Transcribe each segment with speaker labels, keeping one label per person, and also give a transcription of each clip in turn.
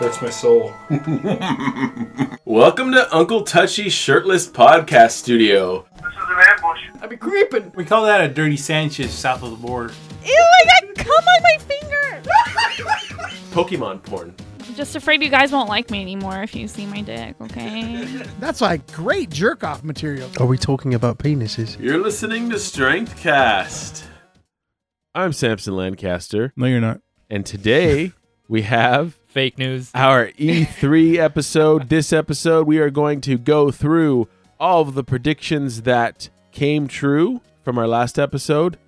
Speaker 1: That's my soul.
Speaker 2: Welcome to Uncle Touchy Shirtless Podcast Studio.
Speaker 3: This is an ambush.
Speaker 4: I'd be creeping.
Speaker 5: We call that a dirty Sanchez south of the border.
Speaker 6: Ew, I got cum on my finger.
Speaker 2: Pokemon porn.
Speaker 6: I'm just afraid you guys won't like me anymore if you see my dick, okay?
Speaker 7: That's like great jerk off material.
Speaker 8: Are we talking about penises?
Speaker 2: You're listening to Strength Cast. I'm Samson Lancaster,
Speaker 5: No, you're not.
Speaker 2: and today we have
Speaker 9: Fake news.
Speaker 2: our E3 episode. This episode, we are going to go through all of the predictions that came true from our last episode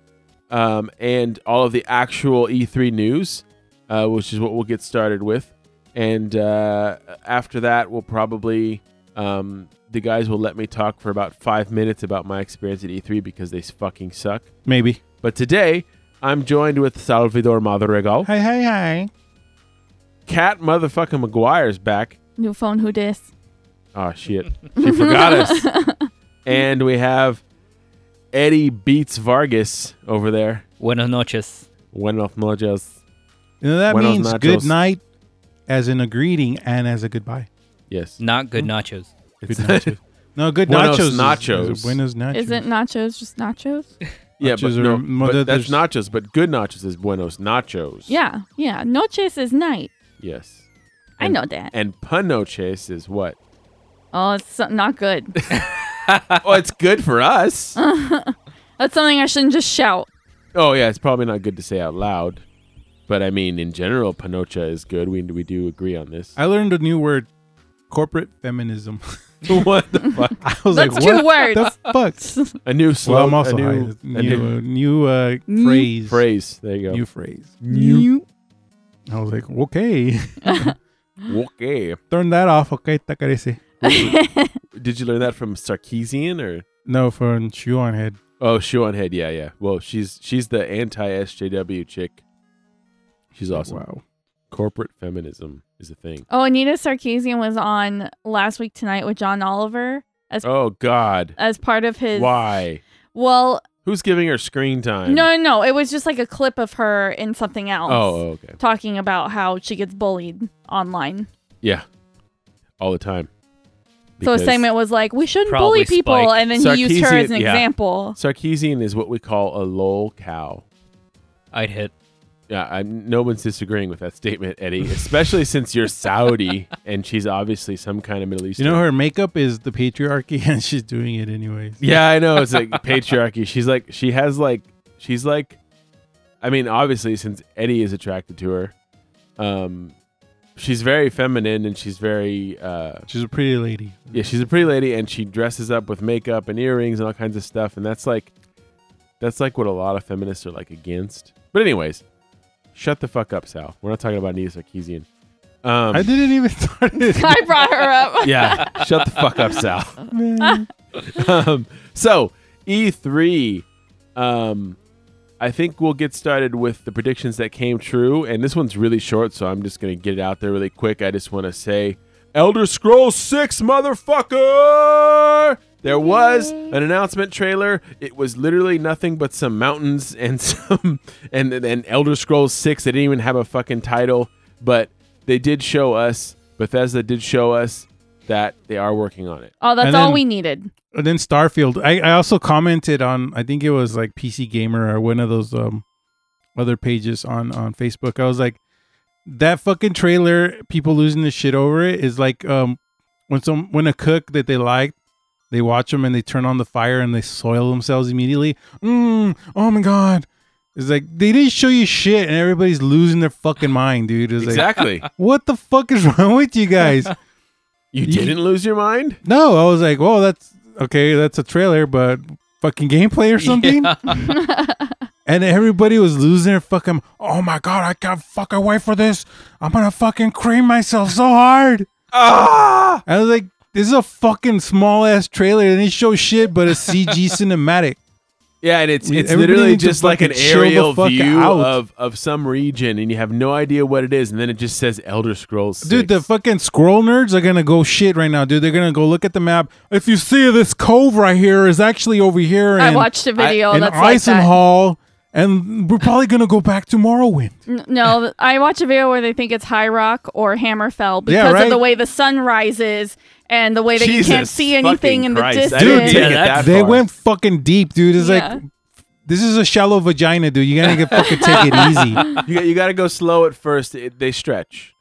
Speaker 2: um, and all of the actual E3 news, uh, which is what we'll get started with. And uh, after that, we'll probably. Um, the guys will let me talk for about five minutes about my experience at E3 because they fucking suck.
Speaker 5: Maybe.
Speaker 2: But today, I'm joined with Salvador Madrigal.
Speaker 5: Hi, hi, hi.
Speaker 2: Cat motherfucking McGuire's back.
Speaker 6: New phone, who dis?
Speaker 2: Oh shit. She forgot us. And we have Eddie Beats Vargas over there.
Speaker 9: Buenas noches.
Speaker 2: Buenos noches.
Speaker 5: You know, that
Speaker 2: Buenos
Speaker 5: means
Speaker 2: nachos.
Speaker 5: good night as in a greeting and as a goodbye.
Speaker 2: Yes.
Speaker 9: Not good nachos.
Speaker 5: Good nachos. No, good
Speaker 2: Buenos
Speaker 5: nachos. is-
Speaker 2: nachos.
Speaker 5: is Buenos nachos.
Speaker 6: Isn't nachos just nachos?
Speaker 2: Yeah, but,
Speaker 5: Nachos are-
Speaker 2: no,
Speaker 5: well,
Speaker 2: but
Speaker 5: there-
Speaker 2: that's
Speaker 5: there's-
Speaker 2: nachos, but good nachos is buenos nachos.
Speaker 6: Yeah, yeah. Noches is night.
Speaker 2: Yes.
Speaker 6: I know that.
Speaker 2: And panoches is what?
Speaker 6: Oh, it's so- not good.
Speaker 2: oh, it's good for us.
Speaker 6: That's something I shouldn't just shout.
Speaker 2: oh yeah, it's probably not good to say out loud. But I mean, in general, panocha is good. We we do agree on this.
Speaker 5: I learned a new word corporate feminism.
Speaker 2: what the fuck?
Speaker 5: I was
Speaker 6: That's
Speaker 5: like,
Speaker 6: two
Speaker 5: what
Speaker 6: words.
Speaker 5: the fuck?
Speaker 2: A new slow,
Speaker 5: well, I'm also
Speaker 2: a
Speaker 5: high.
Speaker 2: new,
Speaker 5: It's
Speaker 2: a new
Speaker 5: New, uh, new uh,
Speaker 6: New-
Speaker 5: phrase.
Speaker 2: phrase. There you go.
Speaker 5: New phrase.
Speaker 2: New.
Speaker 5: I was like, okay.
Speaker 2: Okay.
Speaker 5: Turn that off. Okay, takarese.
Speaker 2: Did you learn that from Sarkeesian or?
Speaker 5: No, for shoe on head.
Speaker 2: Oh, Sean Head. Yeah, yeah. Well, she's she's the anti SJW chick. She's awesome.
Speaker 5: Wow.
Speaker 2: Corporate feminism is a thing.
Speaker 6: Oh, Anita Sarkeesian was on last week tonight with John Oliver
Speaker 2: Oh God,
Speaker 6: as part of his.
Speaker 2: why?
Speaker 6: Well,
Speaker 2: Who's giving her screen time?
Speaker 6: no, no, no. It was just like a clip of her in something
Speaker 2: Oh,
Speaker 6: else.
Speaker 2: oh, okay.
Speaker 6: Talking about how she gets bullied online.
Speaker 2: Yeah, all the time.
Speaker 6: so
Speaker 2: Because
Speaker 6: a segment was like, we shouldn't
Speaker 9: Probably
Speaker 6: bully people.
Speaker 9: Spike.
Speaker 6: And then he used her
Speaker 2: Sarkeesian-
Speaker 6: as an
Speaker 2: yeah.
Speaker 6: example.
Speaker 2: Sarkeesian is what we call a lol cow.
Speaker 9: I'd hit.
Speaker 2: Yeah, i no one's disagreeing with that statement, Eddie. Especially since you're Saudi and she's obviously some kind of Middle
Speaker 5: You
Speaker 2: Eastern.
Speaker 5: know, her makeup is the patriarchy, and she's doing it anyways.
Speaker 2: Yeah, I know. It's like patriarchy. She's like she has like she's like I mean, obviously since Eddie is attracted to her, um she's very feminine and she's very uh
Speaker 5: She's a pretty lady.
Speaker 2: yeah, she's a pretty lady and she dresses up with makeup and earrings and all kinds of stuff and that's like that's like what a lot of feminists are like against. But anyways, shut the fuck up, Sal. We're not talking about Nia Sarkeesian. Um
Speaker 5: I didn't even start it.
Speaker 6: I brought her up.
Speaker 2: yeah, shut the fuck up, Sal. um, so E3, um, I think we'll get started with the predictions that came true, and this one's really short, so I'm just gonna get it out there really quick. I just want to say, Elder Scrolls Six, motherfucker! There was an announcement trailer. It was literally nothing but some mountains and some and and Elder Scrolls Six. They didn't even have a fucking title, but they did show us. Bethesda did show us that they are working on it.
Speaker 6: Oh, that's
Speaker 5: And
Speaker 6: all
Speaker 5: then-
Speaker 6: we needed.
Speaker 5: And then Starfield. I, I also commented on I think it was like PC Gamer or one of those um other pages on on Facebook. I was like, that fucking trailer, people losing the shit over it is like um when some when a cook that they like, they watch them and they turn on the fire and they soil themselves immediately. Mm, oh my god. It's like they didn't show you shit and everybody's losing their fucking mind, dude. It's like
Speaker 2: Exactly.
Speaker 5: what the fuck is wrong with you guys?
Speaker 2: you
Speaker 5: You-
Speaker 2: didn't lose your mind?
Speaker 5: No, I was like, "Whoa, that's okay. That's a trailer, but fucking gameplay or something." and everybody was losing their fucking. Oh my god, I can't fucking wait for this. I'm gonna fucking cream myself so hard.
Speaker 2: Ah!
Speaker 5: I was like, "This is a fucking small ass trailer. They didn't show shit, but a CG cinematic."
Speaker 2: Yeah, and it's
Speaker 5: We-
Speaker 2: it's
Speaker 5: everybody
Speaker 2: literally
Speaker 5: needs to
Speaker 2: just like an
Speaker 5: fucking chill the
Speaker 2: aerial
Speaker 5: fuck
Speaker 2: view
Speaker 5: out.
Speaker 2: of, of some region, and you have no idea what it is, and then it just says Elder Scrolls.
Speaker 5: Dude, the
Speaker 2: 6.
Speaker 5: fucking scroll nerds are gonna go shit right now, dude. They're gonna go look at the map. If you see this cove right here is actually over here.
Speaker 6: I
Speaker 5: and-
Speaker 6: watched a video
Speaker 5: and
Speaker 6: that's like that.
Speaker 5: Eisenhall and we're probably gonna go back to Morrowind.
Speaker 6: N- No, I watch a video where they think it's High Rock or Hammerfell because
Speaker 5: right.
Speaker 6: of the way the sun rises and the way that you can't
Speaker 2: Jesus
Speaker 6: see
Speaker 2: fucking
Speaker 6: anything in the
Speaker 2: Christ, I
Speaker 6: distance.
Speaker 2: didn't
Speaker 5: Dude,
Speaker 2: take it
Speaker 9: yeah,
Speaker 2: that
Speaker 5: they
Speaker 2: far.
Speaker 5: went fucking deep, dude. It's
Speaker 6: Yeah.
Speaker 5: like this is a shallow vagina, dude. You gotta get fucking take it easy.
Speaker 2: You, got- you got to go slow at first. It, they stretch.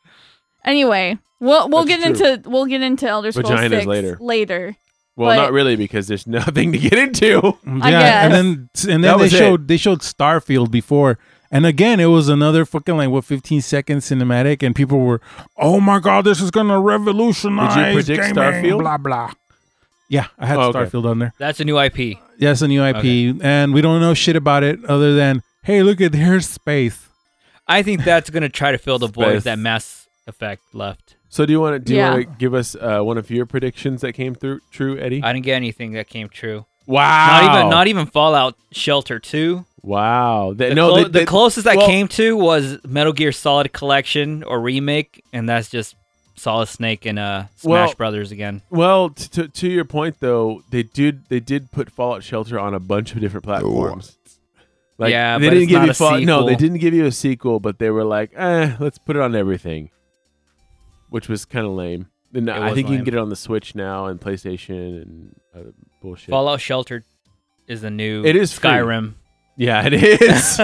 Speaker 6: Anyway, we'll we'll
Speaker 2: That's
Speaker 6: get
Speaker 2: true.
Speaker 6: into we'll get into Elder Scrolls
Speaker 2: Vaginas
Speaker 6: 6
Speaker 2: later.
Speaker 6: Later.
Speaker 2: Well,
Speaker 6: But-
Speaker 2: not really because there's nothing to get into.
Speaker 5: Mm, Yeah,
Speaker 6: I
Speaker 5: and
Speaker 6: guess.
Speaker 5: then and
Speaker 2: That
Speaker 5: then they
Speaker 2: was it.
Speaker 5: showed they showed Starfield before, and again it was another fucking like what 15 second cinematic, and people were, oh my god, this is gonna revolutionize.
Speaker 2: Did you predict
Speaker 5: gaming,
Speaker 2: Starfield?
Speaker 5: Blah blah. Yeah, I had
Speaker 2: Oh, okay.
Speaker 5: Starfield on there.
Speaker 9: That's a new IP.
Speaker 5: Yes, a new IP, and we don't know shit about it other than hey, look at here's space.
Speaker 9: I think that's gonna try to fill the
Speaker 2: Space.
Speaker 9: void that Mass Effect left.
Speaker 2: So do you want to do
Speaker 6: Yeah.
Speaker 2: you want to give us uh, one of your predictions that came through true, Eddie?
Speaker 9: I didn't get anything that came true.
Speaker 2: wow.
Speaker 9: Not even not even Fallout Shelter Two.
Speaker 2: Wow. They,
Speaker 9: The
Speaker 2: no,
Speaker 9: clo-
Speaker 2: they-
Speaker 9: the
Speaker 2: they-
Speaker 9: closest I
Speaker 2: well-
Speaker 9: came to was Metal Gear Solid Collection or remake, and that's just Solid Snake and uh, Smash
Speaker 2: Well-
Speaker 9: Brothers again.
Speaker 2: Well, t- to to your point though, they did they did put Fallout Shelter on a bunch of different platforms.
Speaker 9: Yeah,
Speaker 2: they
Speaker 9: but
Speaker 2: didn't
Speaker 9: it's
Speaker 2: give
Speaker 9: not
Speaker 2: you
Speaker 9: a
Speaker 2: Fallout- No, they
Speaker 9: sequel.
Speaker 2: didn't give you a sequel, but they were like, eh, let's put it on everything, which was kind of lame. And
Speaker 9: It
Speaker 2: I
Speaker 9: was
Speaker 2: think you can
Speaker 9: lame.
Speaker 2: get it on the Switch now and PlayStation and other bullshit.
Speaker 9: Fallout Shelter is the new
Speaker 2: It is free.
Speaker 9: Skyrim.
Speaker 2: Yeah, it is.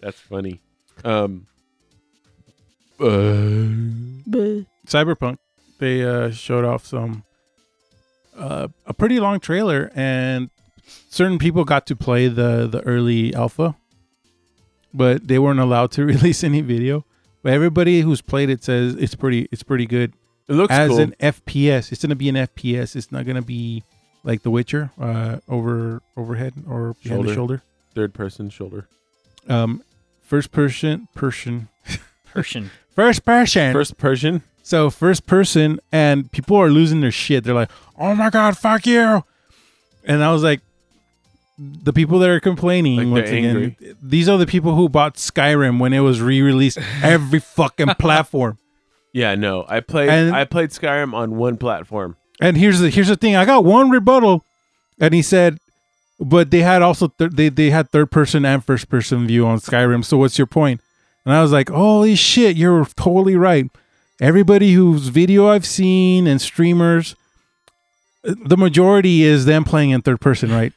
Speaker 2: That's funny. Um. uh,
Speaker 5: Cyberpunk, they uh, showed off some uh, a pretty long trailer, and certain people got to play the the early alpha, but they weren't allowed to release any video. But everybody who's played it says it's pretty it's pretty good
Speaker 2: it looks
Speaker 5: as
Speaker 2: cool.
Speaker 5: an FPS. It's gonna be an FPS. It's not gonna be like The Witcher, uh, over overhead or behind the shoulder.
Speaker 2: Third person shoulder.
Speaker 5: Um, first person, person,
Speaker 9: Persian.
Speaker 5: first person,
Speaker 2: First Persian.
Speaker 5: So first person, and people are losing their shit. They're like, "Oh my god, fuck you!" And I was like, the people that are complaining
Speaker 2: Like,
Speaker 5: once
Speaker 2: they're
Speaker 5: again,
Speaker 2: angry.
Speaker 5: these are the people who bought Skyrim when it was re-released every fucking platform.
Speaker 2: Yeah, no. I played
Speaker 5: And-
Speaker 2: I played Skyrim on one platform.
Speaker 5: And here's the here's the thing. I got one rebuttal, and he said, "But they had also thir- they they had third person and first person view on Skyrim. So what's your point?" And I was like, "Holy shit, you're totally right." Everybody whose video I've seen and streamers, uh, the majority is them playing in third person, right?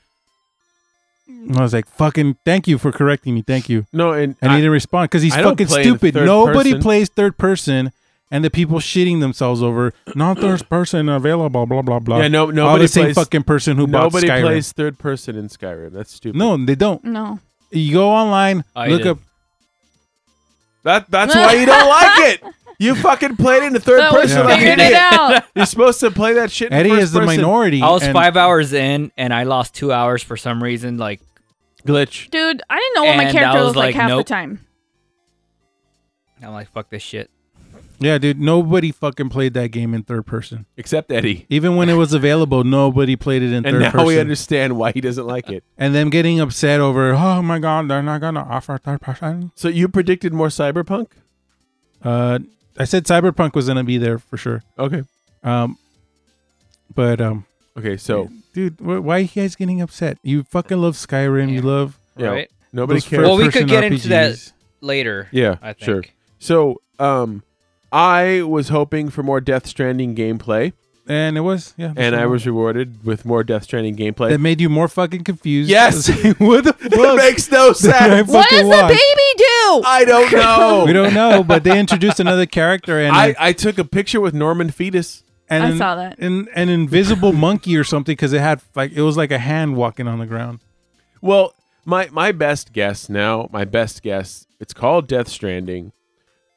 Speaker 5: And I was like, "Fucking thank you for correcting me. Thank you."
Speaker 2: No, and
Speaker 5: I need to respond because he's
Speaker 2: I don't
Speaker 5: fucking
Speaker 2: play in
Speaker 5: stupid.
Speaker 2: third
Speaker 5: Nobody
Speaker 2: person.
Speaker 5: plays third person, and the people shitting themselves over not third person available. Blah blah blah.
Speaker 2: yeah, no, nobody
Speaker 5: All the
Speaker 2: plays,
Speaker 5: same fucking person who bought
Speaker 2: nobody
Speaker 5: Skyrim.
Speaker 2: plays third person in Skyrim. That's stupid.
Speaker 5: no, they don't.
Speaker 6: No.
Speaker 5: You go online,
Speaker 9: I
Speaker 5: look
Speaker 9: did.
Speaker 5: up.
Speaker 2: that that's why you don't like it. You fucking played in the third
Speaker 6: But we
Speaker 2: person. Like an
Speaker 6: figured it
Speaker 2: idiot.
Speaker 6: out.
Speaker 2: You're supposed to play that shit. in
Speaker 5: Eddie
Speaker 2: first
Speaker 5: is the
Speaker 2: person.
Speaker 5: minority.
Speaker 9: I was
Speaker 5: and
Speaker 9: five hours in, and I lost two hours for some reason. Like
Speaker 2: glitch.
Speaker 6: Dude, I didn't know what my
Speaker 9: And I
Speaker 6: character
Speaker 9: was
Speaker 6: looked
Speaker 9: like,
Speaker 6: like, half
Speaker 9: nope.
Speaker 6: the time.
Speaker 9: I'm like, fuck this shit.
Speaker 5: Yeah, dude. Nobody fucking played that game in third person.
Speaker 2: Except Eddie.
Speaker 5: Even when it was available, nobody played it in
Speaker 2: And
Speaker 5: third
Speaker 2: now
Speaker 5: person.
Speaker 2: we understand why he doesn't like it.
Speaker 5: and them getting upset over, oh my god, they're not gonna offer third person.
Speaker 2: So you predicted more cyberpunk?
Speaker 5: Uh, I said Cyberpunk was gonna be there for sure.
Speaker 2: Okay.
Speaker 5: Um, but um,
Speaker 2: Okay, so
Speaker 5: dude, wh- why are you guys getting upset? You fucking love Skyrim. You
Speaker 9: Yeah.
Speaker 5: love
Speaker 2: Yeah.
Speaker 9: Right
Speaker 2: nobody
Speaker 5: those
Speaker 2: cares.
Speaker 9: Well, we
Speaker 5: first-person
Speaker 9: could get into that-
Speaker 5: RPGs.
Speaker 9: later,
Speaker 2: yeah,
Speaker 9: I think.
Speaker 2: sure. So, um, I was hoping for more Death Stranding gameplay,
Speaker 5: and it was yeah.
Speaker 2: and I was rewarded with more Death Stranding gameplay.
Speaker 5: that made you more fucking confused.
Speaker 2: Yes.
Speaker 5: what the
Speaker 2: it
Speaker 5: fuck?
Speaker 2: makes no
Speaker 5: I
Speaker 2: sense.
Speaker 6: What
Speaker 5: fucking
Speaker 6: does the
Speaker 5: watched.
Speaker 6: baby do?
Speaker 2: I don't know.
Speaker 5: We don't know, but they introduced another character and
Speaker 2: I, I took a picture with Norman Fetus.
Speaker 5: and
Speaker 6: I
Speaker 5: an,
Speaker 6: saw that.
Speaker 5: an, an invisible monkey or something because it had like it was like a hand walking on the ground.
Speaker 2: Well, my my best guess now, my best guess, it's called Death Stranding.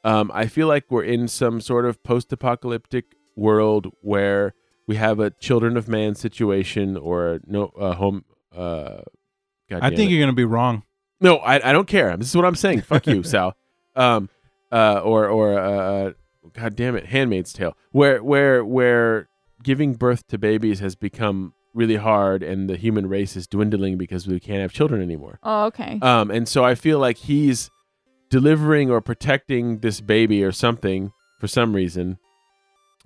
Speaker 2: Um, I feel like we're in some sort of post-apocalyptic world where we have a Children of Man situation or no uh, home. Uh,
Speaker 5: I think you're gonna be wrong.
Speaker 2: No, I, I don't care. This is what I'm saying. Fuck you, Sal. Um, uh, or or uh, God damn it, Handmaid's Tale, where where where giving birth to babies has become really hard, and the human race is dwindling because we can't have children anymore.
Speaker 6: Oh, okay.
Speaker 2: Um, and so I feel like he's delivering or protecting this baby or something for some reason.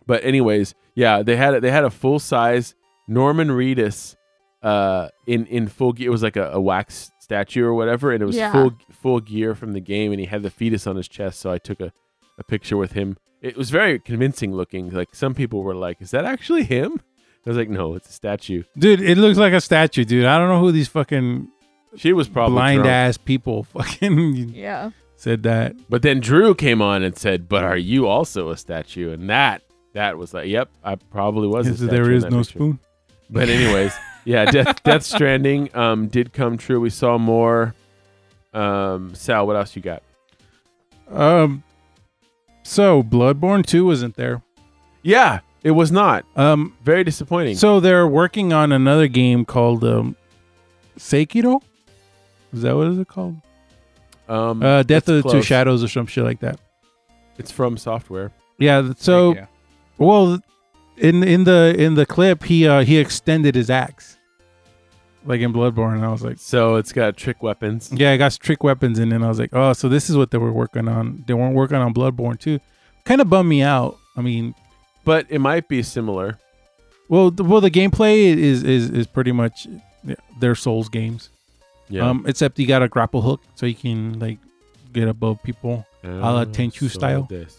Speaker 2: But anyways, yeah, they had they had a full size Norman Reedus uh, in in full gear. It was like a, a wax statue or whatever, and it was
Speaker 6: Yeah.
Speaker 2: full full gear from the game, and he had the fetus on his chest. So I took a, a picture with him. It was very convincing looking. Like some people were like, "Is that actually him?" I was like, "No, it's a statue."
Speaker 5: dude. It looks like a statue, dude. I don't know who these fucking
Speaker 2: She was probably
Speaker 5: blind
Speaker 2: drunk.
Speaker 5: ass people fucking
Speaker 1: Yeah.
Speaker 5: said that.
Speaker 2: But then Drew came on and said, "But are you also a statue?" And that that was like, "Yep, I probably was." A
Speaker 5: So
Speaker 2: statue
Speaker 5: there
Speaker 2: in
Speaker 5: is
Speaker 2: that
Speaker 5: no
Speaker 2: picture.
Speaker 5: spoon.
Speaker 2: But anyways, yeah, Death, Death Stranding um, did come true. We saw more. Um, Sal, what else you got?
Speaker 5: Um, so Bloodborne two wasn't there.
Speaker 2: Yeah, it was not
Speaker 5: Um,
Speaker 2: very disappointing.
Speaker 5: So they're working on another game called um, Sekiro. Is that what is it called?
Speaker 2: um,
Speaker 5: Uh, Death
Speaker 2: that's
Speaker 5: of the Two
Speaker 2: close.
Speaker 5: Shadows or some shit like that.
Speaker 2: It's from software.
Speaker 5: Yeah. th- So
Speaker 9: Yeah.
Speaker 5: well, in in the in the clip, he uh, he extended his axe, like in Bloodborne. I was like,
Speaker 2: So it's got trick weapons.
Speaker 5: yeah, I got trick weapons, in, and I was like, oh, so this is what they were working on. They weren't working on Bloodborne too. Kind of bummed me out. I mean,
Speaker 2: But it might be similar.
Speaker 5: well, the, well, the gameplay is is is pretty much yeah, their Souls games.
Speaker 2: Yeah.
Speaker 5: Um, except you got a grapple hook, so you can like get above people. a la
Speaker 2: Oh,
Speaker 5: Tenchu
Speaker 2: so
Speaker 5: style.
Speaker 2: This.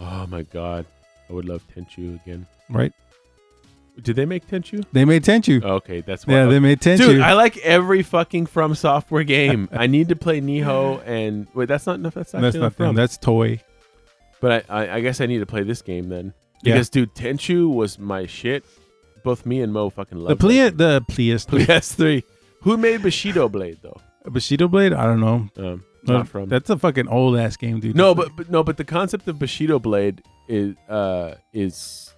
Speaker 2: Oh my god. I would love Tenchu again.
Speaker 5: Right?
Speaker 2: Did they make Tenchu? Oh,
Speaker 5: They made Tenchu.
Speaker 2: Okay, that's why.
Speaker 5: yeah, they made Tenchu.
Speaker 2: Dude, I like every fucking From Software game. I need to play Niho and wait, that's not no, that's not,
Speaker 5: that's not
Speaker 2: From.
Speaker 5: them. That's toy.
Speaker 2: but I, I, I guess I need to play this game then
Speaker 5: Yeah.
Speaker 2: because dude, Tenchu was my shit. Both me and Mo fucking
Speaker 5: The
Speaker 2: love
Speaker 5: plea, the pleas,
Speaker 2: PS three. Who made Bushido Blade though?
Speaker 5: Bushido Blade. I don't know.
Speaker 2: Um,
Speaker 5: Uh,
Speaker 2: not from
Speaker 5: That's a fucking old ass game, dude.
Speaker 2: no,
Speaker 5: That's
Speaker 2: but, but no, but the concept of Bushido Blade is uh is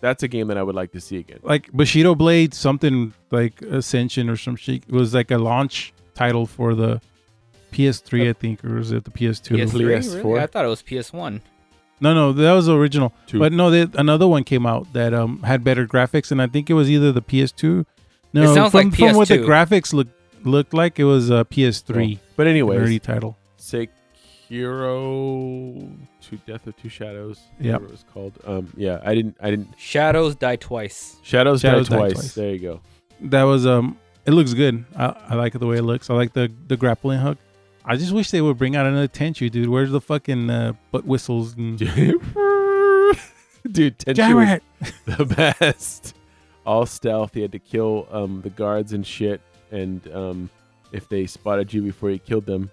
Speaker 2: that's a game that I would like to see again.
Speaker 5: like Bushido Blade, something like Ascension or some shit. It was like a launch title for the PS3, I think, or was it the PS2?
Speaker 9: PS3,
Speaker 2: PS4?
Speaker 9: Really? I thought it was PS1.
Speaker 5: No, no, that was the original.
Speaker 2: Two.
Speaker 5: But no, they, another one came out that um had better graphics, and I think it was either the PS2. No,
Speaker 9: It sounds
Speaker 5: from,
Speaker 9: like
Speaker 5: from what the
Speaker 9: PS2.
Speaker 5: graphics look looked like, it was a PS3
Speaker 2: But
Speaker 5: early
Speaker 2: anyways,
Speaker 5: title.
Speaker 2: Sekiro to Death of Two Shadows.
Speaker 5: Yep.
Speaker 2: whatever it was called. Um, yeah, I didn't, I didn't.
Speaker 9: Shadows die twice.
Speaker 2: Shadows,
Speaker 5: Shadows
Speaker 2: die,
Speaker 5: die
Speaker 2: twice.
Speaker 5: twice.
Speaker 2: There you go.
Speaker 5: That was um, it looks good. I, I like the way it looks. I like the the grappling hook. I just wish they would bring out another Tenchu, dude. Where's the fucking uh, butt whistles? And-
Speaker 2: Dude, Tenchu was
Speaker 5: Jarrett,
Speaker 2: the best. All stealth. You had to kill um the guards and shit, and um if they spotted you before you killed them,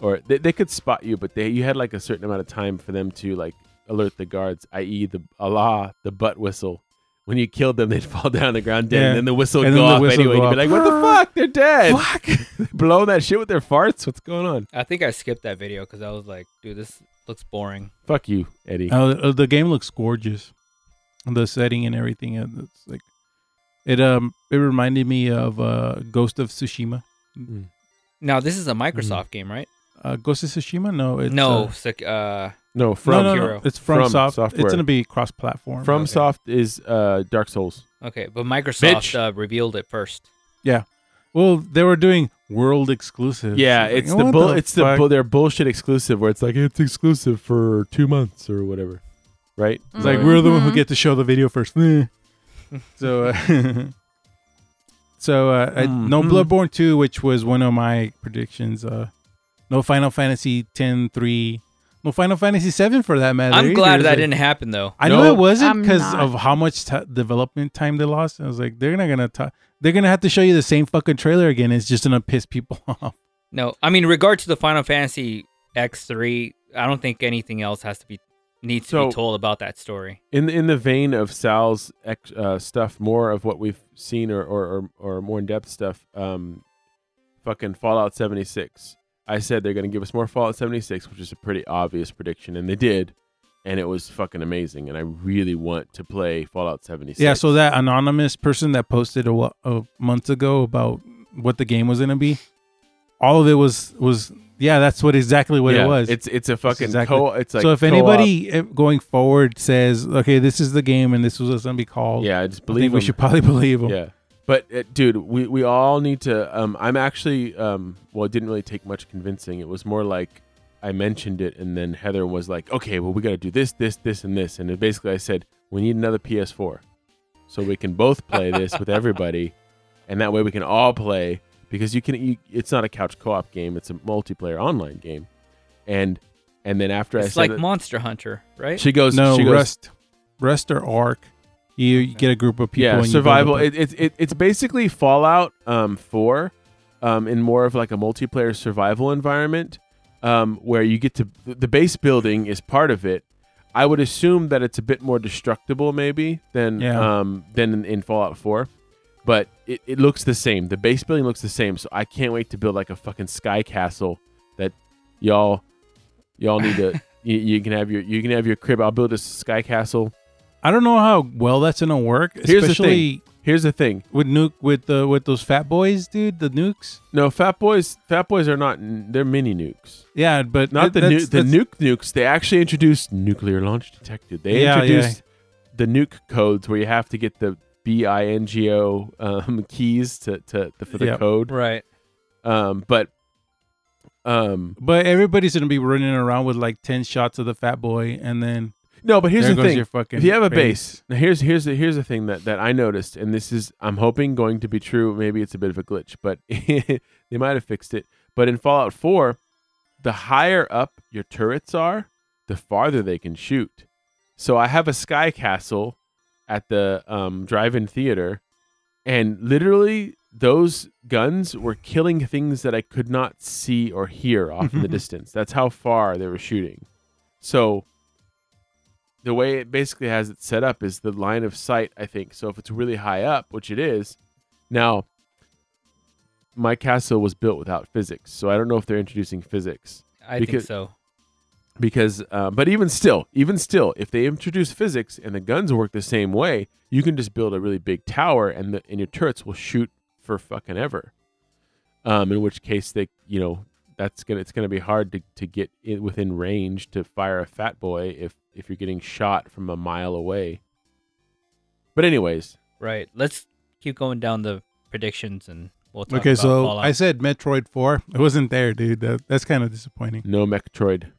Speaker 2: or they, they could spot you, but they you had like a certain amount of time for them to like alert the guards, i.e. the Allah, the butt whistle. When you killed them, they'd fall down on the ground dead,
Speaker 5: Yeah.
Speaker 2: and then the whistle would
Speaker 5: And
Speaker 2: go
Speaker 5: then the
Speaker 2: off
Speaker 5: whistle
Speaker 2: anyway.
Speaker 5: go
Speaker 2: and you'd be like,
Speaker 5: off.
Speaker 2: "What the fuck? They're dead."
Speaker 5: fuck.
Speaker 2: Blowing that shit with their farts. What's going on?
Speaker 9: I think I skipped that video because I was like, dude, this looks boring.
Speaker 2: Fuck you, Eddie.
Speaker 5: Uh, uh, the game looks gorgeous, the setting and everything. uh, It's like it um it reminded me of uh Ghost of Tsushima.
Speaker 9: Now this
Speaker 2: Hmm.
Speaker 9: is a Microsoft game, right?
Speaker 5: Uh, Ghost of Tsushima? No, it's
Speaker 9: no,
Speaker 5: uh,
Speaker 9: sec- uh,
Speaker 2: No,
Speaker 5: no,
Speaker 2: from
Speaker 5: no, no,
Speaker 9: Hero.
Speaker 5: It's from,
Speaker 2: From
Speaker 5: soft.
Speaker 2: Software.
Speaker 5: It's gonna be cross platform.
Speaker 2: from
Speaker 9: Okay.
Speaker 2: Soft is uh, Dark Souls.
Speaker 9: okay, but Microsoft uh, revealed it first.
Speaker 5: well, they were doing world exclusive.
Speaker 2: Yeah,
Speaker 5: It's
Speaker 2: it's
Speaker 5: like, oh,
Speaker 2: the
Speaker 5: what
Speaker 2: bull. it's the
Speaker 5: fuck?
Speaker 2: bull. They're bullshit exclusive where it's like it's exclusive for two months or whatever, right?
Speaker 5: It's like
Speaker 6: Mhm.
Speaker 5: we're the one who get to show the video first. Eh. so, uh, so uh, I, no
Speaker 2: Mhm.
Speaker 5: Bloodborne two, which was one of my predictions. Uh, no Final Fantasy 10 3 no Final Fantasy seven for that matter.
Speaker 9: I'm
Speaker 5: either.
Speaker 9: glad
Speaker 5: It's
Speaker 9: that
Speaker 5: like-
Speaker 9: didn't happen though.
Speaker 5: I
Speaker 2: No.
Speaker 5: know it wasn't
Speaker 6: I'm
Speaker 5: because
Speaker 6: not.
Speaker 5: of how much t- development time they lost. I was like, they're not gonna ta- they're gonna have to show you the same fucking trailer again. It's just gonna piss people off.
Speaker 9: No, I mean, regard to the Final Fantasy X3, I don't think anything else has to be needs to
Speaker 2: So-
Speaker 9: be told about that story.
Speaker 2: In
Speaker 5: Mm-hmm.
Speaker 2: in the vein of Sal's ex, uh, stuff, more of what we've seen or or, or, or more in depth stuff. Um, fucking Fallout seventy six. I said they're gonna give us more Fallout seventy six, which is a pretty obvious prediction, and they did, and it was fucking amazing. And I really want to play Fallout seventy six.
Speaker 5: Yeah. So that anonymous person that posted a, wh- a month ago about what the game was gonna be, all of it was was yeah, that's what exactly what
Speaker 2: Yeah,
Speaker 5: it was.
Speaker 2: It's it's a fucking
Speaker 5: exactly-
Speaker 2: co. It's like
Speaker 5: so if
Speaker 2: co-op.
Speaker 5: anybody eh, going forward says, okay, this is the game and this was what it's gonna be called,
Speaker 2: yeah, I just
Speaker 5: I
Speaker 2: believe
Speaker 5: think we
Speaker 2: them.
Speaker 5: should probably believe them.
Speaker 2: Yeah. But uh, dude, we, we all need to. Um, I'm actually. Um, well, it didn't really take much convincing. It was more like I mentioned it, and then Heather was like, "Okay, well, we got to do this, this, this, and this." And it basically, I said, "We need another PS4, so we can both play this with everybody, and that way we can all play because you can. You, it's not a couch co-op game; it's a multiplayer online game. And and then after I
Speaker 9: It's
Speaker 2: said
Speaker 9: like
Speaker 2: that-
Speaker 9: Monster Hunter, right?
Speaker 2: she goes,
Speaker 5: No,
Speaker 2: she goes,
Speaker 5: Rust, Rust or Ark. You, you get a group of people.
Speaker 2: yeah,
Speaker 5: and you build
Speaker 2: survival.
Speaker 5: up a-
Speaker 2: It, it, it, it's basically Fallout um, 4 um, in more of like a multiplayer survival environment um, where you get to the base building is part of it. I would assume that it's a bit more destructible maybe than
Speaker 5: Yeah.
Speaker 2: um, than in, in Fallout 4, but it, it looks the same. The base building looks the same, so I can't wait to build like a fucking sky castle that y'all y'all need to. You, you can have your you can have your crib. I'll build a sky castle.
Speaker 5: I don't know how well that's gonna work,
Speaker 2: Here's the
Speaker 5: especially
Speaker 2: thing. Here's the thing:
Speaker 5: with nuke with the with those fat boys, dude. The nukes.
Speaker 2: No, fat boys. Fat boys are not. They're mini nukes.
Speaker 5: Yeah, but
Speaker 2: Not the
Speaker 5: that-
Speaker 2: nu-
Speaker 5: that's-
Speaker 2: the
Speaker 5: that's-
Speaker 2: nuke nukes. They actually introduced nuclear launch detected. They
Speaker 5: Yeah, yeah.
Speaker 2: introduced the nuke codes where you have to get the B I N G O um, keys to, to, to for the
Speaker 5: Yep.
Speaker 2: code.
Speaker 9: Right.
Speaker 2: Um, but um,
Speaker 5: But everybody's gonna be running around with like ten shots of the fat boy, and then
Speaker 2: no. But here's
Speaker 5: there
Speaker 2: the
Speaker 5: goes
Speaker 2: thing:
Speaker 5: your fucking.
Speaker 2: if you have a
Speaker 5: base.
Speaker 2: base, now here's here's the, here's the thing that that I noticed, and this is I'm hoping going to be true. Maybe it's a bit of a glitch, but they might have fixed it. But in Fallout 4, the higher up your turrets are, the farther they can shoot. So I have a sky castle at the um, drive-in theater, and literally those guns were killing things that I could not see or hear off in the distance. That's how far they were shooting. So the way it basically has it set up is the line of sight, I think. So if it's really high up, which it is, now my castle was built without physics, so I don't know if they're introducing physics
Speaker 9: I
Speaker 2: Because-
Speaker 9: think so.
Speaker 2: because uh, but even still even still if they introduce physics and the guns work the same way you can just build a really big tower and the and your turrets will shoot for fucking ever um in which case they you know that's gonna it's gonna be hard to, to get in within range to fire a fat boy if if you're getting shot from a mile away but anyways
Speaker 9: Right. Let's keep going down the predictions and we'll talk
Speaker 5: Okay,
Speaker 9: about
Speaker 5: so
Speaker 9: Fallout.
Speaker 5: I said Metroid Four. It wasn't there, dude. That, that's kind of disappointing.
Speaker 2: no metroid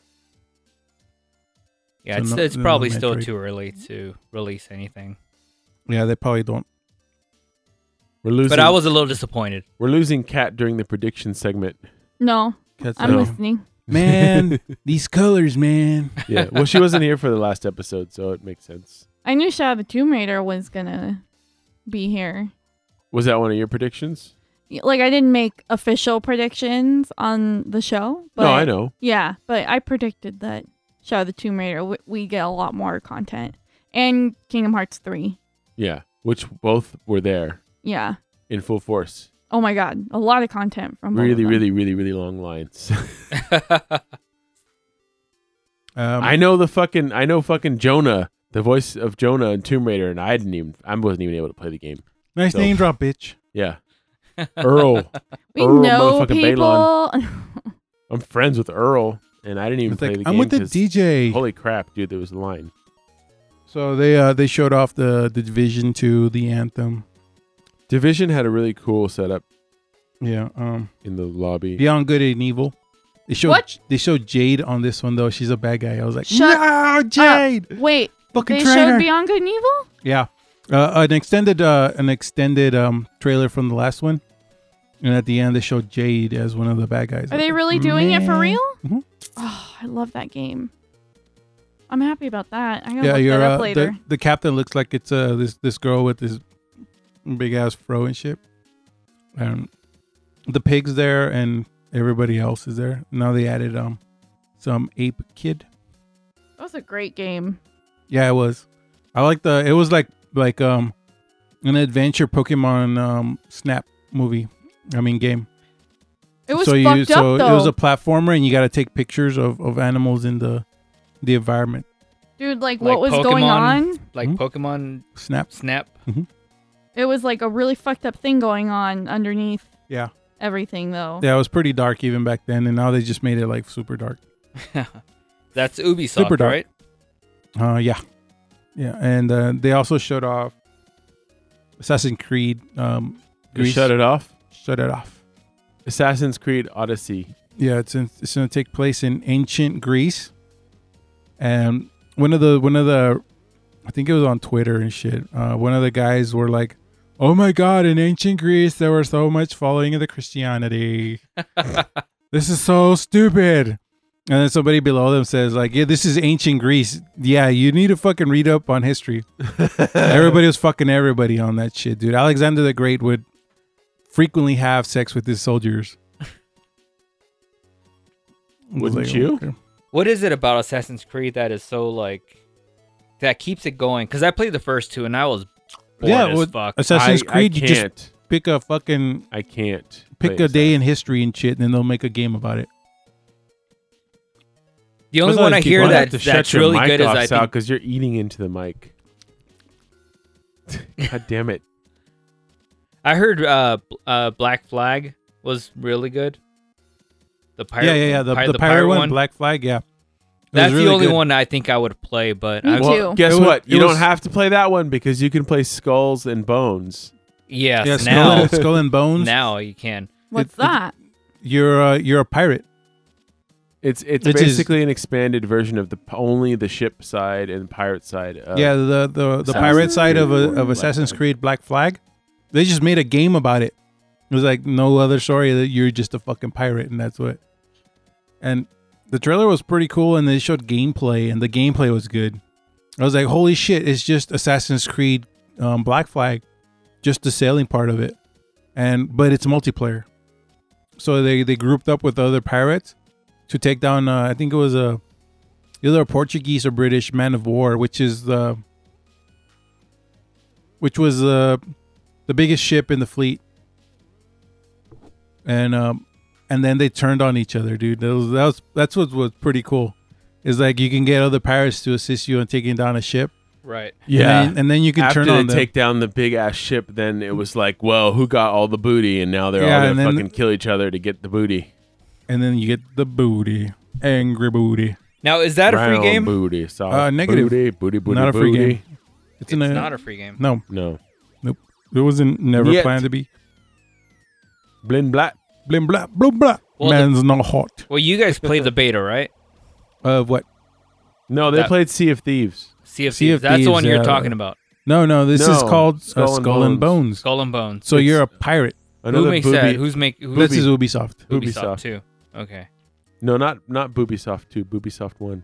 Speaker 9: yeah,
Speaker 5: so
Speaker 9: it's,
Speaker 5: no-
Speaker 9: it's
Speaker 5: no
Speaker 9: probably still
Speaker 5: Metroid.
Speaker 9: too early to release anything.
Speaker 5: Yeah, they probably don't.
Speaker 2: we're losing
Speaker 9: But I was a little disappointed.
Speaker 2: we're losing cat during the prediction segment
Speaker 6: No,
Speaker 5: catch
Speaker 6: I'm
Speaker 5: that.
Speaker 2: No.
Speaker 6: listening.
Speaker 5: Man, these colors, man.
Speaker 2: yeah well she wasn't here for the last episode so it makes sense
Speaker 6: I knew Shadow of the Tomb Raider was gonna be here.
Speaker 2: was that one of your predictions
Speaker 6: Y- Like I didn't make official predictions on the show, but
Speaker 2: no i know
Speaker 6: Yeah, but I predicted that Shadow of the Tomb Raider we, we get a lot more content and Kingdom Hearts three.
Speaker 2: Yeah, which both were there
Speaker 6: Yeah.
Speaker 2: in full force.
Speaker 6: Oh my god, a lot of content from both of
Speaker 2: Really,
Speaker 6: them.
Speaker 2: really, really, really long lines.
Speaker 5: Um,
Speaker 2: I know the fucking. I know fucking Jonah, the voice of Jonah in Tomb Raider, and I didn't even. I wasn't even able to play the game.
Speaker 5: nice
Speaker 2: so-
Speaker 5: name drop, bitch.
Speaker 2: Yeah, Earl.
Speaker 6: We
Speaker 2: Earl
Speaker 6: know
Speaker 2: motherfucking
Speaker 6: people.
Speaker 2: Balon. I'm friends with Earl, and I didn't even
Speaker 5: It's
Speaker 2: play
Speaker 5: like,
Speaker 2: the game.
Speaker 5: I'm with the
Speaker 2: 'cause-
Speaker 5: DJ.
Speaker 2: Holy crap, dude! There was a line.
Speaker 5: So they uh, they showed off the, the division to the anthem.
Speaker 2: Division had a really cool setup
Speaker 5: Yeah. Um,
Speaker 2: in the lobby.
Speaker 5: Beyond Good and Evil. They showed
Speaker 6: What?
Speaker 5: they showed Jade on this one though. She's a bad guy. I was like,
Speaker 6: Shut
Speaker 5: no, Jade,
Speaker 6: Wait,
Speaker 5: fucking
Speaker 6: they
Speaker 5: traitor.
Speaker 6: showed Beyond Good and Evil?
Speaker 5: yeah. Uh, an extended uh, an extended um, trailer from the last one, and at the end they showed Jade as one of the bad guys.
Speaker 6: Are they really doing it for
Speaker 5: Man.
Speaker 6: real?
Speaker 5: Mhm.
Speaker 6: Oh, I love that game. I'm happy about that. I gotta
Speaker 5: yeah,
Speaker 6: look
Speaker 5: you're
Speaker 6: that
Speaker 5: uh,
Speaker 6: up later.
Speaker 5: the, the captain looks like it's uh this this girl with this big ass fro and shit. Um, the pigs there and everybody else is there. Now they added um some ape kid.
Speaker 6: That was a great game.
Speaker 5: Yeah, it was. I like the. It was like like um an adventure Pokemon um Snap movie. I mean game.
Speaker 6: It was
Speaker 5: so you
Speaker 6: fucked up
Speaker 5: so
Speaker 6: though.
Speaker 5: it was a platformer and you got to take pictures of of animals in the the environment.
Speaker 6: Dude, like,
Speaker 9: Like
Speaker 6: what was going
Speaker 9: Pokemon?
Speaker 6: on?
Speaker 9: like
Speaker 5: Hmm?
Speaker 9: Pokemon
Speaker 5: Snap.
Speaker 9: Snap.
Speaker 6: It was like a really fucked up thing going on underneath
Speaker 5: Yeah.
Speaker 6: everything though.
Speaker 5: Yeah, it was pretty dark even back then, and now they just made it like super dark.
Speaker 9: That's Ubisoft,
Speaker 5: Super dark.
Speaker 9: right?
Speaker 5: Uh, yeah, yeah, and uh, they also showed off Assassin's Creed. Um,
Speaker 2: You shut it off.
Speaker 5: shut it off.
Speaker 2: Assassin's Creed Odyssey.
Speaker 5: Yeah, it's in, it's going to take place in ancient Greece, and one of the one of the, I think it was on Twitter and shit. Uh, one of the guys were like, oh my God, in ancient Greece, there was so much following of the Christianity. this is so stupid. And then somebody below them says, like, yeah, this is ancient Greece. Yeah, you need to fucking read up on history. everybody was fucking everybody on that shit, dude. Alexander the Great would frequently have sex with his soldiers.
Speaker 2: Wouldn't you?
Speaker 5: okay.
Speaker 9: What is it about Assassin's Creed that is so like that keeps it going? Because I played the first two and I was bored
Speaker 5: Yeah,
Speaker 9: as
Speaker 5: well,
Speaker 9: fuck.
Speaker 5: Assassin's
Speaker 2: I,
Speaker 5: Creed,
Speaker 2: I
Speaker 5: you
Speaker 2: can't.
Speaker 5: just pick a fucking
Speaker 2: I can't.
Speaker 5: pick
Speaker 2: play
Speaker 5: a day
Speaker 2: Assassin's-
Speaker 5: in history and shit, and then they'll make a game about it.
Speaker 9: The only
Speaker 5: Those
Speaker 9: one
Speaker 5: other
Speaker 9: I
Speaker 5: people
Speaker 9: hear
Speaker 5: have
Speaker 9: that
Speaker 2: to
Speaker 9: that's
Speaker 2: shut your
Speaker 9: really
Speaker 2: mic
Speaker 9: good is
Speaker 2: off,
Speaker 9: I
Speaker 2: Sal,
Speaker 9: think
Speaker 2: because you're eating into the mic. God damn it!
Speaker 9: I heard uh, b- uh Black Flag was really good. The pirate,
Speaker 5: yeah, yeah, yeah. The,
Speaker 9: pi-
Speaker 5: the, pirate, one, Black Flag, yeah. It was
Speaker 9: That's
Speaker 5: really
Speaker 9: the only
Speaker 5: good.
Speaker 9: one I think I would play, but
Speaker 6: Me
Speaker 9: I,
Speaker 6: too.
Speaker 2: Well, guess
Speaker 5: It was-
Speaker 2: what? You
Speaker 5: it
Speaker 2: don't
Speaker 5: was-
Speaker 2: have to play that one because you can play Skulls and Bones.
Speaker 9: yes,
Speaker 5: Yeah, Skull,
Speaker 9: now
Speaker 5: and, Skull and Bones.
Speaker 9: now you can.
Speaker 6: What's
Speaker 5: It- it-
Speaker 6: that?
Speaker 5: You're uh, you're a pirate.
Speaker 2: It's it's
Speaker 5: Which is-
Speaker 2: basically an expanded version of the only the ship side and pirate side. Of,
Speaker 5: yeah, the the, the
Speaker 2: Assassin's
Speaker 5: pirate side of
Speaker 2: Creed or
Speaker 5: a, of
Speaker 2: Black
Speaker 5: Assassin's
Speaker 2: Flag.
Speaker 5: Creed Black Flag. They just made a game about it. It was like no other story that you're just a fucking pirate and that's what. And the trailer was pretty cool and they showed gameplay and the gameplay was good. I was like, holy shit, it's just Assassin's Creed um, Black Flag, just the sailing part of it, and but it's multiplayer. So they they grouped up with other pirates to take down. Uh, I think it was a either a Portuguese or British man of war, which is the which was the the biggest ship in the fleet. And um, and then they turned on each other, dude. That was, that was that's what was pretty cool. Is like you can get other pirates to assist you in taking down a ship.
Speaker 9: Right.
Speaker 5: and then, and then you can
Speaker 2: After
Speaker 5: turn on
Speaker 2: they
Speaker 5: them.
Speaker 2: take down the big ass ship, then it was like, well, who got all the booty? And now they're
Speaker 5: Yeah,
Speaker 2: all
Speaker 5: and
Speaker 2: gonna
Speaker 5: then-
Speaker 2: fucking kill each other to get the booty.
Speaker 5: and then you get the booty, angry booty.
Speaker 9: Now is that a free
Speaker 2: Round
Speaker 9: game?
Speaker 2: Booty, soft
Speaker 5: Uh, negative.
Speaker 2: Booty, booty, booty,
Speaker 5: Not a free
Speaker 2: booty.
Speaker 5: game.
Speaker 9: It's
Speaker 5: in a-
Speaker 9: not a free game.
Speaker 5: No,
Speaker 2: No,
Speaker 5: it wasn't never
Speaker 2: Yet.
Speaker 5: planned to be.
Speaker 2: blin black.
Speaker 5: Blim blah blah blah.
Speaker 9: Well, the-
Speaker 5: Man's not hot.
Speaker 9: Well, you guys played the beta, right?
Speaker 5: Of what?
Speaker 2: No, they
Speaker 9: That-
Speaker 2: played Sea of Thieves.
Speaker 9: Sea of
Speaker 5: Sea
Speaker 9: Thieves.
Speaker 5: of
Speaker 9: That's the
Speaker 5: Thieves,
Speaker 9: one you're
Speaker 5: yeah.
Speaker 9: talking about.
Speaker 5: No, no. This is
Speaker 2: No,
Speaker 5: called Skull,
Speaker 2: Skull
Speaker 5: uh,
Speaker 2: and
Speaker 5: Skull and Bones.
Speaker 9: Skull and Bones.
Speaker 5: So
Speaker 2: It's-
Speaker 5: you're a pirate.
Speaker 2: Another
Speaker 9: Who makes
Speaker 2: booby.
Speaker 9: that? Who's make? Who's
Speaker 5: This is Ubisoft.
Speaker 9: Ubisoft,
Speaker 2: Ubisoft.
Speaker 9: too? Okay.
Speaker 2: No, not not Boobysoft two. Boobysoft one.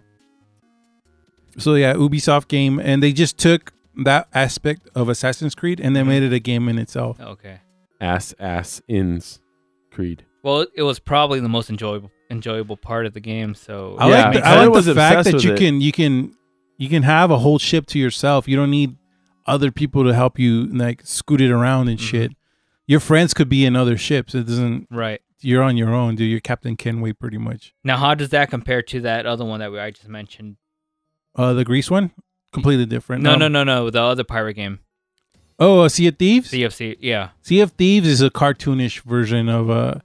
Speaker 5: So yeah, Ubisoft game, and they just took that aspect of Assassin's Creed and they made it a game in itself.
Speaker 9: Okay.
Speaker 2: Ass ass ins. Creed.
Speaker 9: Well, it- it was probably the most enjoyable enjoyable part of the game. So
Speaker 5: I
Speaker 2: Yeah,
Speaker 5: like the,
Speaker 2: I
Speaker 5: I like
Speaker 2: was
Speaker 5: the
Speaker 2: obsessed
Speaker 5: fact that
Speaker 2: with
Speaker 5: you
Speaker 2: it.
Speaker 5: can you can you can have a whole ship to yourself. You don't need other people to help you like scoot it around and
Speaker 2: Mm-hmm.
Speaker 9: Mhm.
Speaker 5: shit. Your friends could be in other ships. It doesn't.
Speaker 9: right
Speaker 5: You're on your own, dude. You're Captain Kenway, pretty much.
Speaker 9: now, how does that compare to that other one that we, I just mentioned?
Speaker 5: Uh, the Greece one, completely different.
Speaker 9: No,
Speaker 5: Um,
Speaker 9: no, no, no. The other pirate game,
Speaker 5: Oh, uh, Sea of Thieves.
Speaker 9: CFC. Yeah,
Speaker 5: Sea of Thieves is a cartoonish version of a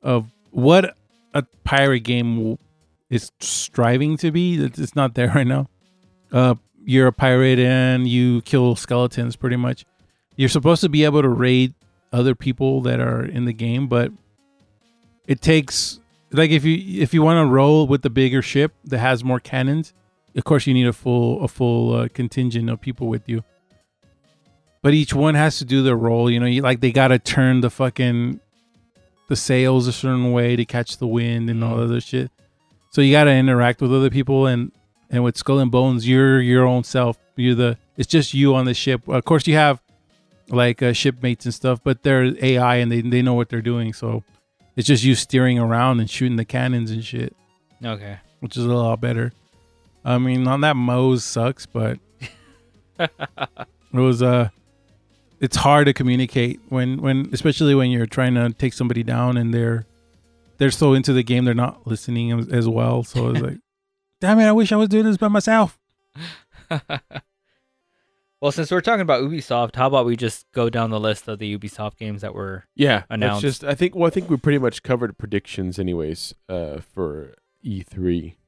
Speaker 5: of what a pirate game w- is striving to be. It's it's not there right now. Uh, you're a pirate and you kill skeletons, pretty much. You're supposed to be able to raid other people that are in the game, but it takes like if you if you want to roll with the bigger ship that has more cannons, of course you need a full a full uh, contingent of people with you but each one has to do their role. You know, you, like they gotta turn the fucking the sails a certain way to catch the wind and all that other shit. So you gotta interact with other people and and with Skull and Bones, you're your own self. You're the it's just you on the ship. Of course, you have like uh, shipmates and stuff, but they're AI and they they know what they're doing. So it's just you steering around and shooting the cannons and shit
Speaker 9: okay.
Speaker 5: which is a lot better. I mean, on that Moe's sucks, but it was uh it's hard to communicate when when especially when you're trying to take somebody down and they're they're so into the game they're not listening as, as well. So it's like, damn it, I wish I was doing this by myself.
Speaker 9: well, since we're talking about Ubisoft, how about we just go down the list of the Ubisoft games that were
Speaker 2: Yeah,
Speaker 9: announced.
Speaker 2: That's just I think. Well, I think we pretty much covered predictions, anyways, uh, for E three.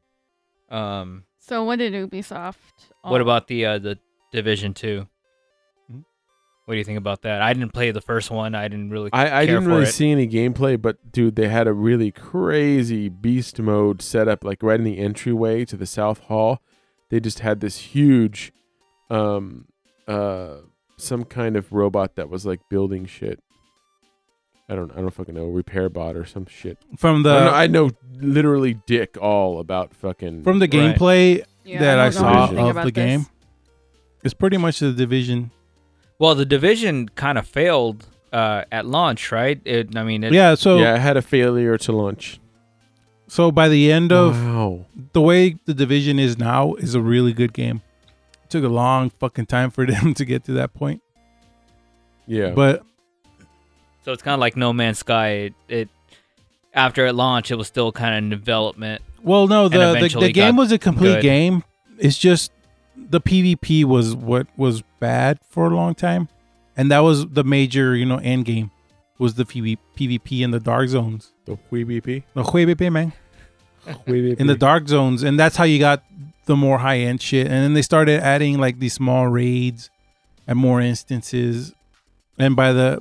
Speaker 9: um.
Speaker 6: So what did Ubisoft?
Speaker 9: What about the uh, the Division Two?
Speaker 5: Hmm?
Speaker 9: What do you think about that? I didn't play the first one. I didn't really.
Speaker 2: I, I
Speaker 9: care
Speaker 2: didn't
Speaker 9: for
Speaker 2: really
Speaker 9: it.
Speaker 2: see any gameplay, but dude, they had a really crazy beast mode setup, like right in the entryway to the South Hall. They just had this huge um, uh, some kind of robot that was like building shit. I don't I don't fucking know repair bot or some shit.
Speaker 5: From the
Speaker 2: I, know, I know literally dick all about fucking
Speaker 5: from the
Speaker 9: Right.
Speaker 5: gameplay,
Speaker 1: Yeah,
Speaker 5: that I
Speaker 1: don't know
Speaker 2: saw
Speaker 1: anything
Speaker 5: of
Speaker 1: about
Speaker 5: the
Speaker 1: this.
Speaker 5: game. it's pretty much the division.
Speaker 9: Well, the division kind of failed uh, at launch, right? It, I mean, it,
Speaker 5: Yeah. So
Speaker 2: yeah. I had a failure to launch.
Speaker 5: so by the end of
Speaker 2: wow.
Speaker 5: the way the division is now is a really good game. took a long fucking time for them to get to that point,
Speaker 2: Yeah.
Speaker 5: but
Speaker 9: so it's kind of like No Man's Sky. It, it after it launched, it was still kind of in development.
Speaker 5: well, no,
Speaker 9: And
Speaker 5: the the,
Speaker 9: eventually
Speaker 5: the game
Speaker 9: got
Speaker 5: was a complete
Speaker 9: good.
Speaker 5: game. It's just the PvP was what was bad for a long time, and that was the major you know end game was the PV, PvP in the dark zones.
Speaker 2: the WBP.
Speaker 5: No juevepe, man. in the dark zones, and that's how you got the more high end shit. And then they started adding like these small raids and more instances. And by the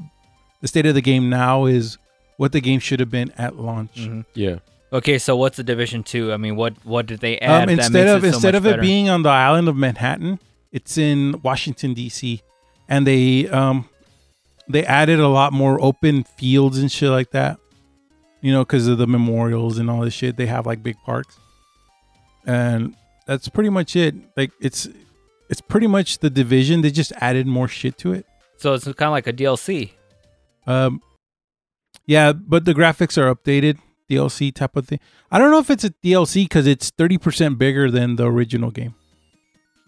Speaker 5: the state of the game now is what the game should have been at launch.
Speaker 2: yeah.
Speaker 9: Okay, so what's the division two? I mean, what what did they add?
Speaker 5: Um,
Speaker 9: that
Speaker 5: instead
Speaker 9: makes
Speaker 5: of
Speaker 9: it so
Speaker 5: instead
Speaker 9: much
Speaker 5: of it
Speaker 9: better?
Speaker 5: being on the island of Manhattan, it's in Washington D.C. and they um they added a lot more open fields and shit like that. You know, because of the memorials and all this shit, they have like big parks, and that's pretty much it. Like it's it's pretty much the division. They just added more shit to it.
Speaker 9: so it's kind of like a DLC.
Speaker 5: Um, yeah, but the graphics are updated. DLC type of thing. I don't know if it's a DLC because it's thirty percent bigger than the original game,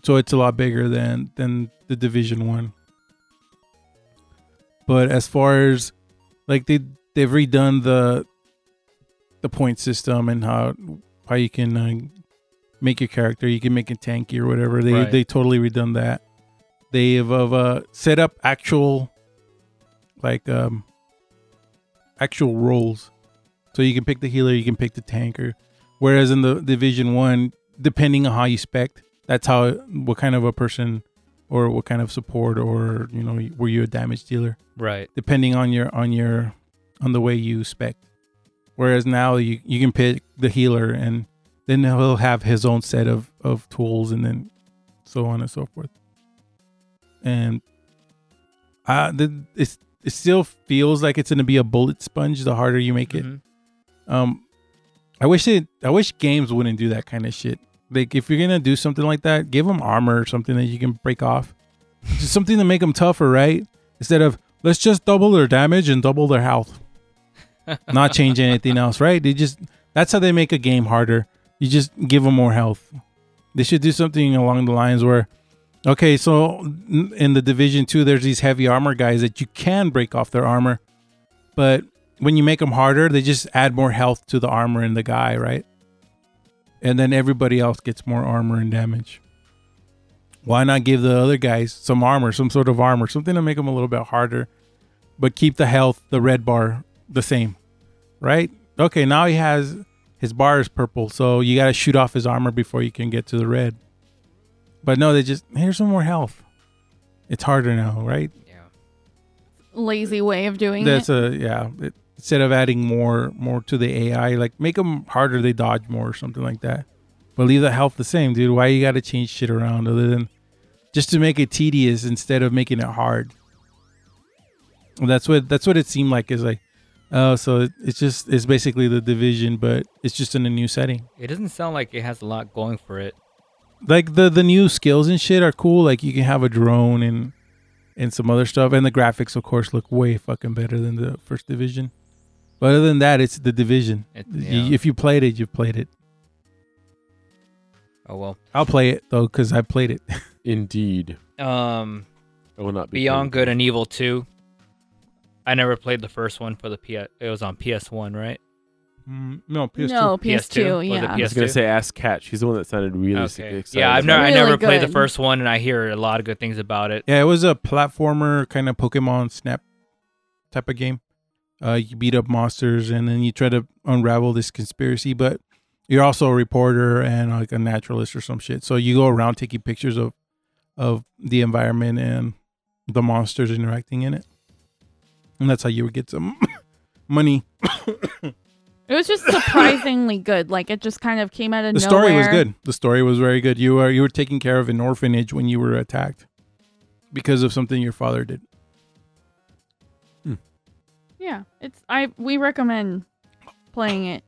Speaker 5: so it's a lot bigger than than the Division One. But as far as like they they've redone the the point system and how how you can uh, make your character, you can make it tanky or whatever. They
Speaker 9: Right.
Speaker 5: they totally redone that. They have uh, set up actual like um actual roles. So you can pick the healer, you can pick the tanker. Whereas in the division one, depending on how you spec, that's how what kind of a person or what kind of support or you know were you a damage dealer
Speaker 9: Right.
Speaker 5: depending on your on your on the way you spec. Whereas now you you can pick the healer and then he'll have his own set of of tools and then so on and so forth. And uh the it's it still feels like it's gonna be a bullet sponge the harder you make it.
Speaker 9: Mhm.
Speaker 5: Um, I wish it. I wish games wouldn't do that kind of shit. Like if you're gonna do something like that, give them armor or something that you can break off, just something to make them tougher, right? Instead of let's just double their damage and double their health, not change anything else, right? They just that's how they make a game harder. You just give them more health. They should do something along the lines where, okay, so n- in the division two, there's these heavy armor guys that you can break off their armor, but when you make them harder, they just add more health to the armor and the guy, right? And then everybody else gets more armor and damage. Why not give the other guys some armor, some sort of armor, something to make them a little bit harder, but keep the health, the red bar, the same, right? Okay, now he has his bar is purple, so you got to shoot off his armor before you can get to the red. But no, they just here's some more health. It's harder now, right?
Speaker 9: Yeah.
Speaker 6: Lazy way of doing
Speaker 5: That's
Speaker 6: it.
Speaker 5: a yeah. It, instead of adding more more to the AI, like make them harder, they dodge more or something like that. But leave the health the same, dude. Why you got to change shit around other than just to make it tedious instead of making it hard? And that's what that's what it seemed like. Is like, oh, so it, it's just it's basically the division, but it's just in a new setting.
Speaker 9: It doesn't sound like it has a lot going for it.
Speaker 5: Like the the new skills and shit are cool. Like you can have a drone and and some other stuff, and the graphics, of course, look way fucking better than the first division. But other than that, it's the division.
Speaker 9: It-
Speaker 5: Y-
Speaker 9: yeah.
Speaker 5: If you played it, you played it.
Speaker 9: Oh well.
Speaker 5: I'll play it though because I played it.
Speaker 2: Indeed.
Speaker 9: Um,
Speaker 2: I will not be
Speaker 9: Beyond Good and Evil two. I never played the first one for the PS. It was on PS one, right?
Speaker 5: no,
Speaker 6: no,
Speaker 9: Or
Speaker 6: PS2,
Speaker 9: the
Speaker 6: yeah.
Speaker 2: I was gonna
Speaker 9: PS2?
Speaker 2: say ask Cat. She's the one that sounded really
Speaker 9: Okay.
Speaker 2: excited.
Speaker 9: Yeah, I've
Speaker 2: about
Speaker 9: never,
Speaker 2: it.
Speaker 9: I never
Speaker 6: Really
Speaker 9: played the
Speaker 6: good.
Speaker 9: first one, and I hear a lot of good things about it.
Speaker 5: Yeah, it was a platformer kind of Pokemon Snap type of game. Uh, you beat up monsters and then you try to unravel this conspiracy, but you're also a reporter and like a naturalist or some shit. So you go around taking pictures of of the environment and the monsters interacting in it, and that's how you would get some money.
Speaker 6: It was just surprisingly good. Like it just kind of came out of
Speaker 5: The
Speaker 6: nowhere.
Speaker 5: story was good. The story was very good. You were you were taking care of an orphanage when you were attacked because of something your father did.
Speaker 6: Yeah, it's I. We recommend playing it.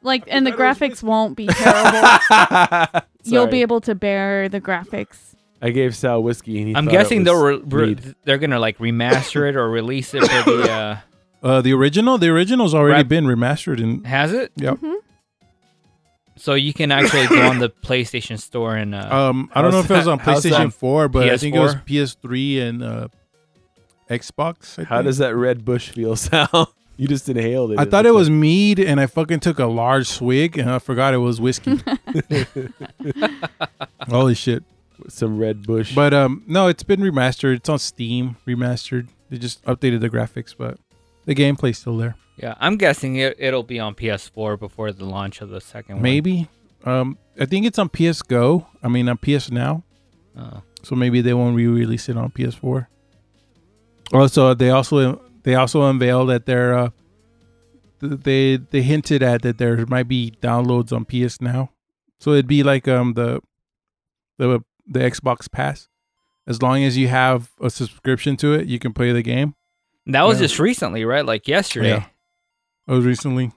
Speaker 6: Like, and the
Speaker 2: forgot I was
Speaker 6: graphics won't be terrible. You'll
Speaker 2: Sorry.
Speaker 6: be able to bear the graphics.
Speaker 2: I gave Sal whiskey, and he
Speaker 9: I'm
Speaker 2: thought it
Speaker 9: guessing
Speaker 2: was
Speaker 9: they'll re- re-
Speaker 2: mead.
Speaker 9: they're gonna like remaster it or release it for the. Uh,
Speaker 5: Uh, the original, the original's already
Speaker 9: Right.
Speaker 5: been remastered and
Speaker 9: has it?
Speaker 5: Yep.
Speaker 6: Mhm.
Speaker 9: So you can actually go on the PlayStation Store and uh,
Speaker 5: um, I don't know
Speaker 2: How's
Speaker 5: if it was on
Speaker 2: that- how's
Speaker 5: PlayStation
Speaker 2: that?
Speaker 5: 4, but I think it was
Speaker 9: PS4?
Speaker 5: PS3 and uh, Xbox. I
Speaker 2: How
Speaker 5: think.
Speaker 2: does that red bush feel, Sal? You just inhaled it.
Speaker 5: I thought it was mead, and I fucking took a large swig, and I forgot it was whiskey. Holy shit!
Speaker 2: looked like some red bush.
Speaker 5: But um, no, it's been remastered. It's on Steam, remastered. They just updated the graphics, but the gameplay's still there.
Speaker 9: yeah, I'm guessing it, it'll be on PS4 before the launch of the second
Speaker 5: Maybe. Um, I think it's on PS Go. I mean, on PS Now.
Speaker 9: one. Uh,
Speaker 5: so maybe they won't re-release it on PS4. Also, Oh, they also they also unveiled that they're uh, th- they they hinted at that there might be downloads on PS Now, so it'd be like um the the the Xbox Pass. As long as you have a subscription to it, you can play the game.
Speaker 9: that was
Speaker 5: Yeah.
Speaker 9: just recently, right? Like yesterday.
Speaker 5: Yeah. It was recently,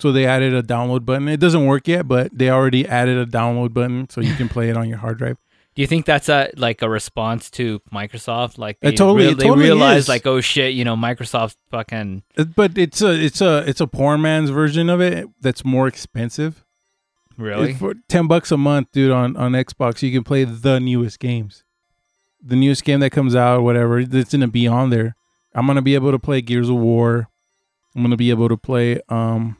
Speaker 5: so they added a download button. It doesn't work yet, but they already added a download button, so you can play it on your hard drive.
Speaker 9: Do you think that's a like a response to Microsoft? Like
Speaker 5: It
Speaker 9: they,
Speaker 5: totally-
Speaker 9: rea-
Speaker 5: it
Speaker 9: they
Speaker 5: totally
Speaker 9: realize
Speaker 5: is.
Speaker 9: like, oh shit, you know, Microsoft fucking
Speaker 5: It- Uh, But it's a it's a it's a poor man's version of it that's more expensive.
Speaker 9: really.
Speaker 5: It- for ten bucks a month, dude, on on Xbox, you can play the newest games, the newest game that comes out, whatever. It's gonna be on there. I'm gonna be able to play Gears of War. I'm gonna be able to play um,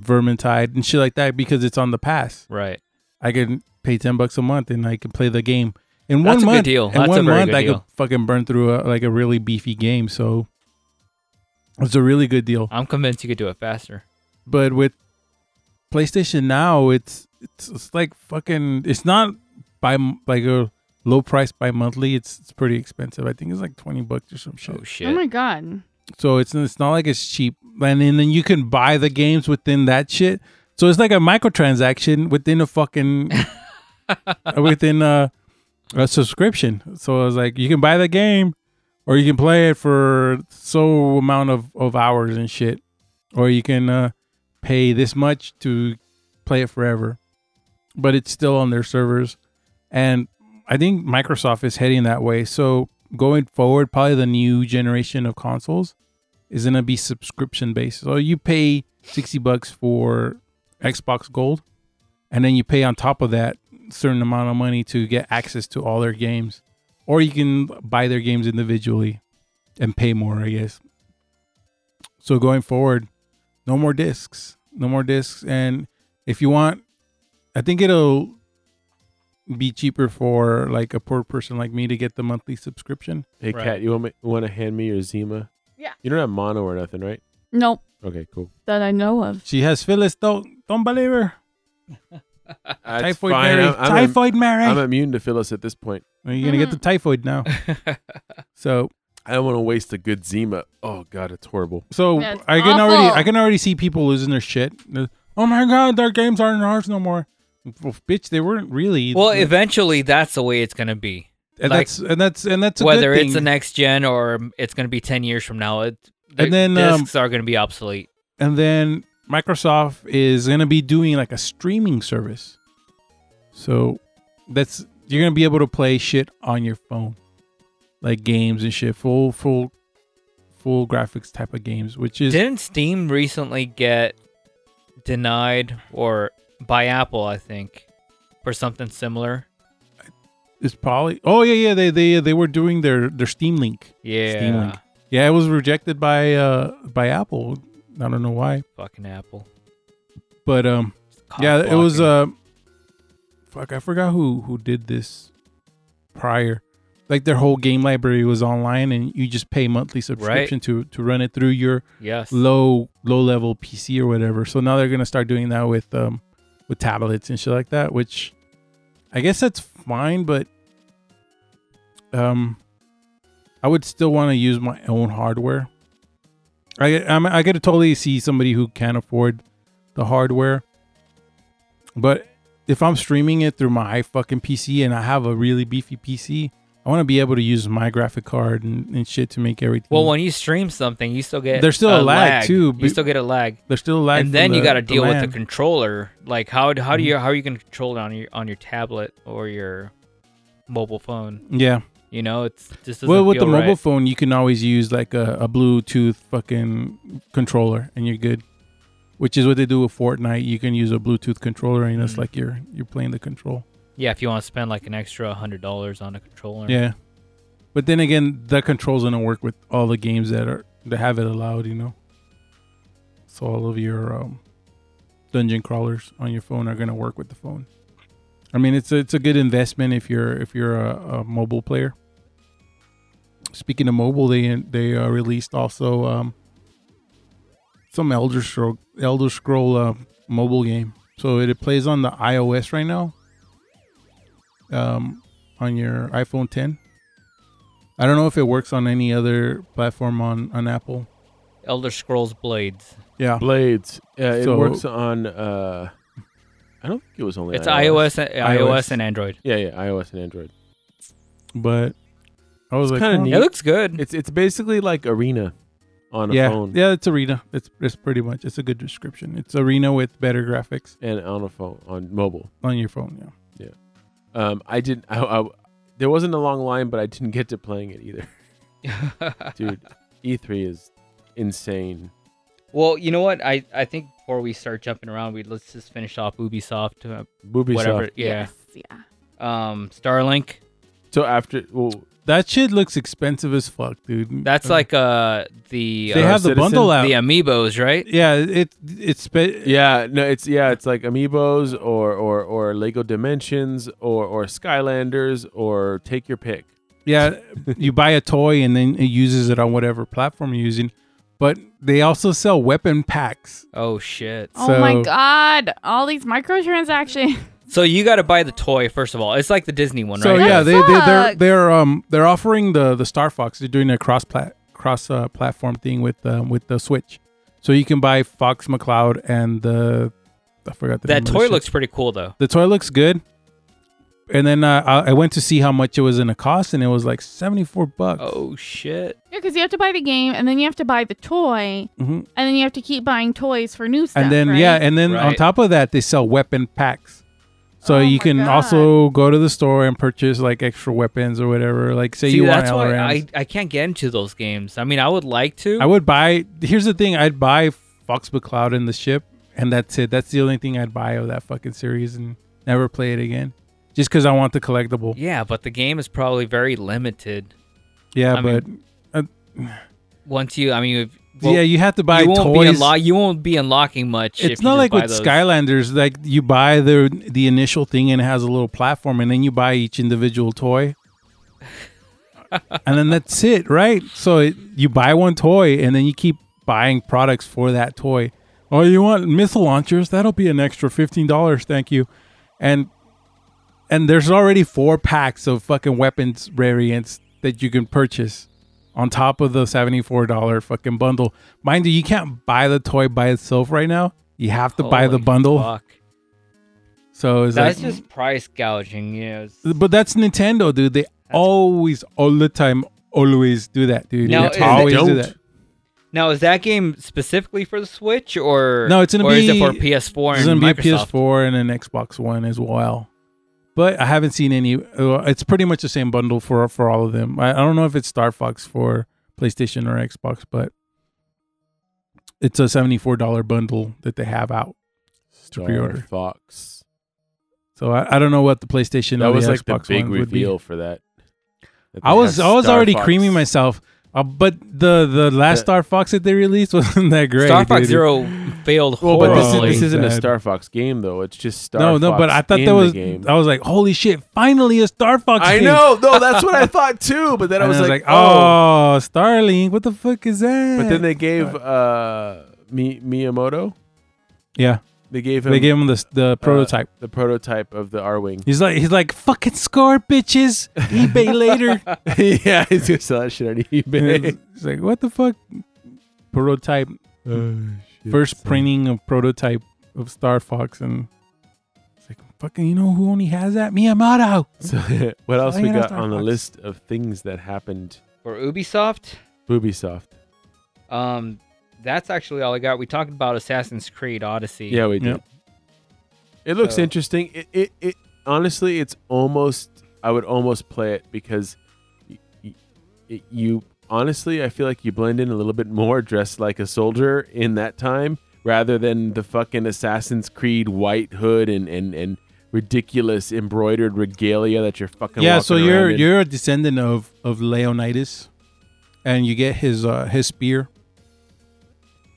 Speaker 5: Vermintide and shit like that because it's on the pass.
Speaker 9: Right.
Speaker 5: I can pay ten bucks a month and I can play the game. In
Speaker 9: That's a good
Speaker 5: one month,
Speaker 9: deal.
Speaker 5: In
Speaker 9: That's a
Speaker 5: one
Speaker 9: very
Speaker 5: month,
Speaker 9: good
Speaker 5: I
Speaker 9: deal.
Speaker 5: could fucking burn through a, like a really beefy game. So it's a really good deal
Speaker 9: I'm convinced you could do it faster.
Speaker 5: but with PlayStation now, it's it's, it's like fucking. It's not by m- like a low price by monthly. It's it's pretty expensive. I think it's like twenty bucks or some shit.
Speaker 9: Oh shit.
Speaker 6: Oh my god.
Speaker 5: So it's it's not like it's cheap. And, then then you can buy the games within that shit. So it's like a microtransaction within a fucking uh, within a, a subscription. So it's like you can buy the game or you can play it for so amount of, of hours and shit. Or you can uh, pay this much to play it forever. But it's still on their servers. And I think Microsoft is heading that way. So going forward, probably the new generation of consoles is gonna be subscription based. So you pay sixty bucks for Xbox Gold, and then you pay on top of that certain amount of money to get access to all their games, or you can buy their games individually and pay more, I guess. So going forward, no more discs, no more discs, and if you want, I think it'll be cheaper for like a poor person like me to get the monthly subscription.
Speaker 2: hey,
Speaker 9: Right.
Speaker 2: Kat, you want me, want to hand me your Zima?
Speaker 6: Yeah.
Speaker 2: You don't have mono or nothing, right?
Speaker 6: Nope,
Speaker 2: Okay, cool.
Speaker 6: that I know of.
Speaker 5: She has Phyllis. Don't don't believe her.
Speaker 2: That's
Speaker 5: typhoid
Speaker 2: fine.
Speaker 5: Mary.
Speaker 2: I'm, I'm,
Speaker 5: typhoid Mary.
Speaker 2: I'm immune to Phyllis at this point.
Speaker 5: Well, You're gonna get the typhoid now. So
Speaker 2: I don't want to waste a good Zima. Oh god, it's horrible.
Speaker 5: so
Speaker 6: That's
Speaker 5: I can
Speaker 6: awful.
Speaker 5: already I can already see people losing their shit. Oh my god, their games aren't ours no more. Well, bitch, they weren't really.
Speaker 9: well,
Speaker 5: and
Speaker 9: eventually that's the way it's gonna be. like-
Speaker 5: that's and that's and that's a
Speaker 9: Whether
Speaker 5: good
Speaker 9: it's the
Speaker 5: thing.
Speaker 9: next gen or it's gonna be ten years from now, it the
Speaker 5: And then, um,
Speaker 9: discs are gonna be obsolete.
Speaker 5: and then Microsoft is gonna be doing like a streaming service. So that's you're gonna be able to play shit on your phone, like games and shit, full full full graphics type of games, which is
Speaker 9: Didn't Steam recently get denied or by Apple, I think, for something similar?
Speaker 5: It's probably. Oh yeah, yeah. They they they were doing their their Steam Link.
Speaker 9: Yeah.
Speaker 5: Link. Yeah, it was rejected by uh by Apple. I don't know why,
Speaker 9: Fucking Apple.
Speaker 5: but um
Speaker 9: Cock
Speaker 5: yeah, it was
Speaker 9: blocking.
Speaker 5: uh fuck. I forgot who who did this prior. Like their whole game library was online, and you just pay monthly subscription to to run it through your
Speaker 9: yes.
Speaker 5: low low level PC or whatever. So now they're gonna start doing that with um with tablets and shit like that, which I guess that's fine, but um I would still want to use my own hardware. I I'm, I could totally see somebody who can't afford the hardware, but if I'm streaming it through my fucking PC and I have a really beefy PC, I want to be able to use my graphic card and, and shit to make everything.
Speaker 9: Well, when you stream something, you still get
Speaker 5: Mm. There's still a lag, too,
Speaker 9: You
Speaker 5: but-
Speaker 9: still get a lag,
Speaker 5: there's still a lag,
Speaker 9: and
Speaker 5: for
Speaker 9: then you
Speaker 5: the- Mm-hmm.
Speaker 9: got to deal with the
Speaker 5: LAN.
Speaker 9: controller. Like how how do you how are you going to control it on your on your tablet or your mobile phone?
Speaker 5: yeah.
Speaker 9: You know, it's just doesn't
Speaker 5: Well, with the
Speaker 9: feel
Speaker 5: mobile
Speaker 9: right.
Speaker 5: phone, you can always use like a, a Bluetooth fucking controller, and you're good. Which is what they do with Fortnite. You can use a Bluetooth controller, and it's
Speaker 9: Mm.
Speaker 5: like you're you're playing the control.
Speaker 9: Yeah, if you want to spend like an extra hundred dollars on a controller.
Speaker 5: Yeah, but then again, that control's gonna work with all the games that are that have it allowed. You know, so all of your um, dungeon crawlers on your phone are gonna work with the phone. I mean, it's a, it's a good investment if you're if you're a, a mobile player. Speaking of mobile, they they uh, released also um, some Elder Scroll Elder Scroll uh, mobile game. So it, it plays on the iOS right now. Um, on your iPhone 10. I don't know if it works on any other platform on on Apple.
Speaker 9: Elder Scrolls Blades.
Speaker 5: Yeah,
Speaker 2: Blades. Uh, it
Speaker 5: So-
Speaker 2: works on. Uh, I don't think it was only.
Speaker 9: It's iOS, uh, iOS,
Speaker 5: iOS.
Speaker 9: and Android.
Speaker 2: Yeah, yeah, iOS and Android.
Speaker 5: but I was like,
Speaker 2: kinda
Speaker 5: oh.
Speaker 2: neat.
Speaker 9: It looks good.
Speaker 2: It's it's basically like Arena on a
Speaker 5: yeah,
Speaker 2: phone
Speaker 5: yeah, it's Arena. It's it's pretty much it's a good description. It's Arena with better graphics
Speaker 2: and on a phone on mobile.
Speaker 5: on your phone. Yeah,
Speaker 2: Um, I didn't. I, I, there wasn't a long line, but I didn't get to playing it either. Dude, E3 is insane.
Speaker 9: well, you know what? I I think before we start jumping around, we let's just finish off Ubisoft. Uh,
Speaker 2: Booby
Speaker 9: whatever.
Speaker 2: soft.
Speaker 9: Yeah.
Speaker 6: Yes, yeah.
Speaker 9: Um, Starlink.
Speaker 2: So after, well,
Speaker 5: that shit looks expensive as fuck, dude.
Speaker 9: That's
Speaker 5: Uh,
Speaker 9: like uh the
Speaker 5: they
Speaker 9: uh,
Speaker 5: have the
Speaker 2: Citizen-
Speaker 5: bundle out.
Speaker 9: the amiibos, right?
Speaker 5: yeah, it it's spe-
Speaker 2: yeah, no, it's yeah, it's like Amiibos or or or Lego Dimensions or or Skylanders or take your pick.
Speaker 5: Yeah, you buy a toy and then it uses it on whatever platform you're using. But they also sell weapon packs.
Speaker 9: Oh shit!
Speaker 6: Oh my
Speaker 5: So-
Speaker 6: god! All these microtransactions.
Speaker 9: So you got to buy the toy first of all. It's like the Disney one,
Speaker 5: So
Speaker 9: right?
Speaker 5: yeah,
Speaker 6: That
Speaker 5: they they they're
Speaker 6: sucks.
Speaker 5: they're um they're offering the the Star Fox. They're doing a cross plat cross uh, platform thing with um, with the Switch, so you can buy Fox McCloud and the I forgot the name
Speaker 9: that
Speaker 5: of the
Speaker 9: toy
Speaker 5: shit.
Speaker 9: looks pretty cool though.
Speaker 5: the toy looks good. And then uh, I I went to see how much it was in a cost, and it was like seventy four bucks.
Speaker 9: Oh shit!
Speaker 6: Yeah, because you have to buy the game, and then you have to buy the toy,
Speaker 5: Mhm.
Speaker 6: and then you have to keep buying toys for new stuff.
Speaker 5: and then
Speaker 6: right?
Speaker 5: yeah, and then on
Speaker 9: Right.
Speaker 5: top of that, they sell weapon packs. So
Speaker 6: Oh
Speaker 5: you
Speaker 6: my
Speaker 5: can
Speaker 6: God.
Speaker 5: also go to the store and purchase like extra weapons or whatever. Like say
Speaker 9: See,
Speaker 5: you want
Speaker 9: that's why
Speaker 5: LRMs.
Speaker 9: I, I can't get into those games. I mean, I would like to.
Speaker 5: I would buy. Here's the thing: I'd buy Fox McCloud in the ship, and that's it. That's the only thing I'd buy of that fucking series, and never play it again, just because I want the collectible.
Speaker 9: yeah, but the game is probably very limited.
Speaker 5: Yeah,
Speaker 9: I
Speaker 5: but
Speaker 9: Once you, I mean, if, well,
Speaker 5: yeah, you have to buy
Speaker 9: you won't be
Speaker 5: toys.
Speaker 9: unlock. You won't be unlocking much. if
Speaker 5: it's
Speaker 9: you
Speaker 5: not
Speaker 9: just
Speaker 5: like
Speaker 9: buy
Speaker 5: with
Speaker 9: those.
Speaker 5: Skylanders. Like you buy the the initial thing and it has a little platform, and then you buy each individual toy, and then that's it, right? So it, you buy one toy, and then you keep buying products for that toy. Oh, you want missile launchers? That'll be an extra fifteen dollars. Thank you, and and there's already four packs of fucking weapons variants that you can purchase on top of the $74 fucking bundle. Mind you, you can't buy the toy by itself right now. You have to buy the
Speaker 9: Holy
Speaker 5: bundle.
Speaker 9: fuck.
Speaker 5: So it's
Speaker 9: That's
Speaker 5: like,
Speaker 9: just price gouging. You know. It's-
Speaker 5: but that's Nintendo, dude. They always, all the time, always do that, dude.
Speaker 9: Now,
Speaker 5: They
Speaker 9: is it-
Speaker 5: always do
Speaker 2: Don't.
Speaker 5: that.
Speaker 9: Now, is that game specifically for the Switch or
Speaker 5: No, it's gonna
Speaker 9: or is it
Speaker 5: be-
Speaker 9: for PS4
Speaker 5: There's
Speaker 9: and
Speaker 5: gonna be a
Speaker 9: Microsoft?
Speaker 5: PS4 and an Xbox One as well. But I haven't seen any. Uh, it's pretty much the same bundle for for all of them. I, I don't know if it's Star Fox for PlayStation or Xbox, but it's a seventy four dollar bundle that they have out.
Speaker 2: Star
Speaker 5: pre-order.
Speaker 2: Fox.
Speaker 5: So I, I don't know what the PlayStation
Speaker 2: That
Speaker 5: or
Speaker 2: was
Speaker 5: the
Speaker 2: like the
Speaker 5: Xbox
Speaker 2: big
Speaker 5: One would be.
Speaker 2: reveal for that. That
Speaker 5: I
Speaker 2: they
Speaker 5: was
Speaker 2: have
Speaker 5: I was
Speaker 2: Star
Speaker 5: already
Speaker 2: Fox.
Speaker 5: creaming myself. Uh, but the the last
Speaker 2: The-
Speaker 5: Star Fox that they released wasn't that great.
Speaker 9: Star Fox
Speaker 5: dude.
Speaker 9: Zero failed
Speaker 2: Well,
Speaker 9: horribly.
Speaker 2: but this, is,
Speaker 5: Horribly
Speaker 2: this isn't a
Speaker 5: bad.
Speaker 2: Star Fox game though. It's just Star.
Speaker 5: no,
Speaker 2: Fox
Speaker 5: no, but I thought
Speaker 2: in
Speaker 5: that
Speaker 2: the
Speaker 5: was.
Speaker 2: game.
Speaker 5: I was like, "Holy shit! Finally, a Star Fox!"
Speaker 2: I
Speaker 5: game.
Speaker 2: know. No, that's what I thought too. But then I
Speaker 5: And
Speaker 2: was, like, oh.
Speaker 5: oh, Starlink, what the fuck is that?
Speaker 2: But then they gave uh, Mi- Miyamoto.
Speaker 5: yeah,
Speaker 2: They gave him Uh,
Speaker 5: they gave him the the prototype.
Speaker 2: the prototype of the R wing.
Speaker 5: he's like, he's like, fucking score, bitches. eBay later.
Speaker 2: yeah, he's gonna sell that shit on
Speaker 5: And
Speaker 2: eBay.
Speaker 5: it's- it's like, what the fuck? Prototype,
Speaker 2: oh, shit.
Speaker 5: first printing of prototype of Star Fox, and it's like, Fucking, you know who only has that? Miyamoto.
Speaker 2: So, what else we
Speaker 5: hanging out
Speaker 2: got
Speaker 5: Star
Speaker 2: on the
Speaker 5: Fox.
Speaker 2: list of things that happened?
Speaker 9: For Ubisoft,
Speaker 2: Ubisoft.
Speaker 9: um, that's actually all I got. We talked about Assassin's Creed Odyssey.
Speaker 2: Yeah, we did.
Speaker 5: Yep.
Speaker 2: It looks
Speaker 9: So-
Speaker 2: interesting. It, it it honestly, it's almost. I would almost play it because y- y- it, you honestly, I feel like you blend in a little bit more dressed like a soldier in that time rather than the fucking Assassin's Creed white hood and and and ridiculous embroidered regalia that you're fucking.
Speaker 5: yeah,
Speaker 2: walking
Speaker 5: so
Speaker 2: around
Speaker 5: you're
Speaker 2: in.
Speaker 5: you're a descendant of of Leonidas, and you get his uh his spear.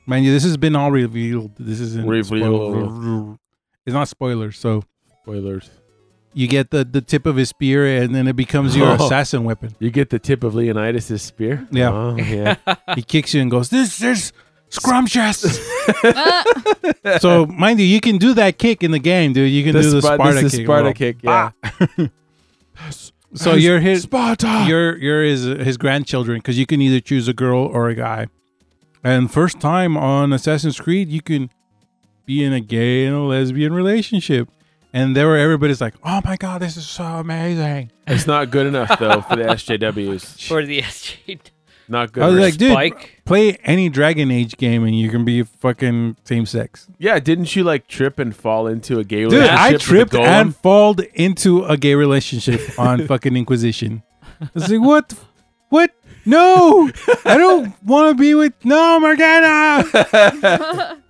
Speaker 5: Mind you, this has been all revealed. This isn't
Speaker 2: Revealed.
Speaker 5: It's not spoilers. So
Speaker 2: spoilers.
Speaker 5: you get the the tip of his spear, and then it becomes your
Speaker 2: Oh.
Speaker 5: assassin weapon.
Speaker 2: You get the tip of Leonidas' spear.
Speaker 5: Yeah.
Speaker 2: Oh, yeah.
Speaker 5: He kicks you and goes, "This is scrumptious."
Speaker 6: Ah,
Speaker 5: so mind you, you can do that kick in the game, dude. You can do the
Speaker 2: Sparta-
Speaker 5: Sparta
Speaker 2: this is
Speaker 5: kick.
Speaker 2: Sparta
Speaker 5: Well,
Speaker 2: kick. Yeah.
Speaker 5: So you're his
Speaker 2: Sparta.
Speaker 5: you're you're his his grandchildren because you can either choose a girl or a guy. And first time on Assassin's Creed, you can be in a gay and a lesbian relationship. And there were everybody's like, "Oh my god, this is so amazing!"
Speaker 2: It's not good enough though for the SJWs.
Speaker 9: For the SJ
Speaker 2: Not good.
Speaker 5: I was
Speaker 2: enough.
Speaker 5: like, "Dude,
Speaker 9: Spike.
Speaker 5: play any Dragon Age game and you can be fucking same sex."
Speaker 2: yeah, didn't you like trip and fall into a gay
Speaker 5: Dude,
Speaker 2: relationship?
Speaker 5: I
Speaker 2: with a
Speaker 5: tripped
Speaker 2: golem?
Speaker 5: and falled into a gay relationship on fucking Inquisition. I was like, "What? the f- What? No, I don't want to be with no Morgana."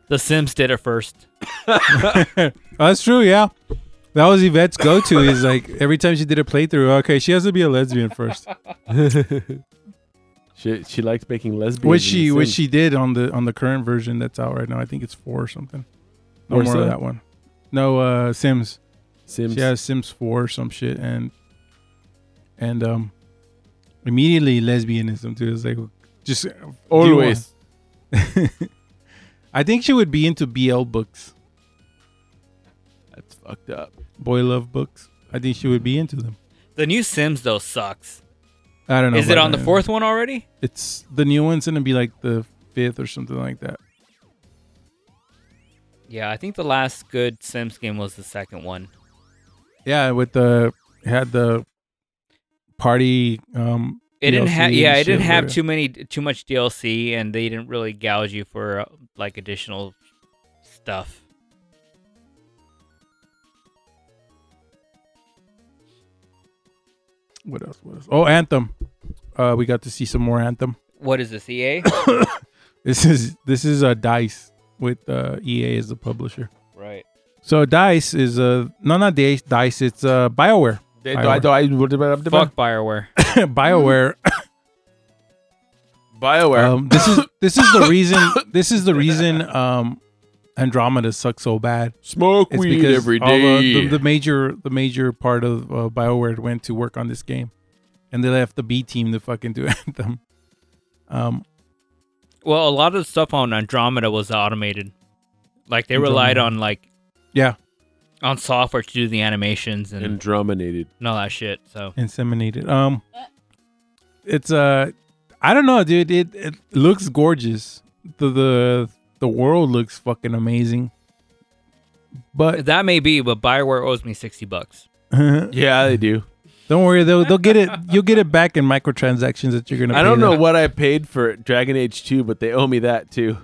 Speaker 9: The Sims did it first.
Speaker 5: Oh, that's true. Yeah, that was Yvette's go-to. Is like every time she did a playthrough. Okay, she has to be a lesbian first,
Speaker 2: she she liked making lesbians.
Speaker 5: which
Speaker 2: in
Speaker 5: she
Speaker 2: The
Speaker 5: which
Speaker 2: Sims.
Speaker 5: she did on the on the current version that's out right now. I think it's four or something. No
Speaker 2: Or
Speaker 5: more
Speaker 2: so?
Speaker 5: of that one. No, uh, Sims.
Speaker 2: Sims.
Speaker 5: She has Sims four or some shit, and and um, immediately lesbianism too. It's like just
Speaker 2: always.
Speaker 5: I think she would be into BL books,
Speaker 2: That's fucked up.
Speaker 5: boy love books. I think she would be into them.
Speaker 9: The new Sims though sucks.
Speaker 5: I don't know.
Speaker 9: Is it
Speaker 5: about
Speaker 9: on the
Speaker 5: that.
Speaker 9: fourth one already?
Speaker 5: It's the new one's gonna be like the fifth or something like that.
Speaker 9: Yeah, I think the last good Sims game was the second one.
Speaker 5: Yeah, with the it had the party. Um,
Speaker 9: It didn't
Speaker 5: DLC
Speaker 9: have yeah,
Speaker 5: and
Speaker 9: it didn't
Speaker 5: shit,
Speaker 9: have
Speaker 5: right?
Speaker 9: too many too much DLC and they didn't really gouge you for uh, like additional stuff.
Speaker 5: What else? What else? Oh, Anthem. Uh, we got to see some more Anthem.
Speaker 9: What is this E EA?
Speaker 5: This is this is uh, Dice with uh, EA as the publisher.
Speaker 9: right.
Speaker 5: So Dice is uh, no not Dice. Dice it's uh, Bioware.
Speaker 2: They-
Speaker 5: Bioware.
Speaker 2: I- I- I-
Speaker 9: Fuck BioWare.
Speaker 5: Bioware.
Speaker 2: Bioware.
Speaker 5: Um, this is this is the reason. This is the reason. Um, Andromeda sucks so bad.
Speaker 2: Smoke
Speaker 5: It's
Speaker 2: weed
Speaker 5: because
Speaker 2: every
Speaker 5: all the-
Speaker 2: day.
Speaker 5: The, the major the major part of uh, Bioware went to work on this game, and they left the B team to fucking do Anthem. Um,
Speaker 9: Well, a lot of the stuff on Andromeda was automated. Like they relied
Speaker 5: Andromeda.
Speaker 9: on like
Speaker 5: yeah,
Speaker 9: on software to do the animations and, and,
Speaker 2: Androminated.
Speaker 9: all that shit. So
Speaker 5: inseminated. Um, it's uh, I don't know, dude. It it looks gorgeous. The the the world looks fucking amazing. But
Speaker 9: that may be, but Bioware owes me sixty bucks.
Speaker 5: don't
Speaker 2: Yeah, they do.
Speaker 5: worry, they'll they'll get it. You'll get it back in microtransactions that you're gonna.
Speaker 2: I
Speaker 5: pay
Speaker 2: don't
Speaker 5: them.
Speaker 2: know what I paid for Dragon Age 2, but they owe me that too.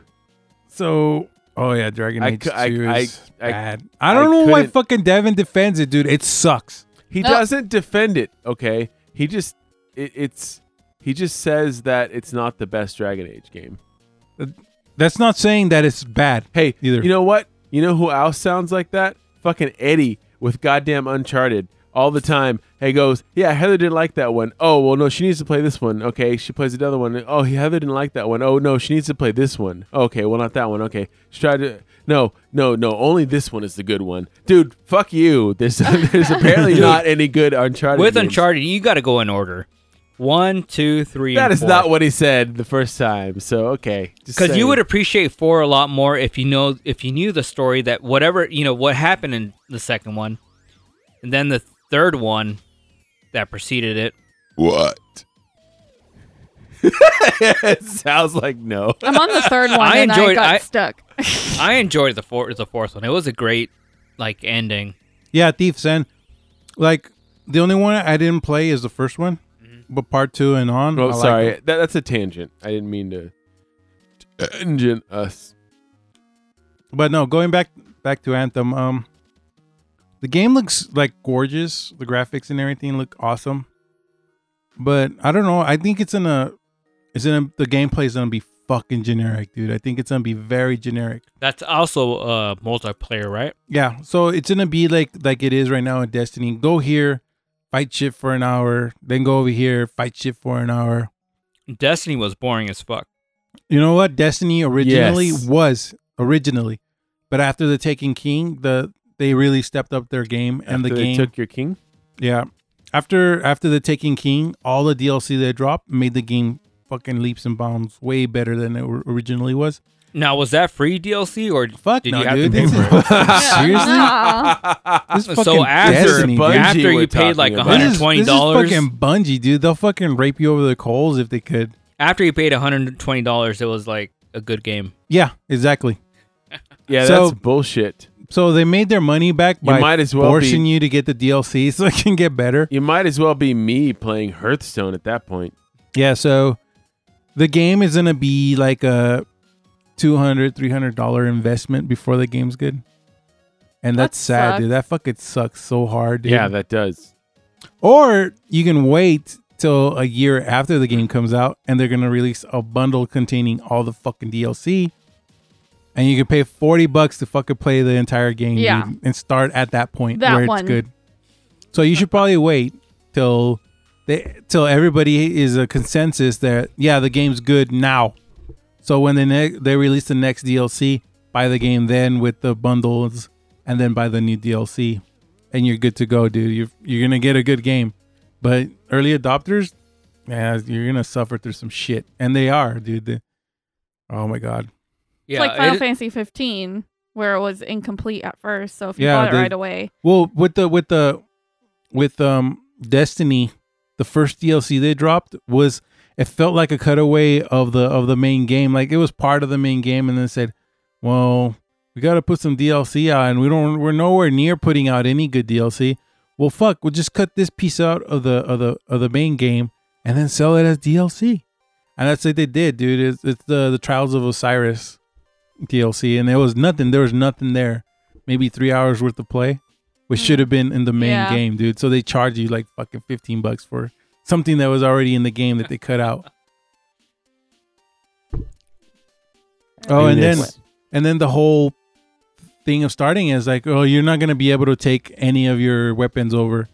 Speaker 5: So, oh yeah, Dragon
Speaker 2: I
Speaker 5: Age
Speaker 2: cou- I-
Speaker 5: Two
Speaker 2: I-
Speaker 5: is
Speaker 2: I-
Speaker 5: bad. I,
Speaker 2: I
Speaker 5: don't know why
Speaker 2: couldn't-
Speaker 5: fucking Devin defends it, dude. It sucks.
Speaker 2: He
Speaker 6: No.
Speaker 2: doesn't defend it. Okay, he just it, it's he just says that it's not the best Dragon Age game.
Speaker 5: That's not saying that it's bad.
Speaker 2: Hey,
Speaker 5: Either.
Speaker 2: you know what? You know who else sounds like that? Fucking Eddie with goddamn Uncharted all the time. Hey, goes, yeah, Heather didn't like that one. Oh, well, no, she needs to play this one. Okay, she plays another one. Oh, Heather didn't like that one. Oh, no, she needs to play this one. Okay, well, not that one. Okay, she tried to. No, no, no. Only this one is the good one, dude. Fuck you. There's there's apparently not any good Uncharted.
Speaker 9: With
Speaker 2: games.
Speaker 9: Uncharted, you got to go in order. One, two, three.
Speaker 2: That is not what he said the first time. So okay,
Speaker 9: Because you would appreciate four a lot more if you know if you knew the story that whatever you know what happened in the second one, and then the third one that preceded it.
Speaker 2: what? it sounds like no.
Speaker 6: I'm on the third one
Speaker 9: I
Speaker 6: and
Speaker 9: enjoyed-
Speaker 6: I got
Speaker 9: I-
Speaker 6: stuck.
Speaker 9: I enjoyed the fourth the fourth one. It was a great like ending.
Speaker 5: Yeah, Thief's End. Like the only one I didn't play is the first one, but part two and on.
Speaker 2: Oh,
Speaker 5: I like
Speaker 2: sorry.
Speaker 5: it.
Speaker 2: that, that's a tangent. I didn't mean to tangent us.
Speaker 5: But no, going back back to Anthem. Um, the game looks like gorgeous. The graphics and everything look awesome. But I don't know. I think it's gonna, it's gonna the gameplay's gonna be fucking generic, dude. I think it's gonna be very generic.
Speaker 9: That's also uh, multiplayer, right?
Speaker 5: Yeah, so it's gonna be like like it is right now in Destiny. Go here, fight shit for an hour, then go over here, fight shit for an hour.
Speaker 9: Destiny was boring as fuck.
Speaker 5: You know what? Destiny originally
Speaker 2: Yes.
Speaker 5: was originally, but after the Taken King, the they really stepped up their game and
Speaker 2: After
Speaker 5: the
Speaker 2: they
Speaker 5: game.
Speaker 2: took your king.
Speaker 5: yeah, after after the Taken King, all the DLC they dropped made the game fucking leaps and bounds way better than it or- originally was.
Speaker 9: Now, was that free DLC or
Speaker 5: Fuck
Speaker 9: did
Speaker 5: no,
Speaker 9: you have
Speaker 5: dude.
Speaker 9: to pay
Speaker 5: This
Speaker 9: for
Speaker 5: is-
Speaker 9: it?
Speaker 5: Seriously?
Speaker 6: Nah.
Speaker 5: This is
Speaker 9: so
Speaker 5: fucking
Speaker 9: after
Speaker 5: Destiny, dude.
Speaker 2: Bungie
Speaker 9: after
Speaker 2: we're
Speaker 9: you paid like
Speaker 2: talking about.
Speaker 5: This is-
Speaker 9: $120
Speaker 5: This is fucking Bungie, dude. They'll fucking rape you over the coals if they could.
Speaker 9: after you paid $120 it was like a good game.
Speaker 5: Yeah, exactly.
Speaker 2: Yeah,
Speaker 5: So-
Speaker 2: that's bullshit.
Speaker 5: So they made their money back
Speaker 2: You
Speaker 5: by
Speaker 2: might as well
Speaker 5: forcing
Speaker 2: be.
Speaker 5: you to get the DLC so it can get better.
Speaker 2: You might as well be me playing Hearthstone at that point.
Speaker 5: Yeah, so the game is going to be like a 200 $300 investment before the game's good. And
Speaker 6: That
Speaker 5: that's sad,
Speaker 6: sucks.
Speaker 5: dude. That fucking sucks so hard, dude.
Speaker 2: Yeah, that does.
Speaker 5: Or you can wait till a year after the game comes out and they're going to release a bundle containing all the fucking DLC. And you can pay 40 bucks to fucking play the entire game
Speaker 6: Yeah.
Speaker 5: dude, and start at that point
Speaker 6: That
Speaker 5: where
Speaker 6: one.
Speaker 5: it's good. So you should probably wait till they till everybody is a consensus that yeah, the game's good now. So when they ne- they release the next DLC, buy the game then with the bundles and then buy the new DLC and you're good to go, dude. You're you're gonna get a good game, but early adopters, man, you're gonna suffer through some shit, and they are, dude. They- oh my god,
Speaker 9: Yeah,
Speaker 6: it's like Final
Speaker 9: it-
Speaker 6: Fantasy 15, where it was incomplete at first. So if you
Speaker 5: Yeah,
Speaker 6: bought it
Speaker 5: they-
Speaker 6: right away,
Speaker 5: Well, with the with the with um Destiny, the first DLC they dropped was it felt like a cutaway of the of the main game. Like it was part of the main game and then said, Well, we gotta put some DLC out and we don't we're nowhere near putting out any good DLC. Well fuck, we'll just cut this piece out of the of the of the main game and then sell it as DLC. And that's what they did, dude. It's, it's the the Trials of Osiris DLC and there was nothing there was nothing there. Maybe three hours worth of play which should have been in the main
Speaker 6: Yeah.
Speaker 5: game, dude. So they charge you like fucking 15 bucks for something that was already in the game that they cut out. oh, and then
Speaker 2: Penis.
Speaker 5: and then the whole thing of starting is like, oh, you're not going to be able to take any of your weapons over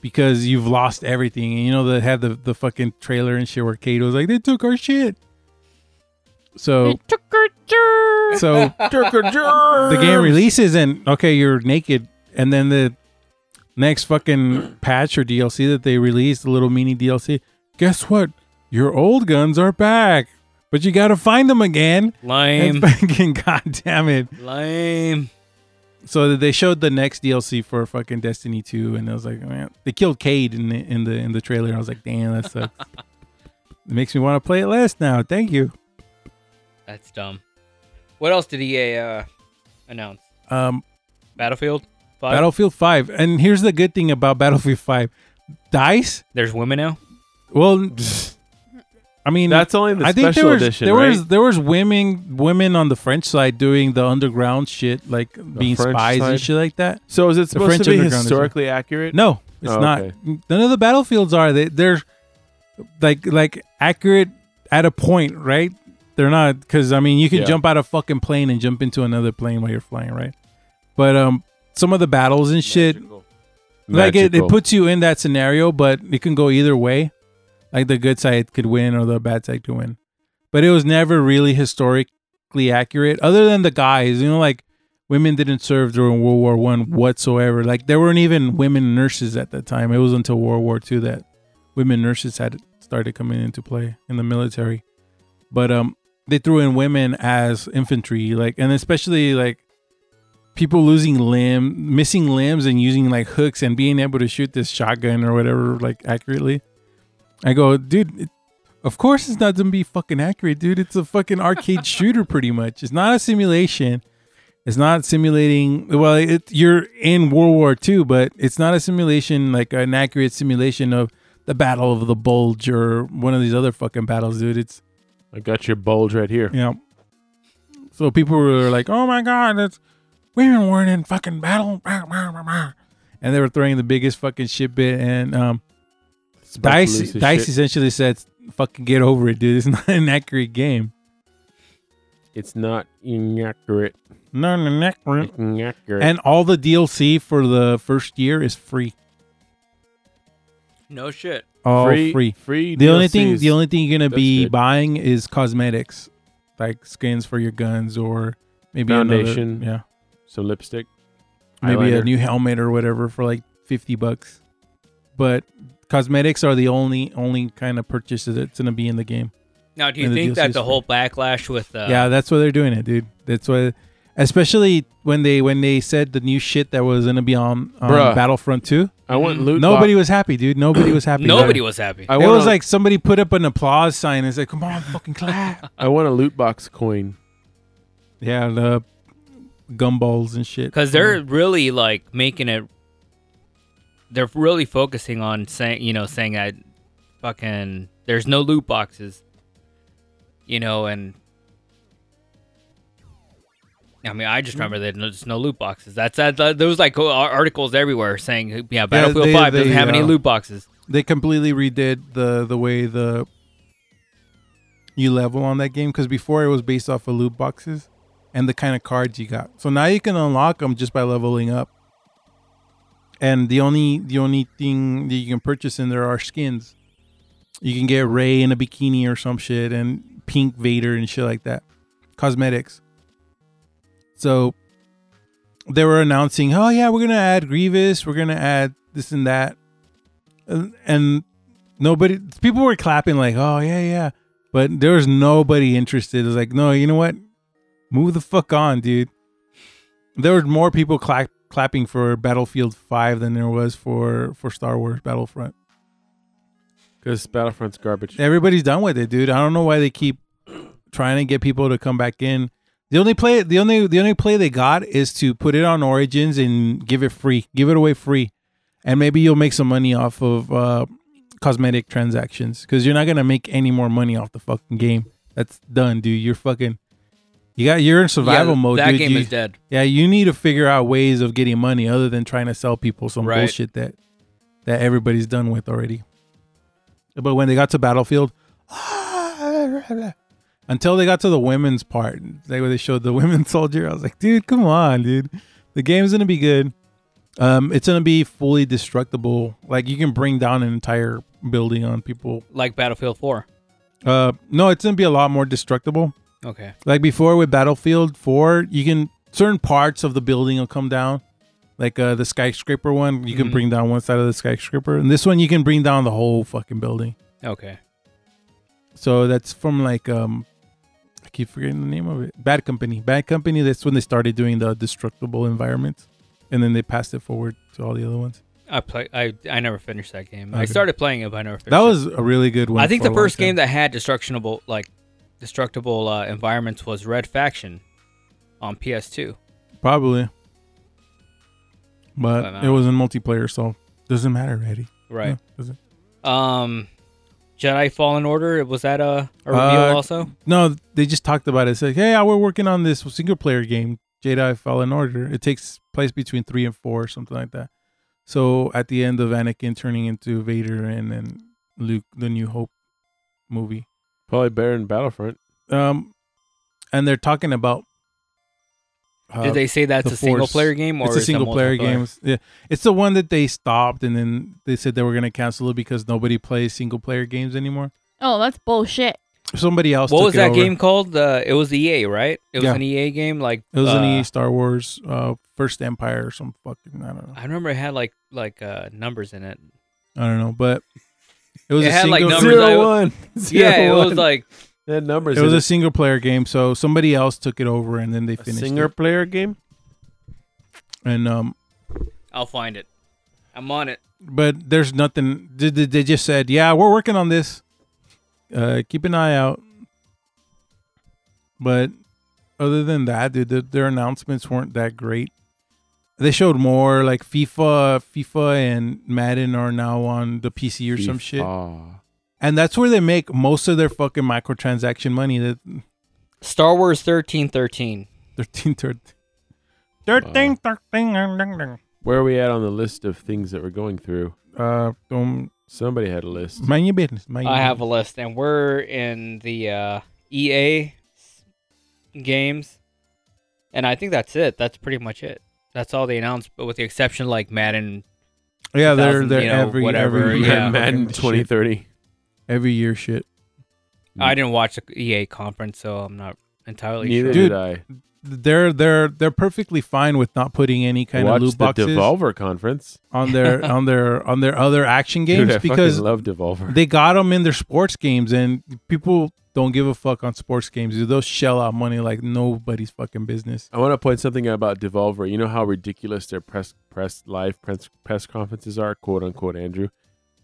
Speaker 5: because you've lost everything. And you know they had the the fucking trailer and shit where Kate was like, they took our shit. So
Speaker 6: it took her jerk.
Speaker 5: so the game releases and okay, you're naked, and then the next fucking patch or DLC that they released, the little mini DLC. Guess what? Your old guns are back, but you gotta find them again. And
Speaker 9: lame,
Speaker 5: fucking goddamn it!
Speaker 9: lame.
Speaker 5: So they showed the next DLC for fucking Destiny Two, and I was like, man, they killed Cade in the in the in the trailer. I was like, damn, that sucks. it makes me want to play it less now. Thank you.
Speaker 9: That's dumb. What else did EA uh, announce?
Speaker 5: Um,
Speaker 9: Battlefield. 5?
Speaker 5: Battlefield 5. And here's the good thing about Battlefield 5. DICE,
Speaker 9: There's women now.
Speaker 5: well I mean
Speaker 2: That's only the
Speaker 5: I think there
Speaker 2: special
Speaker 5: was
Speaker 2: edition,
Speaker 5: there
Speaker 2: right?
Speaker 5: was there was women women on the French side doing the underground shit like being
Speaker 2: French
Speaker 5: spies
Speaker 2: side?
Speaker 5: and shit like that.
Speaker 2: so is it supposed
Speaker 5: French
Speaker 2: to be
Speaker 5: underground is-
Speaker 2: historically accurate?
Speaker 5: No, it's
Speaker 2: Oh,
Speaker 5: not.
Speaker 2: okay.
Speaker 5: None of the battlefields are they they're like like accurate at a point, right? They're not cuz I mean, you can
Speaker 2: Yeah.
Speaker 5: jump out of fucking plane and jump into another plane while you're flying, right? But um some of the battles and shit like it, it
Speaker 2: Magical.
Speaker 5: puts you in that scenario but it can go either way like the good side could win or the bad side could win but it was never really historically accurate other than the guys you know like women didn't serve during world war one whatsoever like there weren't even women nurses at that time it was until world war two that women nurses had started coming into play in the military but um they threw in women as infantry like and especially like people losing limb, missing limbs, and using like hooks and being able to shoot this shotgun or whatever like accurately. I go, dude. It, of course, it's not gonna be fucking accurate, dude. It's a fucking arcade shooter, pretty much. It's not a simulation. It's not simulating. Well, it, you're in World War II, but it's not a simulation like an accurate simulation of the Battle of the Bulge or one of these other fucking battles, dude. It's
Speaker 2: I got your bulge right here.
Speaker 5: you know. So people were like, "Oh my god, that's women weren't in fucking battle," Rah, rah, rah, rah. and they were throwing the biggest fucking shit bit. And um,
Speaker 2: It's about to lose
Speaker 5: Dice
Speaker 2: his
Speaker 5: Dice
Speaker 2: shit.
Speaker 5: essentially said, "Fucking get over it, dude. It's not an accurate game.
Speaker 2: It's not inaccurate.
Speaker 5: Not an accurate."
Speaker 2: Inaccurate.
Speaker 5: And all the DLC for the first year is free.
Speaker 9: No shit.
Speaker 5: All free.
Speaker 2: Free.
Speaker 5: The only thing
Speaker 2: DLCs.
Speaker 5: the only thing you're gonna
Speaker 2: That's
Speaker 5: be
Speaker 2: good.
Speaker 5: buying is cosmetics, like skins for your guns or maybe another-
Speaker 2: Foundation.
Speaker 5: yeah,
Speaker 2: some lipstick.
Speaker 5: maybe a
Speaker 2: Eyeliner.
Speaker 5: new helmet or whatever for like fifty bucks. But cosmetics are the only only kind of purchases that's gonna be in the game.
Speaker 9: Now, do you
Speaker 5: And the
Speaker 9: think
Speaker 5: DLC
Speaker 9: that
Speaker 5: is
Speaker 9: the
Speaker 5: free.
Speaker 9: whole backlash with uh,
Speaker 5: yeah, that's why they're doing it, dude. That's why, especially when they when they said the new shit that was gonna be on, on
Speaker 2: Bruh.
Speaker 5: Battlefront Two.
Speaker 2: I want
Speaker 9: Mhm.
Speaker 2: loot.
Speaker 5: Nobody
Speaker 2: box.
Speaker 5: was happy, dude. Nobody was happy.
Speaker 9: nobody
Speaker 5: Was,
Speaker 9: was happy?
Speaker 2: I
Speaker 5: it
Speaker 2: want
Speaker 5: was
Speaker 2: a,
Speaker 5: like somebody put up an applause sign and said, "Come on, fucking clap."
Speaker 2: I want a loot box coin.
Speaker 5: yeah, the gumballs and shit.
Speaker 9: Because they're
Speaker 5: Mm-hmm.
Speaker 9: really like making it. They're really focusing on saying, you know, saying that fucking there's no loot boxes, you know, and I mean, I
Speaker 5: Mm-hmm.
Speaker 9: just remember that there's no loot boxes. That's that. that- There was like ar- articles everywhere saying, yeah, Battlefield
Speaker 5: they-
Speaker 9: Five doesn't
Speaker 5: they,
Speaker 9: have any
Speaker 5: uh,
Speaker 9: loot boxes.
Speaker 5: they completely redid the the way the you level on that game because before it was based off of loot boxes and the kind of cards you got. So now you can unlock them just by leveling up. And the only the only thing that you can purchase in there are skins. You can get Ray in a bikini or some shit and Pink Vader and shit like that. Cosmetics. So they were announcing, "Oh yeah, we're going to add Grievous, we're going to add this and that." and and nobody people were clapping like oh yeah yeah but there was nobody interested it was like no you know what move the fuck on dude there were more people clap, clapping for battlefield 5 than there was for for star wars battlefront
Speaker 2: Because Battlefront's garbage.
Speaker 5: everybody's done with it dude i don't know why they keep trying to get people to come back in the only play the only the only play they got is to put it on origins and give it free give it away free and maybe you'll make some money off of uh, cosmetic transactions because you're not gonna make any more money off the fucking game. That's done, dude. You're fucking. You got you're in survival
Speaker 9: Yeah,
Speaker 5: mode,
Speaker 9: That
Speaker 5: dude.
Speaker 9: game
Speaker 5: You-
Speaker 9: is dead.
Speaker 5: yeah, you need to figure out ways of getting money other than trying to sell people some
Speaker 9: Right.
Speaker 5: bullshit that that everybody's done with already. But when they got to Battlefield, until they got to the women's part, like where they showed the women soldier, I was like, dude, come on, dude. The game's gonna be good. Um, it's gonna be fully destructible. Like you can bring down an entire building on people.
Speaker 9: Like Battlefield Four.
Speaker 5: Uh, no, it's gonna be a lot more destructible
Speaker 9: Okay.
Speaker 5: like before with Battlefield 4, you can certain parts of the building will come down. Like uh, the skyscraper one, you can
Speaker 9: Mhm.
Speaker 5: bring down one side of the skyscraper, and this one you can bring down the whole fucking building.
Speaker 9: Okay.
Speaker 5: So that's from like um, I keep forgetting the name of it. Bad Company. Bad Company. That's when they started doing the destructible environments, and then they passed it forward to all the other ones.
Speaker 9: I play. I I never finished that game. I
Speaker 5: Okay.
Speaker 9: started playing it, but I never finished.
Speaker 5: That
Speaker 9: it.
Speaker 5: was a really good one.
Speaker 9: I think
Speaker 5: for
Speaker 9: the
Speaker 5: a long
Speaker 9: first game
Speaker 5: time.
Speaker 9: that had destructible like destructible uh, environments was Red Faction on PS2.
Speaker 5: probably, but
Speaker 9: But, uh,
Speaker 5: it was in multiplayer, so doesn't matter, Eddie.
Speaker 9: Right.
Speaker 5: Yeah, doesn't-
Speaker 9: Um Jedi Fallen Order was that a, a reveal
Speaker 5: Uh,
Speaker 9: also?
Speaker 5: No, they just talked about it. It's like, hey, we're working on this single player game, Jedi Fallen Order. It takes place between three and four, something like that. So at the end of Anakin turning into Vader and then Luke, the New Hope movie.
Speaker 2: Probably better than Battlefront.
Speaker 5: Um, and they're talking about. uh,
Speaker 9: Did they say that's
Speaker 5: the
Speaker 9: a single
Speaker 5: Force.
Speaker 9: player game or
Speaker 5: it's a
Speaker 9: is it
Speaker 5: single player
Speaker 9: multiplayer?
Speaker 5: game. Yeah, it's the one that they stopped and then they said they were gonna cancel it because nobody plays single player games anymore.
Speaker 6: Oh, that's bullshit.
Speaker 5: Somebody else.
Speaker 9: What
Speaker 5: took
Speaker 9: was
Speaker 5: it
Speaker 9: that
Speaker 5: over.
Speaker 9: game called? Uh, it was EA, right? It was
Speaker 5: Yeah.
Speaker 9: an EA game like
Speaker 5: It was
Speaker 9: uh,
Speaker 5: an E EA Star Wars uh, First Empire or some fucking I don't know.
Speaker 9: I remember it had like like uh, numbers in it.
Speaker 5: I don't know, but it was
Speaker 9: It
Speaker 5: a
Speaker 9: had, like,
Speaker 5: single,
Speaker 9: numbers. I-
Speaker 2: one.
Speaker 9: yeah, it was
Speaker 2: one.
Speaker 9: like
Speaker 2: They had numbers.
Speaker 5: it was
Speaker 2: in
Speaker 5: a single player game, so somebody else took it over and then they
Speaker 2: a
Speaker 5: finished
Speaker 2: singer
Speaker 5: it.
Speaker 2: player game.
Speaker 5: And um
Speaker 9: I'll find it. I'm on it.
Speaker 5: but there's nothing they, they they just said, "Yeah, we're working on this. Uh keep an eye out." But other than that, dude, the, their announcements weren't that great. They showed more like FIFA, FIFA and Madden are now on the PC or some shit,
Speaker 2: Ah.
Speaker 5: and that's where they make most of their fucking microtransaction money. That
Speaker 1: Star Wars thirteen thirteen.
Speaker 5: thirteen, thirteen, thirteen, thirteen, ding, ding, ding.
Speaker 2: Where are we at on the list of things that we're going through?
Speaker 5: Uh, don't
Speaker 2: Somebody had a list.
Speaker 5: mind your business. Mind your
Speaker 1: I have a
Speaker 5: business.
Speaker 1: list, and we're in the uh, EA s- games, and I think that's it. That's pretty much it. That's all they announced, but with the exception like Madden.
Speaker 5: yeah. They're
Speaker 1: 2000,
Speaker 5: they're
Speaker 1: you know,
Speaker 5: every
Speaker 1: whatever,
Speaker 5: every year
Speaker 1: yeah.
Speaker 5: fucking
Speaker 2: Madden
Speaker 5: shit.
Speaker 2: 2030.
Speaker 5: every year shit. Mm.
Speaker 1: I didn't watch the EA conference, so I'm not entirely
Speaker 2: Neither
Speaker 1: sure.
Speaker 5: Dude,
Speaker 2: did I.
Speaker 5: They're they're they're perfectly fine with not putting any kind
Speaker 2: Watch
Speaker 5: of loot
Speaker 2: the
Speaker 5: boxes
Speaker 2: Devolver conference.
Speaker 5: on their on their on their other action
Speaker 2: Dude,
Speaker 5: games
Speaker 2: I
Speaker 5: because
Speaker 2: fucking love Devolver.
Speaker 5: they got them in their sports games and people don't give a fuck on sports games. Dude, They'll shell out money like nobody's fucking business.
Speaker 2: I want to point something out about Devolver. You know how ridiculous their press press live press press conferences are, quote unquote, Andrew.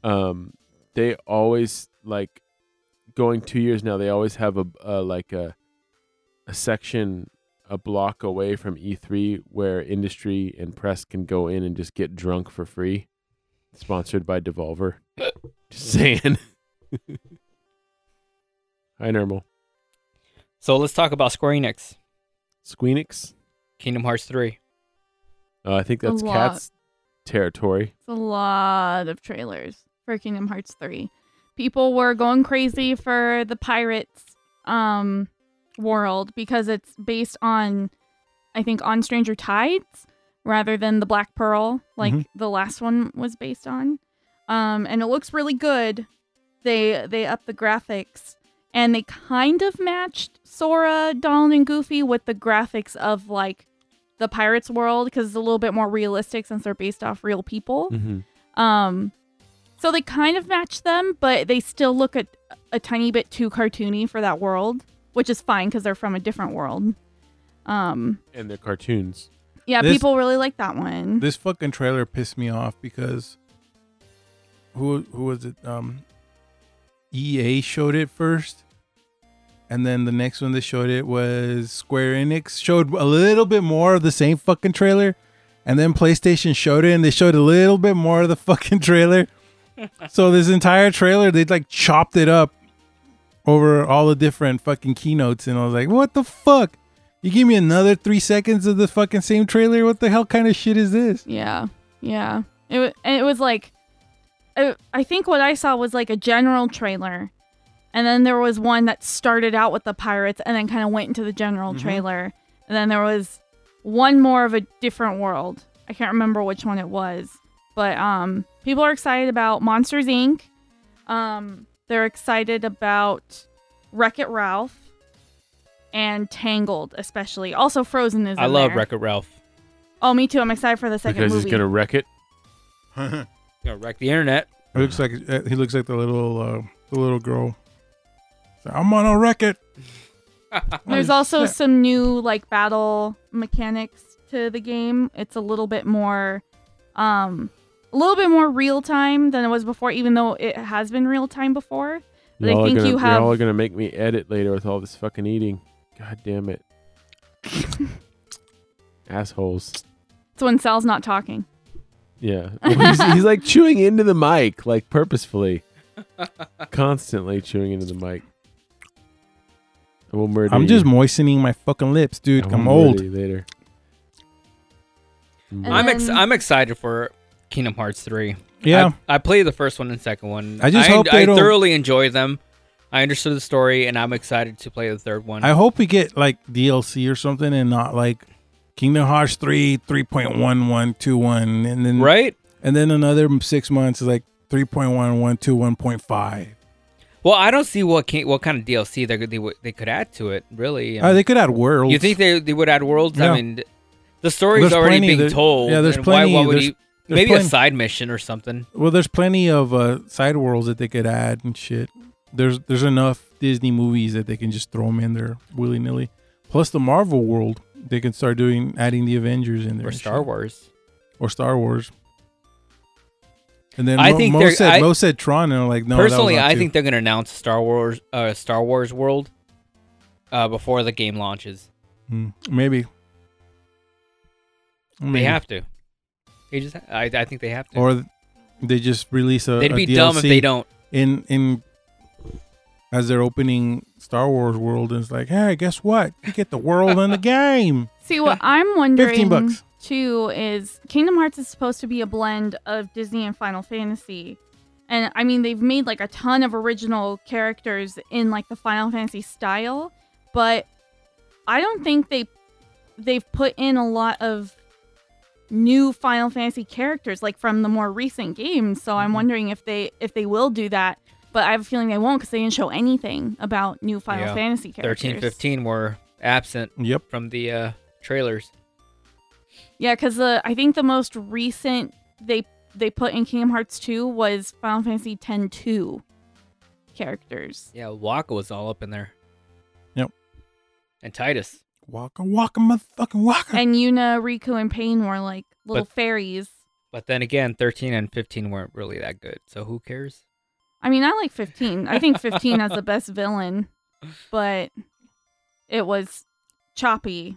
Speaker 2: Um, they always like going two years now. They always have a, a like a a section a block away from E3 where industry and press can go in and just get drunk for free, sponsored by Devolver. just saying. Hi, Normal
Speaker 1: So let's talk about Square Enix,
Speaker 2: Squeenix.
Speaker 1: Kingdom Hearts three.
Speaker 2: Uh, I think
Speaker 6: A
Speaker 2: that's
Speaker 6: lot.
Speaker 2: Cat's territory.
Speaker 6: It's a lot of trailers for Kingdom Hearts 3. People were going crazy for the pirates um world because it's based on I think on Stranger Tides rather than the Black Pearl like
Speaker 5: Mhm.
Speaker 6: the last one was based on. Um and it looks really good. They they up the graphics and they kind of matched Sora, Donald and Goofy with the graphics of like the pirates world cuz it's a little bit more realistic since they're based off real people.
Speaker 2: Mm-hmm.
Speaker 6: Um, so they kind of match them, but they still look a, a tiny bit too cartoony for that world, which is fine because they're from a different world. Um,
Speaker 2: and their cartoons.
Speaker 6: yeah,
Speaker 5: This-
Speaker 6: people really like that one.
Speaker 5: This fucking trailer pissed me off because who who was it? Um, EA showed it first, and then the next one they showed it was Square Enix showed a little bit more of the same fucking trailer, and then PlayStation showed it and they showed a little bit more of the fucking trailer. so this entire trailer they like chopped it up over all the different fucking keynotes, and I was like, what the fuck? You give me another three seconds of the fucking same trailer. What the hell kind of shit is this?
Speaker 6: yeah, yeah. It wa- and it was like, I I think what I saw was like a general trailer, and then there was one that started out with the pirates and then kind of went into the general
Speaker 1: Mm-hmm.
Speaker 6: trailer, and then there was one more of a different world. I can't remember which one it was, but um, people are excited about Monsters Inc. Um, they're excited about Wreck It Ralph and Tangled, especially. Also, Frozen is.
Speaker 1: I
Speaker 6: in
Speaker 1: love
Speaker 6: there.
Speaker 1: Wreck It Ralph.
Speaker 6: Oh, me too. I'm excited for the second
Speaker 2: because
Speaker 6: movie.
Speaker 2: he's gonna wreck it.
Speaker 5: it
Speaker 1: Gonna wreck the internet.
Speaker 5: looks like uh, he looks like the little uh, the little girl. So, I'm on a record.
Speaker 6: There's also some new like battle mechanics to the game. It's a little bit more um a little bit more real time than it was before even though it has been real time before. But I
Speaker 2: are
Speaker 6: think
Speaker 2: gonna,
Speaker 6: you have
Speaker 2: all gonna make me edit later with all this fucking eating. God damn it, assholes!
Speaker 6: it's when Sal's not talking.
Speaker 2: Yeah, Well, he's, he's like chewing into the mic, like purposefully, constantly chewing into the mic. I will murder.
Speaker 5: I'm just
Speaker 2: you.
Speaker 5: moistening my fucking lips, dude.
Speaker 2: I will
Speaker 5: I'm
Speaker 2: murder
Speaker 5: old.
Speaker 2: you later.
Speaker 6: And
Speaker 1: I'm ex-
Speaker 6: then-
Speaker 1: I'm excited for Kingdom Hearts three.
Speaker 5: Yeah,
Speaker 1: I, I played the first one and second one.
Speaker 5: I just
Speaker 1: I,
Speaker 5: hope
Speaker 1: I
Speaker 5: they don't-
Speaker 1: thoroughly enjoyed them. I understood the story, and I'm excited to play the third one.
Speaker 5: I hope we get like DLC or something and not like Kingdom Hearts three three point one one two one and then
Speaker 1: right?
Speaker 5: and then another six months is like three point one one two one point five.
Speaker 1: Well, I don't see what can, what kind of DLC they could they, would- they could add to it. Really, I
Speaker 5: Oh,
Speaker 1: mean,
Speaker 5: they could add worlds.
Speaker 1: you think they, they would add worlds?
Speaker 5: Yeah.
Speaker 1: I mean, th- the story's
Speaker 5: There's
Speaker 1: already
Speaker 5: plenty,
Speaker 1: being
Speaker 5: there-
Speaker 1: told.
Speaker 5: yeah, there's
Speaker 1: and why-
Speaker 5: plenty,
Speaker 1: Why, would
Speaker 5: there's-
Speaker 1: you,
Speaker 5: there's
Speaker 1: maybe
Speaker 5: plenty.
Speaker 1: a side mission or something.
Speaker 5: Well, there's plenty of uh, side worlds that they could add and shit. There's there's enough Disney movies that they can just throw them in there willy nilly. Plus the Marvel world, they can start doing adding the Avengers in there
Speaker 1: Or
Speaker 5: and
Speaker 1: Star
Speaker 5: shit.
Speaker 1: Wars.
Speaker 5: or Star Wars. And then
Speaker 1: I
Speaker 5: Mo,
Speaker 1: think
Speaker 5: Mo
Speaker 1: they're-
Speaker 5: said
Speaker 1: I-
Speaker 5: Mo said Tron, and I'm like, no. that was
Speaker 1: Personally,
Speaker 5: on
Speaker 1: I
Speaker 5: two.
Speaker 1: think they're going to announce Star Wars, uh, Star Wars World, uh, before the game launches.
Speaker 5: Mm, maybe.
Speaker 1: They
Speaker 5: Maybe.
Speaker 1: have to. They just, I, I think they have to.
Speaker 5: Mm-hmm. or they just release a.
Speaker 1: They'd
Speaker 5: a
Speaker 1: be dumb if
Speaker 5: DLC
Speaker 1: they don't.
Speaker 5: in in as they're opening Star Wars World, and it's like, hey, guess what? You get the world in the game.
Speaker 6: See, what I'm wondering
Speaker 5: Fifteen bucks.
Speaker 6: too is Kingdom Hearts is supposed to be a blend of Disney and Final Fantasy. And I mean, they've made like a ton of original characters in like the Final Fantasy style, but I don't think they they've put in a lot of new Final Fantasy characters like from the more recent games. So
Speaker 5: Mm-hmm.
Speaker 6: I'm wondering if they if they will do that. But I have a feeling they won't because they didn't show anything about new Final
Speaker 1: Yeah.
Speaker 6: Fantasy characters.
Speaker 1: Thirteen, fifteen were absent
Speaker 5: Yep.
Speaker 1: from the uh, trailers.
Speaker 6: Yeah, because the I think the most recent they they put in Kingdom Hearts two was Final Fantasy X two characters.
Speaker 1: Yeah, Waka was all up in there.
Speaker 5: Yep.
Speaker 1: And Titus.
Speaker 5: Waka waka motherfucking waka.
Speaker 6: And Yuna, Riku, and Pain were like little
Speaker 1: But-
Speaker 6: fairies.
Speaker 1: But then again, 13 and 15 weren't really that good. So who cares?
Speaker 6: I mean, I like fifteen. I think fifteen has the best villain, but it was choppy.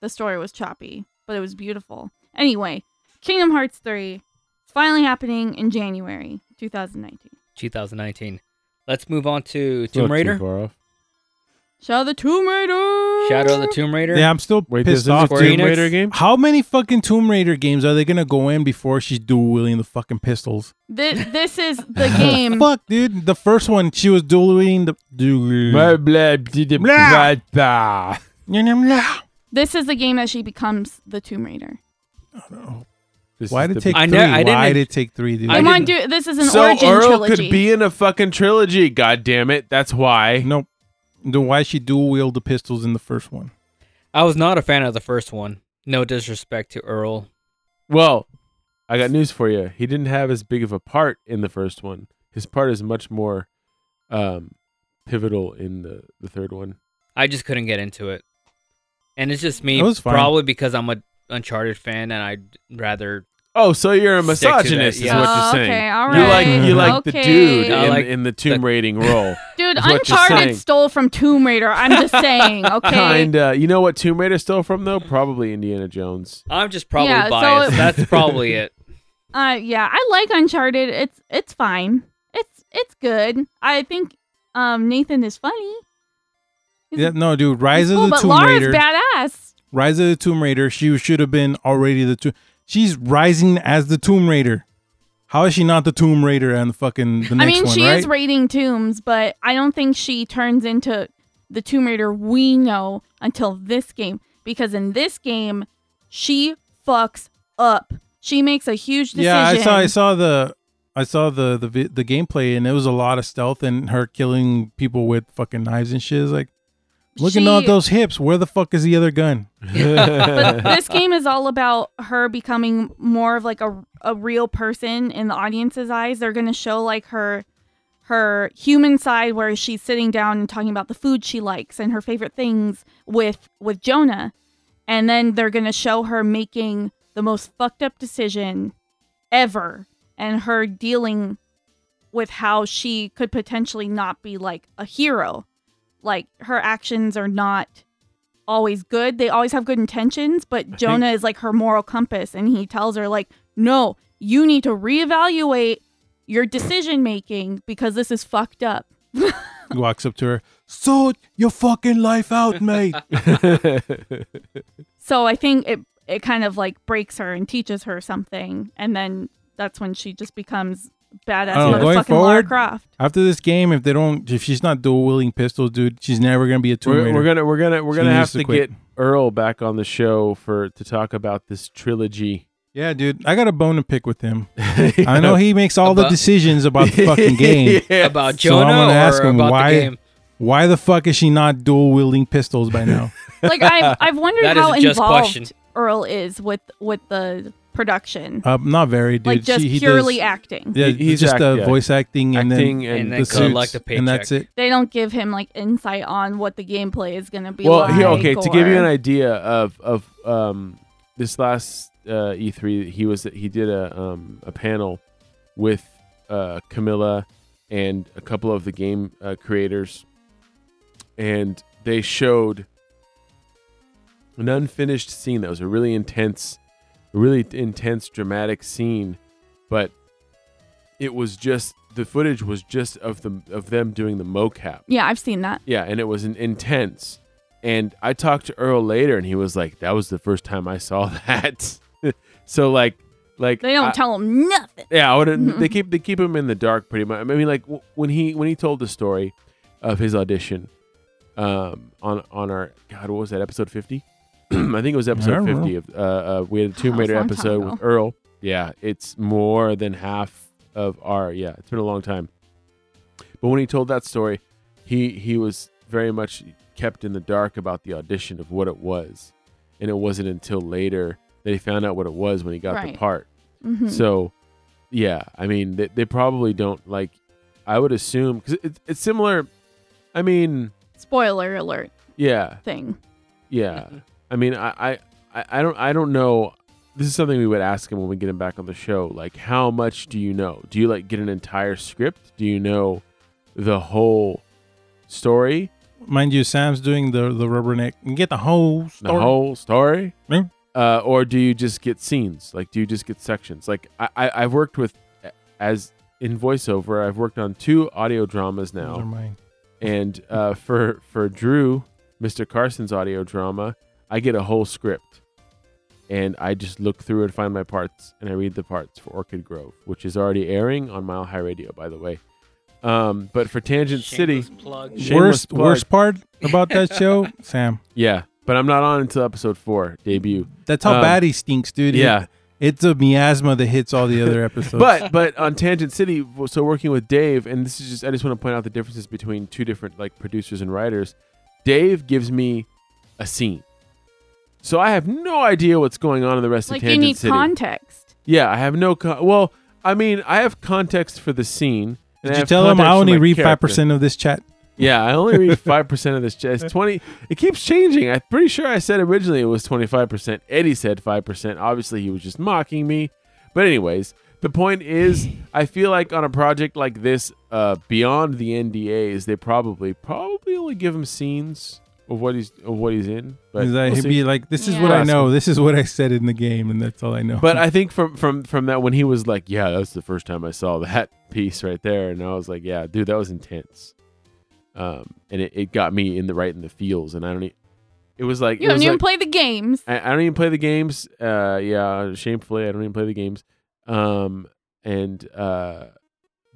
Speaker 6: The story was choppy, but it was beautiful. Anyway, Kingdom Hearts three. It's finally happening in January 2019.
Speaker 1: 2019. Let's move on to
Speaker 2: It's not
Speaker 1: Tomb
Speaker 2: too
Speaker 1: Raider.
Speaker 2: far off.
Speaker 6: Shadow of the Tomb Raider.
Speaker 1: Shadow of the Tomb Raider.
Speaker 5: Yeah, I'm still
Speaker 2: Wait, this
Speaker 5: pissed
Speaker 2: is
Speaker 5: off.
Speaker 2: a
Speaker 1: Square
Speaker 5: dude.
Speaker 2: Tomb
Speaker 1: Enix?
Speaker 2: Raider game.
Speaker 5: How many fucking Tomb Raider games are they gonna go in before she's dual wielding the fucking pistols?
Speaker 6: This, this is the game.
Speaker 5: Fuck, dude. The first one, she was dual wielding the.
Speaker 2: Blah, blah, blah, blah,
Speaker 5: Blah.
Speaker 2: blah, blah.
Speaker 6: This is the game that she becomes the Tomb Raider.
Speaker 2: This
Speaker 5: Why
Speaker 2: is
Speaker 5: did
Speaker 2: the
Speaker 5: it take
Speaker 1: I
Speaker 5: three?
Speaker 1: know- I didn't-
Speaker 5: Why did it take three, dude?
Speaker 1: I
Speaker 6: Come on,
Speaker 1: didn't-
Speaker 6: dude. This is an
Speaker 2: so
Speaker 6: origin
Speaker 2: Earl
Speaker 6: trilogy.
Speaker 2: could be in a fucking trilogy. God damn it! That's why.
Speaker 5: Nope. Then why she dual wield the pistols in the first one?
Speaker 1: I was not a fan of the first one. No disrespect to Earl.
Speaker 2: Well, I got news for you. He didn't have as big of a part in the first one. His part is much more um, pivotal in the, the third one.
Speaker 1: I just couldn't get into it. And it's just me,
Speaker 5: That was fine.
Speaker 1: probably because I'm a Uncharted fan and I'd rather.
Speaker 2: Oh, so you're a
Speaker 1: Stick to that,
Speaker 2: misogynist,
Speaker 1: yeah.
Speaker 2: is what
Speaker 6: Oh,
Speaker 2: you're saying.
Speaker 6: okay, all
Speaker 2: You like
Speaker 5: right,
Speaker 2: you like the dude
Speaker 6: okay.
Speaker 1: I
Speaker 2: in,
Speaker 1: like
Speaker 2: in the tomb
Speaker 1: the-
Speaker 2: raiding role.
Speaker 6: Dude,
Speaker 2: is what you're saying.
Speaker 6: Uncharted stole from Tomb Raider. I'm just saying, okay?
Speaker 2: Kinda. You know what Tomb Raider stole from though? Probably Indiana Jones.
Speaker 1: I'm just probably
Speaker 6: Yeah, so
Speaker 1: biased.
Speaker 6: it-
Speaker 1: That's probably it.
Speaker 6: Uh, yeah, I like Uncharted. It's it's fine. It's it's good. I think um Nathan is funny. He's
Speaker 5: Yeah, no, dude. Rise of
Speaker 6: cool,
Speaker 5: the
Speaker 6: but
Speaker 5: Tomb
Speaker 6: Laura's
Speaker 5: Raider.
Speaker 6: badass.
Speaker 5: Rise of the Tomb Raider. She should have been already the tomb. She's rising as the Tomb Raider. How is she not the Tomb Raider and the fucking the
Speaker 6: I
Speaker 5: next
Speaker 6: mean,
Speaker 5: one?
Speaker 6: she
Speaker 5: right?
Speaker 6: is raiding tombs, but I don't think she turns into the Tomb Raider we know until this game. Because in this game, she fucks up. She makes a huge decision.
Speaker 5: yeah, I saw. I saw the. I saw the the vi- the gameplay and it was a lot of stealth and her killing people with fucking knives and shit. It's like looking
Speaker 6: She-
Speaker 5: at those hips. Where the fuck is the other gun?
Speaker 6: But this game is all about her becoming more of like a, a real person in the audience's eyes. They're gonna show like her her human side where she's sitting down and talking about the food she likes and her favorite things with with Jonah. And then they're gonna show her making the most fucked up decision ever and her dealing with how she could potentially not be like a hero. Like her actions are not always good. They always have good intentions, but Jonah is like her moral compass and he tells her like, "No, you need to reevaluate your decision making because this is fucked up."
Speaker 5: He walks up to her. Sort your fucking life out, mate.
Speaker 6: So I think it it kind of like breaks her and teaches her something and then that's when she just becomes badass
Speaker 5: Oh, going
Speaker 6: motherfucking Lara
Speaker 5: forward?
Speaker 6: Croft.
Speaker 5: After this game, if they don't, if she's not dual wielding pistols, dude, she's never gonna be a Tomb
Speaker 2: we're,
Speaker 5: Raider.
Speaker 2: we're gonna we're gonna we're
Speaker 5: She
Speaker 2: gonna
Speaker 5: needs
Speaker 2: have
Speaker 5: to
Speaker 2: to
Speaker 5: quit.
Speaker 2: get Earl back on the show for to talk about this trilogy.
Speaker 5: yeah, dude, I got a bone to pick with him. I know he makes all the
Speaker 1: About-
Speaker 5: decisions about the fucking game.
Speaker 2: Yeah.
Speaker 1: About
Speaker 5: So I'm
Speaker 1: Jonah
Speaker 5: gonna
Speaker 1: or
Speaker 5: ask him
Speaker 1: about
Speaker 5: why-
Speaker 1: the game.
Speaker 5: Why the fuck is she not dual wielding pistols by now?
Speaker 6: Like I've I've wondered
Speaker 1: That
Speaker 6: how
Speaker 1: is a just
Speaker 6: involved
Speaker 1: question.
Speaker 6: Earl is with with the production.
Speaker 5: uh, not very, dude.
Speaker 6: like just
Speaker 5: she, he
Speaker 6: purely
Speaker 5: does,
Speaker 6: acting.
Speaker 5: Yeah,
Speaker 2: He- he's
Speaker 5: just
Speaker 2: act-
Speaker 5: uh,
Speaker 2: yeah.
Speaker 5: voice acting and
Speaker 2: acting
Speaker 5: then
Speaker 2: and,
Speaker 1: and
Speaker 5: the
Speaker 1: then
Speaker 5: suits,
Speaker 1: collect a
Speaker 5: and that's
Speaker 1: paycheck.
Speaker 5: it.
Speaker 6: they don't give him like insight on what the gameplay is gonna be
Speaker 2: well
Speaker 6: like.
Speaker 2: here okay to give you an
Speaker 6: or-
Speaker 2: idea of of um this last uh e3 he was he did a um a panel with uh camilla and a couple of the game uh, creators and they showed an unfinished scene that was a really intense, a really intense dramatic scene, but it was just the footage was just of the of them doing the mocap.
Speaker 6: Yeah, I've seen that.
Speaker 2: Yeah, and it was an intense. And I talked to Earl later, and he was like, "That was the first time I saw that." so like, like
Speaker 6: They don't
Speaker 2: I-
Speaker 6: tell them nothing.
Speaker 2: yeah, I wouldn't,
Speaker 6: Mm-hmm.
Speaker 2: they keep they keep him in the dark pretty much. I mean, like w- when he when he told the story of his audition um, on on our God, what was that episode fifty? I think it was episode
Speaker 5: don't know.
Speaker 2: fifty. Of, uh, uh, we had a
Speaker 6: That
Speaker 2: Tomb
Speaker 6: was a
Speaker 2: Raider
Speaker 6: long time
Speaker 2: episode
Speaker 6: ago.
Speaker 2: with Earl. Yeah, it's more than half of our. Yeah, it's been a long time. But when he told that story, he he was very much kept in the dark about the audition of what it was, and it wasn't until later that he found out what it was when he got
Speaker 6: Right.
Speaker 2: the part.
Speaker 6: hmm
Speaker 2: So, yeah, I mean, they, they probably don't like. I would assume because it, it's similar. I mean,
Speaker 6: Spoiler alert
Speaker 2: yeah,
Speaker 6: thing.
Speaker 2: yeah. I mean, I, I- I, I don't, I don't know. This is something we would ask him when we get him back on the show. Like, how much do you know? Do you like get an entire script? Do you know the whole story,
Speaker 5: Mind you, Sam's doing the the rubberneck. You get the whole
Speaker 2: the
Speaker 5: story.
Speaker 2: whole story?
Speaker 5: Mm.
Speaker 2: Uh, or do you just get scenes? Like, do you just get sections? Like, I, I, I've worked with, as in voiceover, I've worked on two audio dramas now.
Speaker 5: Those are mine.
Speaker 2: and uh, for for Drew, Mr. Carson's audio drama, I get a whole script, and I just look through and find my parts, and I read the parts for Orchid Grove, which is already airing on Mile High Radio, by the way. Um, but for Tangent City, shameless
Speaker 5: Worst
Speaker 2: plug.
Speaker 5: worst part about that show, Sam.
Speaker 2: yeah, but I'm not on until episode four debut.
Speaker 5: That's how
Speaker 2: Um,
Speaker 5: bad he stinks, dude. It-
Speaker 2: yeah.
Speaker 5: it's a miasma that hits all the other episodes.
Speaker 2: But but on Tangent City, so working with Dave, and this is just I just want to point out the differences between two different like producers and writers. Dave gives me a scene, so I have no idea what's going on in the rest
Speaker 6: Like
Speaker 2: of Tangent
Speaker 6: you need
Speaker 2: City.
Speaker 6: context.
Speaker 2: yeah, I have no. Con- well, I mean, I have context for the scene. and
Speaker 5: did
Speaker 2: I
Speaker 5: you
Speaker 2: have
Speaker 5: tell him
Speaker 2: context
Speaker 5: I
Speaker 2: for
Speaker 5: only
Speaker 2: my
Speaker 5: read five
Speaker 2: character.
Speaker 5: percent of this chat?
Speaker 2: Yeah, I only read five percent of this. ch- It's twenty. It keeps changing. I'm pretty sure I said originally it was twenty five percent. Eddie said five percent. Obviously, he was just mocking me. But anyways, the point is, I feel like on a project like this, uh, beyond the NDAs, they probably probably only give him scenes of what he's of what he's in. But
Speaker 5: He's like-
Speaker 2: we'll
Speaker 5: he'd
Speaker 2: see.
Speaker 5: be like, "This is what
Speaker 6: Yeah.
Speaker 5: I know. This is what I said in the game, and that's all I know."
Speaker 2: But I think from from from that when he was like, "Yeah, that was the first time I saw that piece right there," and I was like, "Yeah, dude, that was intense," um, and it, it got me in the right in the feels, and I don't. E- it was like
Speaker 6: You
Speaker 2: it was
Speaker 6: haven't even
Speaker 2: like-
Speaker 6: played the games.
Speaker 2: I, I don't even play the games. Uh, yeah, shamefully, I don't even play the games. Um, and uh,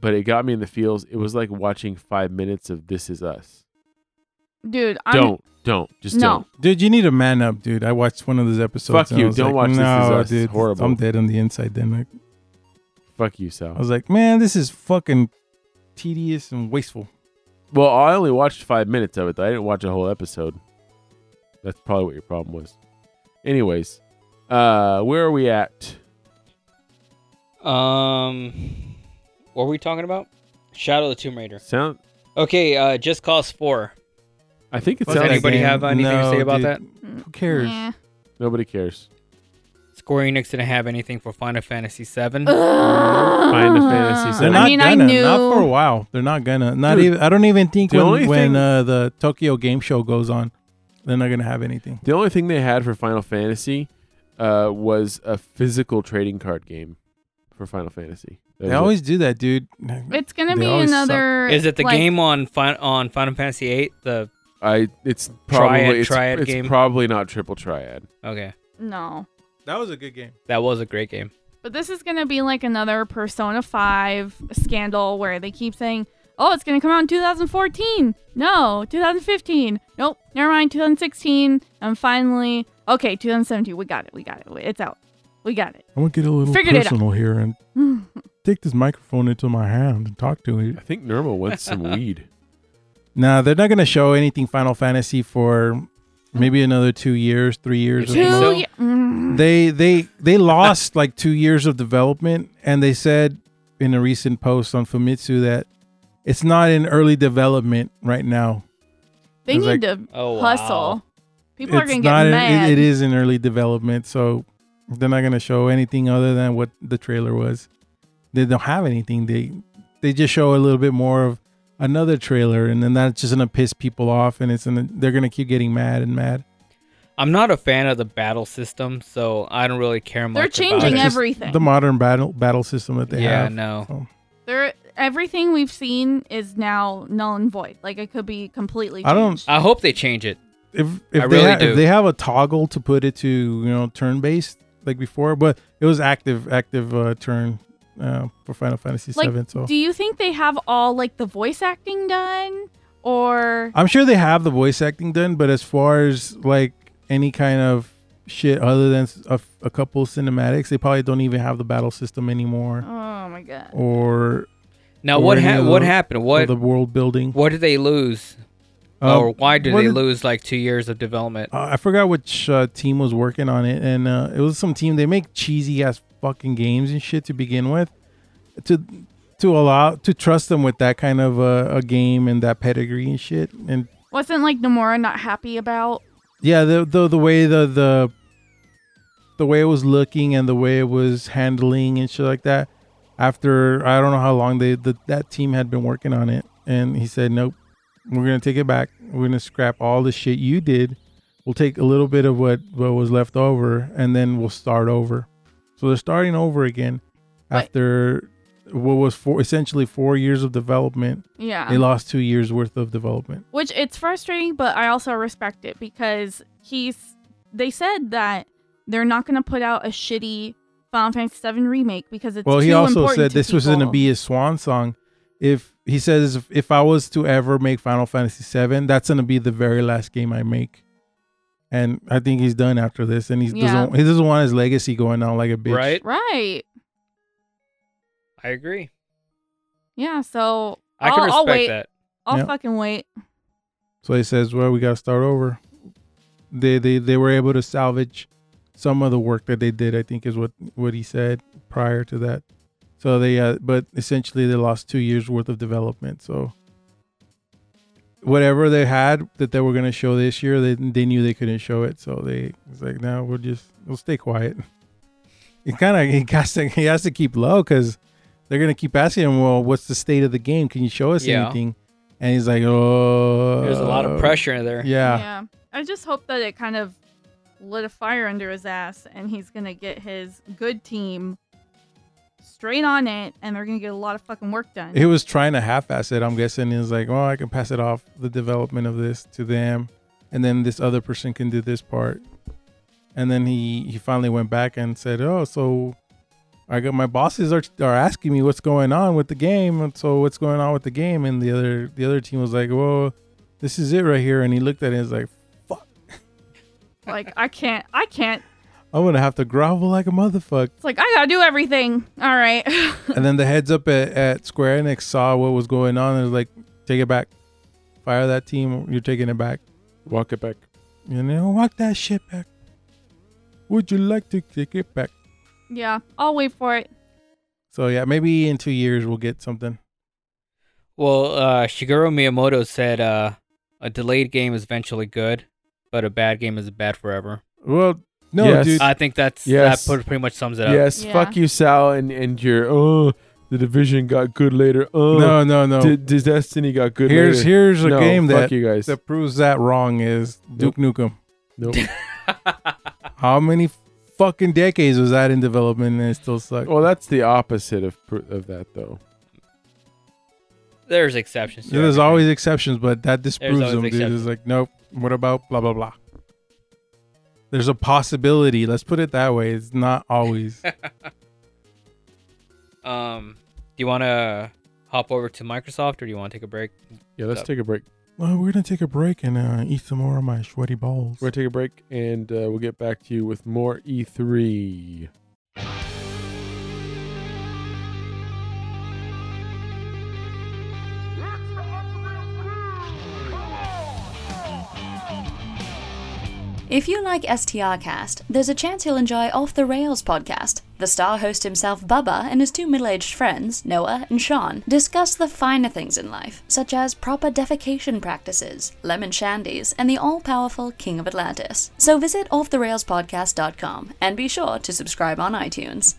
Speaker 2: but it got me in the feels. It was like watching five minutes of This Is Us.
Speaker 6: Dude, I'm
Speaker 2: don't don't just
Speaker 6: No.
Speaker 2: don't.
Speaker 5: dude, you need a man up, dude. I watched one of those episodes.
Speaker 2: Fuck
Speaker 5: and I
Speaker 2: you,
Speaker 5: was
Speaker 2: don't
Speaker 5: like,
Speaker 2: watch This Is
Speaker 5: "No,
Speaker 2: Us, it's
Speaker 5: dude,
Speaker 2: horrible."
Speaker 5: I'm dead on the inside. Then like,
Speaker 2: Fuck you,
Speaker 5: I
Speaker 2: Sal.
Speaker 5: was like, "Man, this is fucking tedious and wasteful."
Speaker 2: Well, I only watched five minutes of it. Though. I didn't watch a whole episode. That's probably what your problem was. Anyways, uh, where are we at?
Speaker 1: Um, what were we talking about? Shadow of the Tomb Raider.
Speaker 2: Sound?
Speaker 1: Okay, uh, Just Cause Four.
Speaker 2: I think it
Speaker 5: Fuck
Speaker 1: Does
Speaker 5: that
Speaker 2: sounds.
Speaker 1: anybody
Speaker 5: game.
Speaker 1: have anything to
Speaker 5: No,
Speaker 1: say about
Speaker 5: dude.
Speaker 1: that?
Speaker 5: Who cares?
Speaker 6: Yeah.
Speaker 2: Nobody cares.
Speaker 1: Square Enix didn't have anything for Final Fantasy Seven.
Speaker 2: Final Fantasy
Speaker 5: They're
Speaker 2: I
Speaker 5: not
Speaker 6: mean, I
Speaker 5: gonna.
Speaker 6: knew-
Speaker 5: Not for a while. They're not gonna. Not
Speaker 2: Dude,
Speaker 5: even. I don't even think
Speaker 2: the only
Speaker 5: when when
Speaker 2: thing-
Speaker 5: uh, the Tokyo Game Show goes on, they're not gonna have anything.
Speaker 2: The only thing they had for Final Fantasy uh, was a physical trading card game for Final Fantasy. That
Speaker 5: They
Speaker 2: was it.
Speaker 5: always do that, dude.
Speaker 6: It's gonna
Speaker 5: They
Speaker 6: be
Speaker 5: always suck.
Speaker 6: another.
Speaker 1: Is it the
Speaker 6: like,
Speaker 1: game on fin- on Final Fantasy Eight? The
Speaker 2: I it's probably
Speaker 1: Triad-
Speaker 2: it's,
Speaker 1: triad
Speaker 2: it's
Speaker 1: game?
Speaker 2: probably not triple triad.
Speaker 1: okay,
Speaker 6: No,
Speaker 5: That was a good game.
Speaker 1: that was a great game.
Speaker 6: but this is gonna be like another Persona Five scandal where they keep saying, "Oh, it's gonna come out in 2014." No, 2015. Nope, never mind. 2016. And finally, okay, 2017. We got it. We got it. It's out. We got it.
Speaker 5: I'm gonna get a little
Speaker 6: Figured it out.
Speaker 5: personal here and take this microphone into my hand and talk to it.
Speaker 2: I think Norma wants some weed.
Speaker 5: Nah, they're not gonna show anything Final Fantasy for maybe another two years, three years.
Speaker 1: You
Speaker 5: at
Speaker 1: think
Speaker 5: most.
Speaker 1: so?
Speaker 6: Mm. Two. ye- Mm.
Speaker 5: they they they lost like two years of development and they said in a recent post on famitsu that it's not in early development right now
Speaker 6: They
Speaker 5: It's
Speaker 6: need
Speaker 5: like-
Speaker 6: to
Speaker 1: Oh, wow.
Speaker 6: hustle. People are
Speaker 5: It's
Speaker 6: gonna
Speaker 5: not
Speaker 6: get
Speaker 5: in-
Speaker 6: mad.
Speaker 5: it- it is in early development so they're not going to show anything other than what the trailer was they don't have anything they they just show a little bit more of another trailer and then that's just gonna piss people off and it's gonna they're gonna keep getting mad and mad
Speaker 1: I'm not a fan of the battle system, so I don't really care much.
Speaker 6: They're changing
Speaker 1: about it.
Speaker 5: Just
Speaker 6: everything.
Speaker 5: The modern battle battle system that they
Speaker 1: yeah,
Speaker 5: have.
Speaker 1: no.
Speaker 6: There, everything we've seen is now null and void. Like it could be completely.
Speaker 5: I don't-
Speaker 6: changed.
Speaker 1: I hope they change it.
Speaker 5: If if
Speaker 1: I
Speaker 5: they
Speaker 1: really
Speaker 5: ha-
Speaker 1: do.
Speaker 5: if they have a toggle to put it to you know turn based like before, but it was active active uh, turn uh, for Final Fantasy
Speaker 6: Like,
Speaker 5: VII. So
Speaker 6: Do you think they have all like the voice acting done, or
Speaker 5: I'm sure they have the voice acting done, but as far as like any kind of shit other than s- a, f- a couple cinematics, they probably don't even have the battle system anymore
Speaker 6: oh my god,
Speaker 5: or
Speaker 1: Now
Speaker 5: Or
Speaker 1: what
Speaker 5: any
Speaker 1: ha-
Speaker 5: of
Speaker 1: what
Speaker 5: those-
Speaker 1: happened? What
Speaker 5: the world building.
Speaker 1: what did they lose?
Speaker 5: Uh,
Speaker 1: or why did
Speaker 5: what
Speaker 1: they
Speaker 5: did-
Speaker 1: lose like 2 years of development?
Speaker 5: Uh, I forgot which uh, team was working on it, and uh, it was some team. They make cheesy ass fucking games and shit to begin with, to to allow to trust them with that kind of uh, a game and that pedigree and shit. And
Speaker 6: wasn't like Nomura not happy about?
Speaker 5: yeah, the the, the way the the the way it was looking and the way it was handling and shit like that. After I don't know how long they the, that team had been working on it, and he said, "Nope, we're gonna take it back. We're gonna scrap all the shit you did. We'll take a little bit of what what was left over, and then we'll start over." So they're starting over again
Speaker 6: Right.
Speaker 5: after what was four essentially four years of development.
Speaker 6: Yeah,
Speaker 5: They lost two years worth of development.
Speaker 6: which it's frustrating, but I also respect it because he's. They said that they're not going to put out a shitty Final Fantasy VII remake because it's
Speaker 5: Well, he
Speaker 6: too
Speaker 5: also
Speaker 6: important
Speaker 5: said
Speaker 6: to
Speaker 5: this was going to
Speaker 6: people.
Speaker 5: be his swan song. If he says if, if I was to ever make Final Fantasy VII, that's going to be the very last game I make. And I think he's done after this, and he
Speaker 6: Yeah.
Speaker 5: doesn't he doesn't want his legacy going on like a bitch.
Speaker 1: Right?
Speaker 6: right.
Speaker 1: I agree.
Speaker 6: Yeah, so
Speaker 1: I
Speaker 6: I'll,
Speaker 1: can
Speaker 6: I'll
Speaker 1: respect
Speaker 6: wait.
Speaker 1: that.
Speaker 6: I'll
Speaker 5: Yeah.
Speaker 6: fucking wait.
Speaker 5: So he says, "Well, we got to start over." They they they were able to salvage some of the work that they did. I think is what what he said prior to that. So they uh, but essentially they lost two years worth of development. So whatever they had that they were going to show this year, they they knew they couldn't show it. So they it's like, "No, we'll just we'll stay quiet." It kind of he has to he has to keep low because they're gonna keep asking him. Well, what's the state of the game? Can you show us
Speaker 1: Yeah.
Speaker 5: anything? And he's like, "Oh,
Speaker 1: There's a lot
Speaker 2: Uh,
Speaker 1: of pressure in there.
Speaker 5: yeah.
Speaker 6: yeah. I just hope that it kind of lit a fire under his ass and he's going to get his good team straight on it and they're going to get a lot of fucking work done.
Speaker 5: He was trying to half-ass it. I'm guessing he was like, "Oh, I can pass it off the development of this to them, and then this other person can do this part." And then he he finally went back and said, "Oh, so I got my bosses are are asking me what's going on with the game, and so what's going on with the game?" And the other the other team was like, "Well, this is it right here." And he looked at it and was like,
Speaker 6: like I can't I can't.
Speaker 5: "I'm gonna have to grovel like a motherfucker."
Speaker 6: It's like I got to do everything. All right.
Speaker 5: and then the heads up at, at Square Enix saw what was going on and was like, "Take it back, fire that team. You're taking it back."
Speaker 2: Walk it back.
Speaker 5: You know, walk that shit back. Would you like to kick it back?
Speaker 6: yeah, I'll wait for it.
Speaker 5: So yeah, maybe in two years we'll get something.
Speaker 1: Well, uh, Shigeru Miyamoto said uh, a delayed game is eventually good, but a bad game is bad forever.
Speaker 5: Well, no,
Speaker 2: Yes.
Speaker 5: dude.
Speaker 1: I think that's
Speaker 2: Yes.
Speaker 1: that put, pretty much sums it up.
Speaker 2: Yes,
Speaker 6: Yeah.
Speaker 2: fuck you, Sal, and and your oh, the division got good later. Oh,
Speaker 5: no, no, no.
Speaker 2: D- D- Destiny got good
Speaker 5: here's
Speaker 2: later.
Speaker 5: here's a
Speaker 2: no,
Speaker 5: game
Speaker 2: fuck
Speaker 5: that
Speaker 2: you guys.
Speaker 5: that proves that wrong is Duke Nukem.
Speaker 2: Nope.
Speaker 5: How many fucking decades was that in development and it still sucks?
Speaker 2: well, that's the opposite of pr- of that though.
Speaker 1: There's exceptions. to
Speaker 5: There's
Speaker 1: everything.
Speaker 5: always exceptions, but that disproves
Speaker 1: always
Speaker 5: them, dude. It's
Speaker 1: exceptions.
Speaker 5: like, nope. What about blah blah blah? There's a possibility. Let's put it that way. It's not always.
Speaker 1: Um, do you want to hop over to Microsoft, or do you want to take a break?
Speaker 2: Yeah, let's
Speaker 1: Yep.
Speaker 2: take a break.
Speaker 5: well, we're gonna take a break and uh, eat some more of my sweaty balls.
Speaker 2: We're gonna take a break, and uh, we'll get back to you with more E E3.
Speaker 3: If you like STRcast, there's a chance you'll enjoy Off the Rails podcast. The star host himself, Bubba, and his two middle aged friends, Noah and Sean, discuss the finer things in life, such as proper defecation practices, lemon shandies, and the all powerful King of Atlantis. So visit offtherailspodcast.com and be sure to subscribe on iTunes.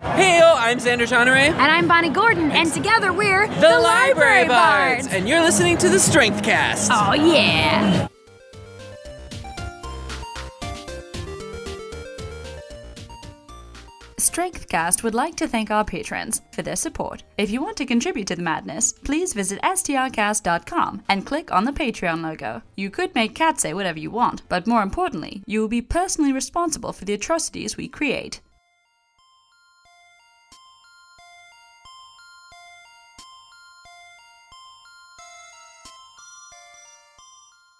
Speaker 4: Hell, I'm Xander Honore.
Speaker 10: And I'm Bonnie Gordon, and together we're the,
Speaker 4: Library Bards. And you're listening to the Strength Cast.
Speaker 10: Oh, yeah.
Speaker 3: Strengthcast would like to thank our patrons for their support. If you want to contribute to the madness, please visit strcast.com and click on the Patreon logo. You could make Kat say whatever you want, but more importantly, you will be personally responsible for the atrocities we create.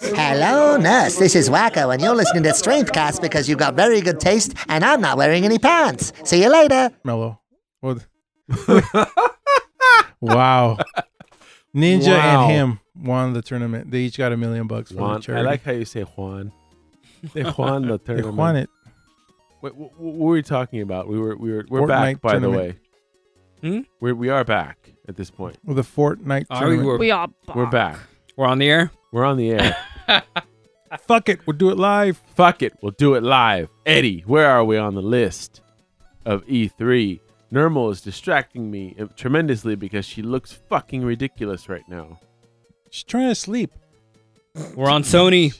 Speaker 11: Hello, nurse. This is Wacko, and you're listening to Strengthcast because you've got very good taste, and I'm not wearing any pants. See you later.
Speaker 5: Mellow. What? wow. Ninja
Speaker 2: Wow.
Speaker 5: and him won the tournament. They each got a million bucks for the
Speaker 2: Juan. I
Speaker 5: charity.
Speaker 2: like how you say Juan. They Juan the
Speaker 5: they
Speaker 2: tournament.
Speaker 5: won it.
Speaker 2: Wait, what, what were we talking about? We were we were we're
Speaker 5: Fortnite
Speaker 2: back by
Speaker 5: tournament.
Speaker 2: the way.
Speaker 1: Hmm?
Speaker 2: We're, we are back at this point.
Speaker 5: With a Fortnite
Speaker 1: Are we-
Speaker 5: tournament.
Speaker 1: we're-
Speaker 6: We all
Speaker 2: We're back.
Speaker 1: We're on the air.
Speaker 2: We're on the air.
Speaker 5: Fuck it. We'll do it live.
Speaker 2: Fuck it, we'll do it live. Eddie, where are we on the list of E3? Normal is distracting me uh, tremendously because she looks fucking ridiculous right now.
Speaker 5: She's trying to sleep.
Speaker 1: We're on Sony.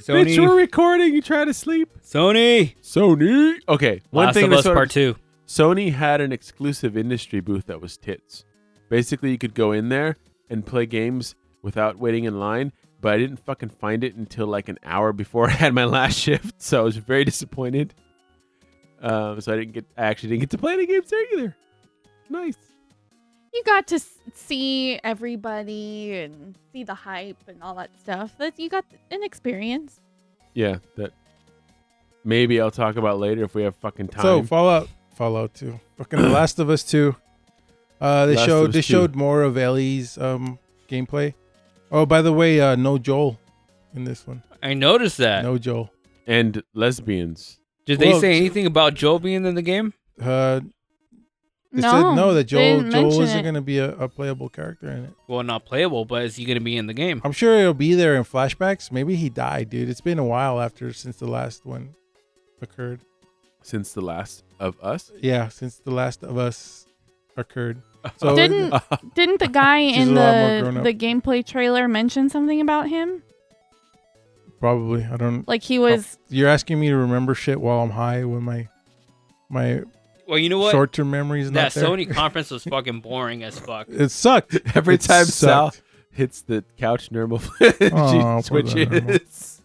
Speaker 2: Bitch, we're
Speaker 1: Sony.
Speaker 2: recording. You try to sleep?
Speaker 1: Sony.
Speaker 2: Sony. Okay, one
Speaker 1: Last
Speaker 2: thing
Speaker 1: of
Speaker 2: that
Speaker 1: Us
Speaker 2: sort of-
Speaker 1: Part Two.
Speaker 2: Sony had an exclusive industry booth that was tits. Basically, you could go in there and play games without waiting in line, but I didn't fucking find it until like an hour before I had my last shift, so I was very disappointed. Um, so I didn't get, I actually didn't get to play any games there either. Nice.
Speaker 6: You got to s- see everybody and see the hype and all that stuff. That you got an experience.
Speaker 2: Yeah, that maybe I'll talk about later if we have fucking time.
Speaker 5: So Fallout, Fallout Two, fucking The Last of Us Two. Uh, they
Speaker 2: Last of
Speaker 5: showed
Speaker 2: Us
Speaker 5: they
Speaker 2: 2.
Speaker 5: showed more of Ellie's um gameplay. Oh, by the way, uh, no Joel in this one.
Speaker 1: I noticed
Speaker 9: Uh,
Speaker 1: that.
Speaker 5: No Joel.
Speaker 2: and lesbians.
Speaker 1: Did they
Speaker 5: Well,
Speaker 1: say
Speaker 5: t-
Speaker 1: anything about Joel being in the game?
Speaker 5: Uh, they
Speaker 6: no,
Speaker 5: said no that
Speaker 6: they
Speaker 5: Joel
Speaker 6: didn't
Speaker 5: Joel
Speaker 6: mention
Speaker 5: isn't
Speaker 6: it.
Speaker 5: going to be a, a playable character in it.
Speaker 1: Well, not playable, but is he going to be in the game?
Speaker 5: I'm sure it'll be there in flashbacks. Maybe he died, dude. It's been a while after since the last one occurred.
Speaker 2: Since the last of us,
Speaker 5: Yeah, since the Last of Us occurred. So
Speaker 6: Didn't didn't the guy
Speaker 5: Oh, She's a
Speaker 6: in
Speaker 5: lot more
Speaker 6: the
Speaker 5: grown up.
Speaker 6: the gameplay trailer mention something about him?
Speaker 5: probably I don't.
Speaker 6: Like he was
Speaker 5: You're asking me to remember shit while I'm high when my my
Speaker 1: Well, you know what?
Speaker 5: short term memories
Speaker 1: that
Speaker 5: not there.
Speaker 1: Sony conference was fucking boring as fuck.
Speaker 5: it sucked.
Speaker 2: every
Speaker 5: It
Speaker 2: time Sal
Speaker 5: sucked. Oh,
Speaker 2: hits the couch, normal
Speaker 5: poor
Speaker 2: she
Speaker 5: Normal.
Speaker 2: switches.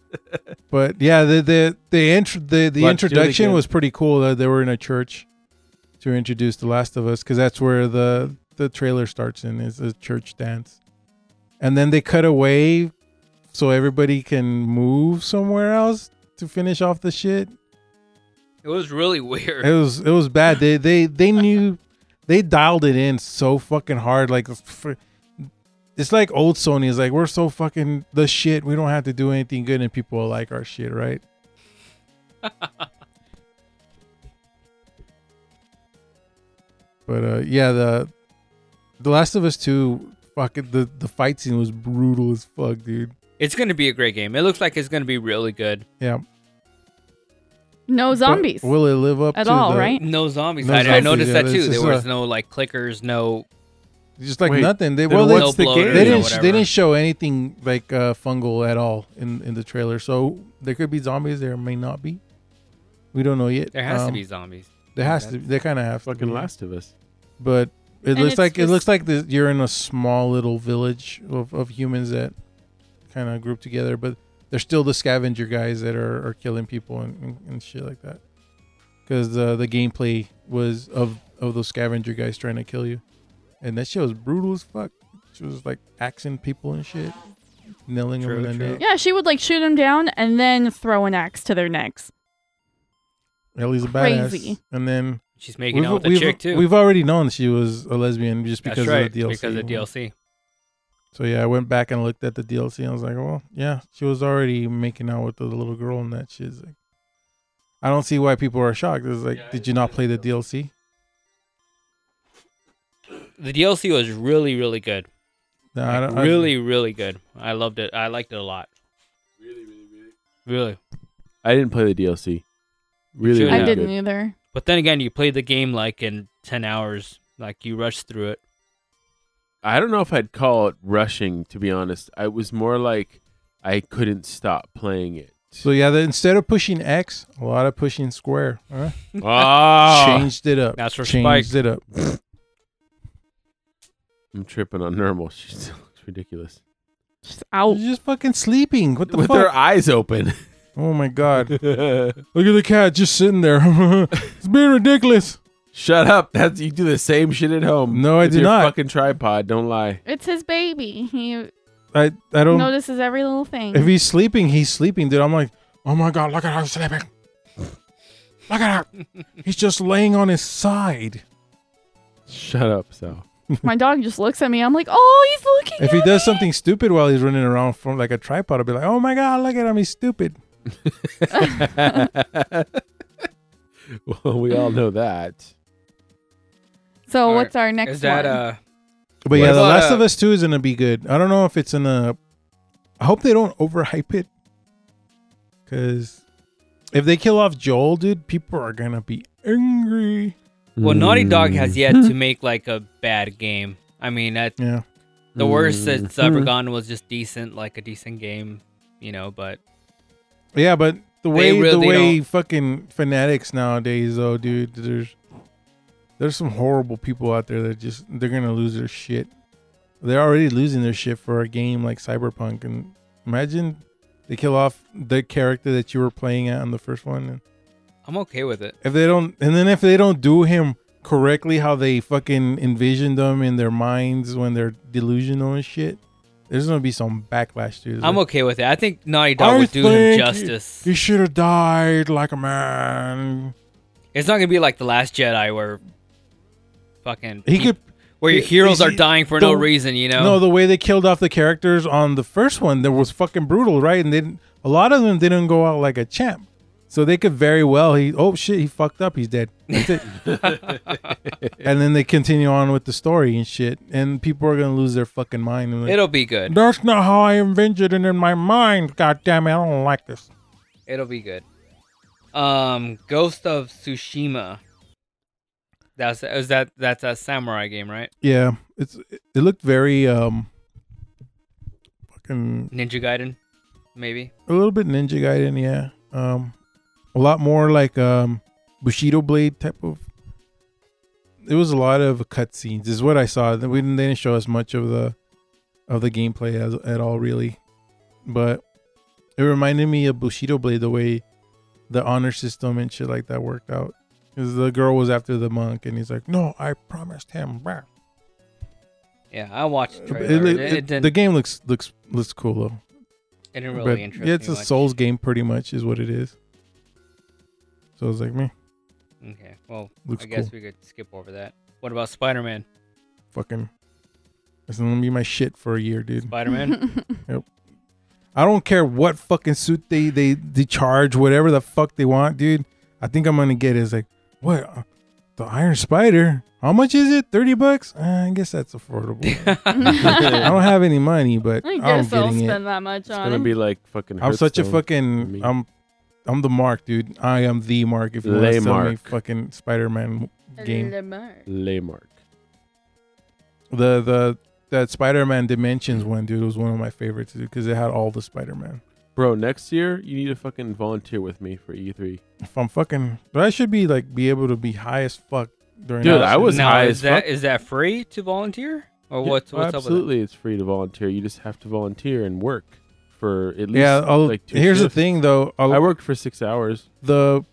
Speaker 5: But yeah, the the the intro the, the
Speaker 2: Let's do it
Speaker 5: introduction
Speaker 2: again.
Speaker 5: was pretty cool. That they were in a church to introduce The Last of Us because that's where the the trailer starts in is a church dance, and then they cut away so everybody can move somewhere else to finish off the shit.
Speaker 1: It was really weird.
Speaker 5: It was it was bad. They they they knew they dialed it in so fucking hard. Like f- it's like old Sony is like we're so fucking the shit. We don't have to do anything good, and people will like our shit, right? but uh, yeah, the The Last of Us Two, fucking the the fight scene was brutal as fuck, dude.
Speaker 1: It's going to be a great game. It looks like it's going to be really good.
Speaker 5: Yeah,
Speaker 6: no
Speaker 5: But
Speaker 6: zombies.
Speaker 5: will it live up
Speaker 6: At
Speaker 5: to
Speaker 6: all,
Speaker 5: the-
Speaker 6: right?
Speaker 1: No zombies.
Speaker 5: No
Speaker 1: I, I
Speaker 5: zombies,
Speaker 1: noticed
Speaker 5: yeah,
Speaker 1: that
Speaker 5: it's
Speaker 1: too. There
Speaker 5: just
Speaker 1: was
Speaker 5: a-
Speaker 1: no like clickers, no.
Speaker 5: Just like
Speaker 2: Wait,
Speaker 5: nothing. They
Speaker 2: then
Speaker 5: well, they,
Speaker 2: what's the
Speaker 1: no
Speaker 2: game?
Speaker 1: bloaters
Speaker 5: they
Speaker 1: or
Speaker 5: didn't
Speaker 1: whatever.
Speaker 5: they didn't show anything like uh, fungal at all in in the trailer so there could be zombies there may not be we don't know yet
Speaker 1: There has to
Speaker 5: Um,
Speaker 1: be zombies.
Speaker 5: there has to they kind of have to
Speaker 2: Fucking
Speaker 5: be.
Speaker 2: Last of Us.
Speaker 5: but it
Speaker 6: And
Speaker 5: looks
Speaker 6: it's
Speaker 5: like it
Speaker 6: just-
Speaker 5: looks like this, you're in a small little village of, of humans that kind of group together but they're still the scavenger guys that are, are killing people and, and, and shit like that because the the gameplay was of of those scavenger guys trying to kill you and that shit was brutal as fuck she was like axing people and shit nailing
Speaker 1: True,
Speaker 5: them in the
Speaker 1: true.
Speaker 5: neck
Speaker 6: Yeah, she would like shoot them down and then throw an axe to their necks.
Speaker 5: Ellie's a
Speaker 6: Crazy.
Speaker 5: badass and then
Speaker 1: She's making out with the
Speaker 5: we've,
Speaker 1: chick too.
Speaker 5: we've already known she was a lesbian just
Speaker 1: That's
Speaker 5: because
Speaker 1: right.
Speaker 5: of the DLC
Speaker 1: Because of DLC.
Speaker 5: So yeah, I went back and looked at the DLC and I was like, well, yeah, she was already making out with the little girl and that shit. It's Like, I don't see why people are shocked. It's like, did you not play the DLC?
Speaker 1: The DLC was really, really good.
Speaker 5: No, I
Speaker 1: Like,
Speaker 5: don't, I-
Speaker 1: really, really good. I loved it. I liked it a lot. Really, really, really. Really.
Speaker 2: I didn't play the DLC. Really,
Speaker 1: should
Speaker 2: really
Speaker 6: I
Speaker 1: Yeah.
Speaker 6: didn't
Speaker 2: good.
Speaker 6: either.
Speaker 9: But then again, you played the game like in 10 hours, like you rushed through it.
Speaker 2: I don't know if I'd call it rushing, to be honest. I was more like I couldn't stop playing it.
Speaker 5: So yeah, the, instead of pushing X, a lot of pushing square. Huh?
Speaker 2: Oh,
Speaker 5: Changed it up.
Speaker 9: That's for
Speaker 5: Changed
Speaker 9: Spike.
Speaker 5: it up.
Speaker 2: I'm tripping on normal. She still looks ridiculous.
Speaker 6: Just out.
Speaker 5: You're just fucking sleeping. What the
Speaker 2: With
Speaker 5: fuck?
Speaker 2: her eyes open.
Speaker 5: oh my god. Look at the cat just sitting there. it's being ridiculous.
Speaker 2: Shut up. That's you do the same shit at home.
Speaker 5: No, I
Speaker 2: With
Speaker 5: do
Speaker 2: your
Speaker 5: not.
Speaker 2: Fucking tripod. Don't lie.
Speaker 6: It's his baby. He
Speaker 5: I I don't.
Speaker 6: notices every little thing.
Speaker 5: If he's sleeping, he's sleeping, dude. I'm like, oh my god, look at her sleeping. Look at her. he's just laying on his side.
Speaker 2: Shut up, Sal.
Speaker 6: My dog just looks at me. I'm like, oh, he's looking.
Speaker 5: If he
Speaker 6: at
Speaker 5: does
Speaker 6: me."
Speaker 5: something stupid while he's running around from like a tripod, I'll be like, oh my god, look at him. He's stupid.
Speaker 2: well, we all know that.
Speaker 6: So
Speaker 9: Or
Speaker 6: what's our next
Speaker 9: Is that
Speaker 6: one?
Speaker 9: uh
Speaker 5: But
Speaker 2: What
Speaker 5: yeah, The
Speaker 9: about,
Speaker 5: Last
Speaker 9: uh,
Speaker 5: of Us 2 is going to be good. I don't know if it's in a. I hope they don't overhype it. Because if they kill off Joel, dude, people are going to be angry.
Speaker 9: well Naughty Dog
Speaker 2: Mm.
Speaker 9: has yet to make like a bad game. I mean, that
Speaker 5: Yeah.
Speaker 9: the worst
Speaker 2: Mm.
Speaker 9: it's ever gone was just decent, like a decent game, you know, but
Speaker 5: Yeah, but the way
Speaker 9: They really
Speaker 5: the way
Speaker 9: don't-
Speaker 5: fucking fanatics nowadays, though, dude, there's there's some horrible people out there that just they're gonna lose their shit. They're already losing their shit for a game like Cyberpunk, and imagine they kill off the character that you were playing at on the first one. And
Speaker 9: I'm okay with it.
Speaker 5: if they don't, and then if they don't do him correctly, how they fucking envisioned him in their minds when they're delusional and shit, there's gonna be some backlash, dude. It's
Speaker 9: I'm
Speaker 5: like,
Speaker 9: okay with it. I think Naughty Dog would do him
Speaker 5: think
Speaker 9: justice.
Speaker 5: He should have died like a man.
Speaker 9: It's not gonna be like the Last Jedi where fucking
Speaker 5: He could
Speaker 9: where your
Speaker 5: Yeah,
Speaker 9: heroes
Speaker 5: you
Speaker 9: are
Speaker 5: see,
Speaker 9: dying for no
Speaker 5: the-
Speaker 9: reason, you know.
Speaker 5: no. The way they killed off the characters on the first one, that was fucking brutal, right? And then a lot of them didn't go out like a champ, so they could very well. He oh shit, he fucked up. He's dead. That's it. and then they continue on with the story and shit, and people are gonna lose their fucking mind. And like,
Speaker 9: It'll be good.
Speaker 5: That's not how I envisioned it in my mind. God damn it, I don't like this.
Speaker 9: It'll be good. Um, Ghost of Tsushima. That's is that that's a samurai game, right?
Speaker 5: Yeah, it's it looked very um fucking
Speaker 9: Ninja Gaiden, maybe.
Speaker 5: a little bit Ninja Gaiden, yeah. Um, a lot more like um Bushido Blade type of. It was a lot of cutscenes, is what I saw. They didn't, they didn't show us much of the of the gameplay as, at all, really. But it reminded me of Bushido Blade the way the honor system and shit like that worked out. Because the girl was after the monk, and he's like, "No, I promised him." Bah.
Speaker 9: Yeah, I watched the
Speaker 5: It-
Speaker 9: trailer. It,
Speaker 5: it-
Speaker 9: it
Speaker 5: it-
Speaker 9: didn't.
Speaker 5: the game looks looks looks cool though.
Speaker 9: it didn't
Speaker 5: But,
Speaker 9: really interest
Speaker 5: yeah, it's
Speaker 9: me
Speaker 5: a
Speaker 9: much.
Speaker 5: Souls game, pretty much, is what it is. So I was like, man,
Speaker 9: Okay, well,
Speaker 5: looks
Speaker 9: I guess
Speaker 5: cool.
Speaker 9: we could skip over that. What about Spider Man?
Speaker 5: Fucking, it's gonna be my shit for a year, dude.
Speaker 9: Spider Man.
Speaker 5: I don't care what fucking suit they they they charge, whatever the fuck they want, dude. I think I'm gonna get it. It's like, what? Uh, The Iron Spider? How much is it? Thirty bucks? Uh, I guess that's affordable. I don't have any money, but
Speaker 6: I
Speaker 5: I'm
Speaker 6: guess I'll
Speaker 5: getting
Speaker 6: spend
Speaker 5: it.
Speaker 6: that much
Speaker 2: It's
Speaker 6: on
Speaker 2: gonna
Speaker 6: him.
Speaker 2: be like fucking.
Speaker 5: I'm such a
Speaker 2: Hearthstone.
Speaker 5: fucking.
Speaker 2: me.
Speaker 5: I'm. I'm the mark, dude. I am the mark. If you want
Speaker 2: Lay
Speaker 5: to sell me
Speaker 2: mark.
Speaker 5: fucking Spider-Man game,
Speaker 2: Laymark.
Speaker 5: the the that Spider-Man Dimensions one, dude, was one of my favorites, dude, because it had all the Spider-Man.
Speaker 2: Bro, next year you need to fucking volunteer with me for E E3.
Speaker 5: If I'm fucking, but I should be like be able to be high as fuck during.
Speaker 2: Dude,
Speaker 5: that
Speaker 2: I
Speaker 5: shit.
Speaker 2: was
Speaker 9: now
Speaker 2: high
Speaker 9: is
Speaker 2: as
Speaker 9: that
Speaker 2: fuck.
Speaker 9: is that free to volunteer or
Speaker 2: Yeah,
Speaker 9: what's what's up with
Speaker 2: absolutely, it's free to volunteer. You just have to volunteer and work for at least
Speaker 5: Yeah, I'll,
Speaker 2: like two.
Speaker 5: here's
Speaker 2: shifts.
Speaker 5: the thing though. I'll,
Speaker 2: I worked for six hours.
Speaker 5: the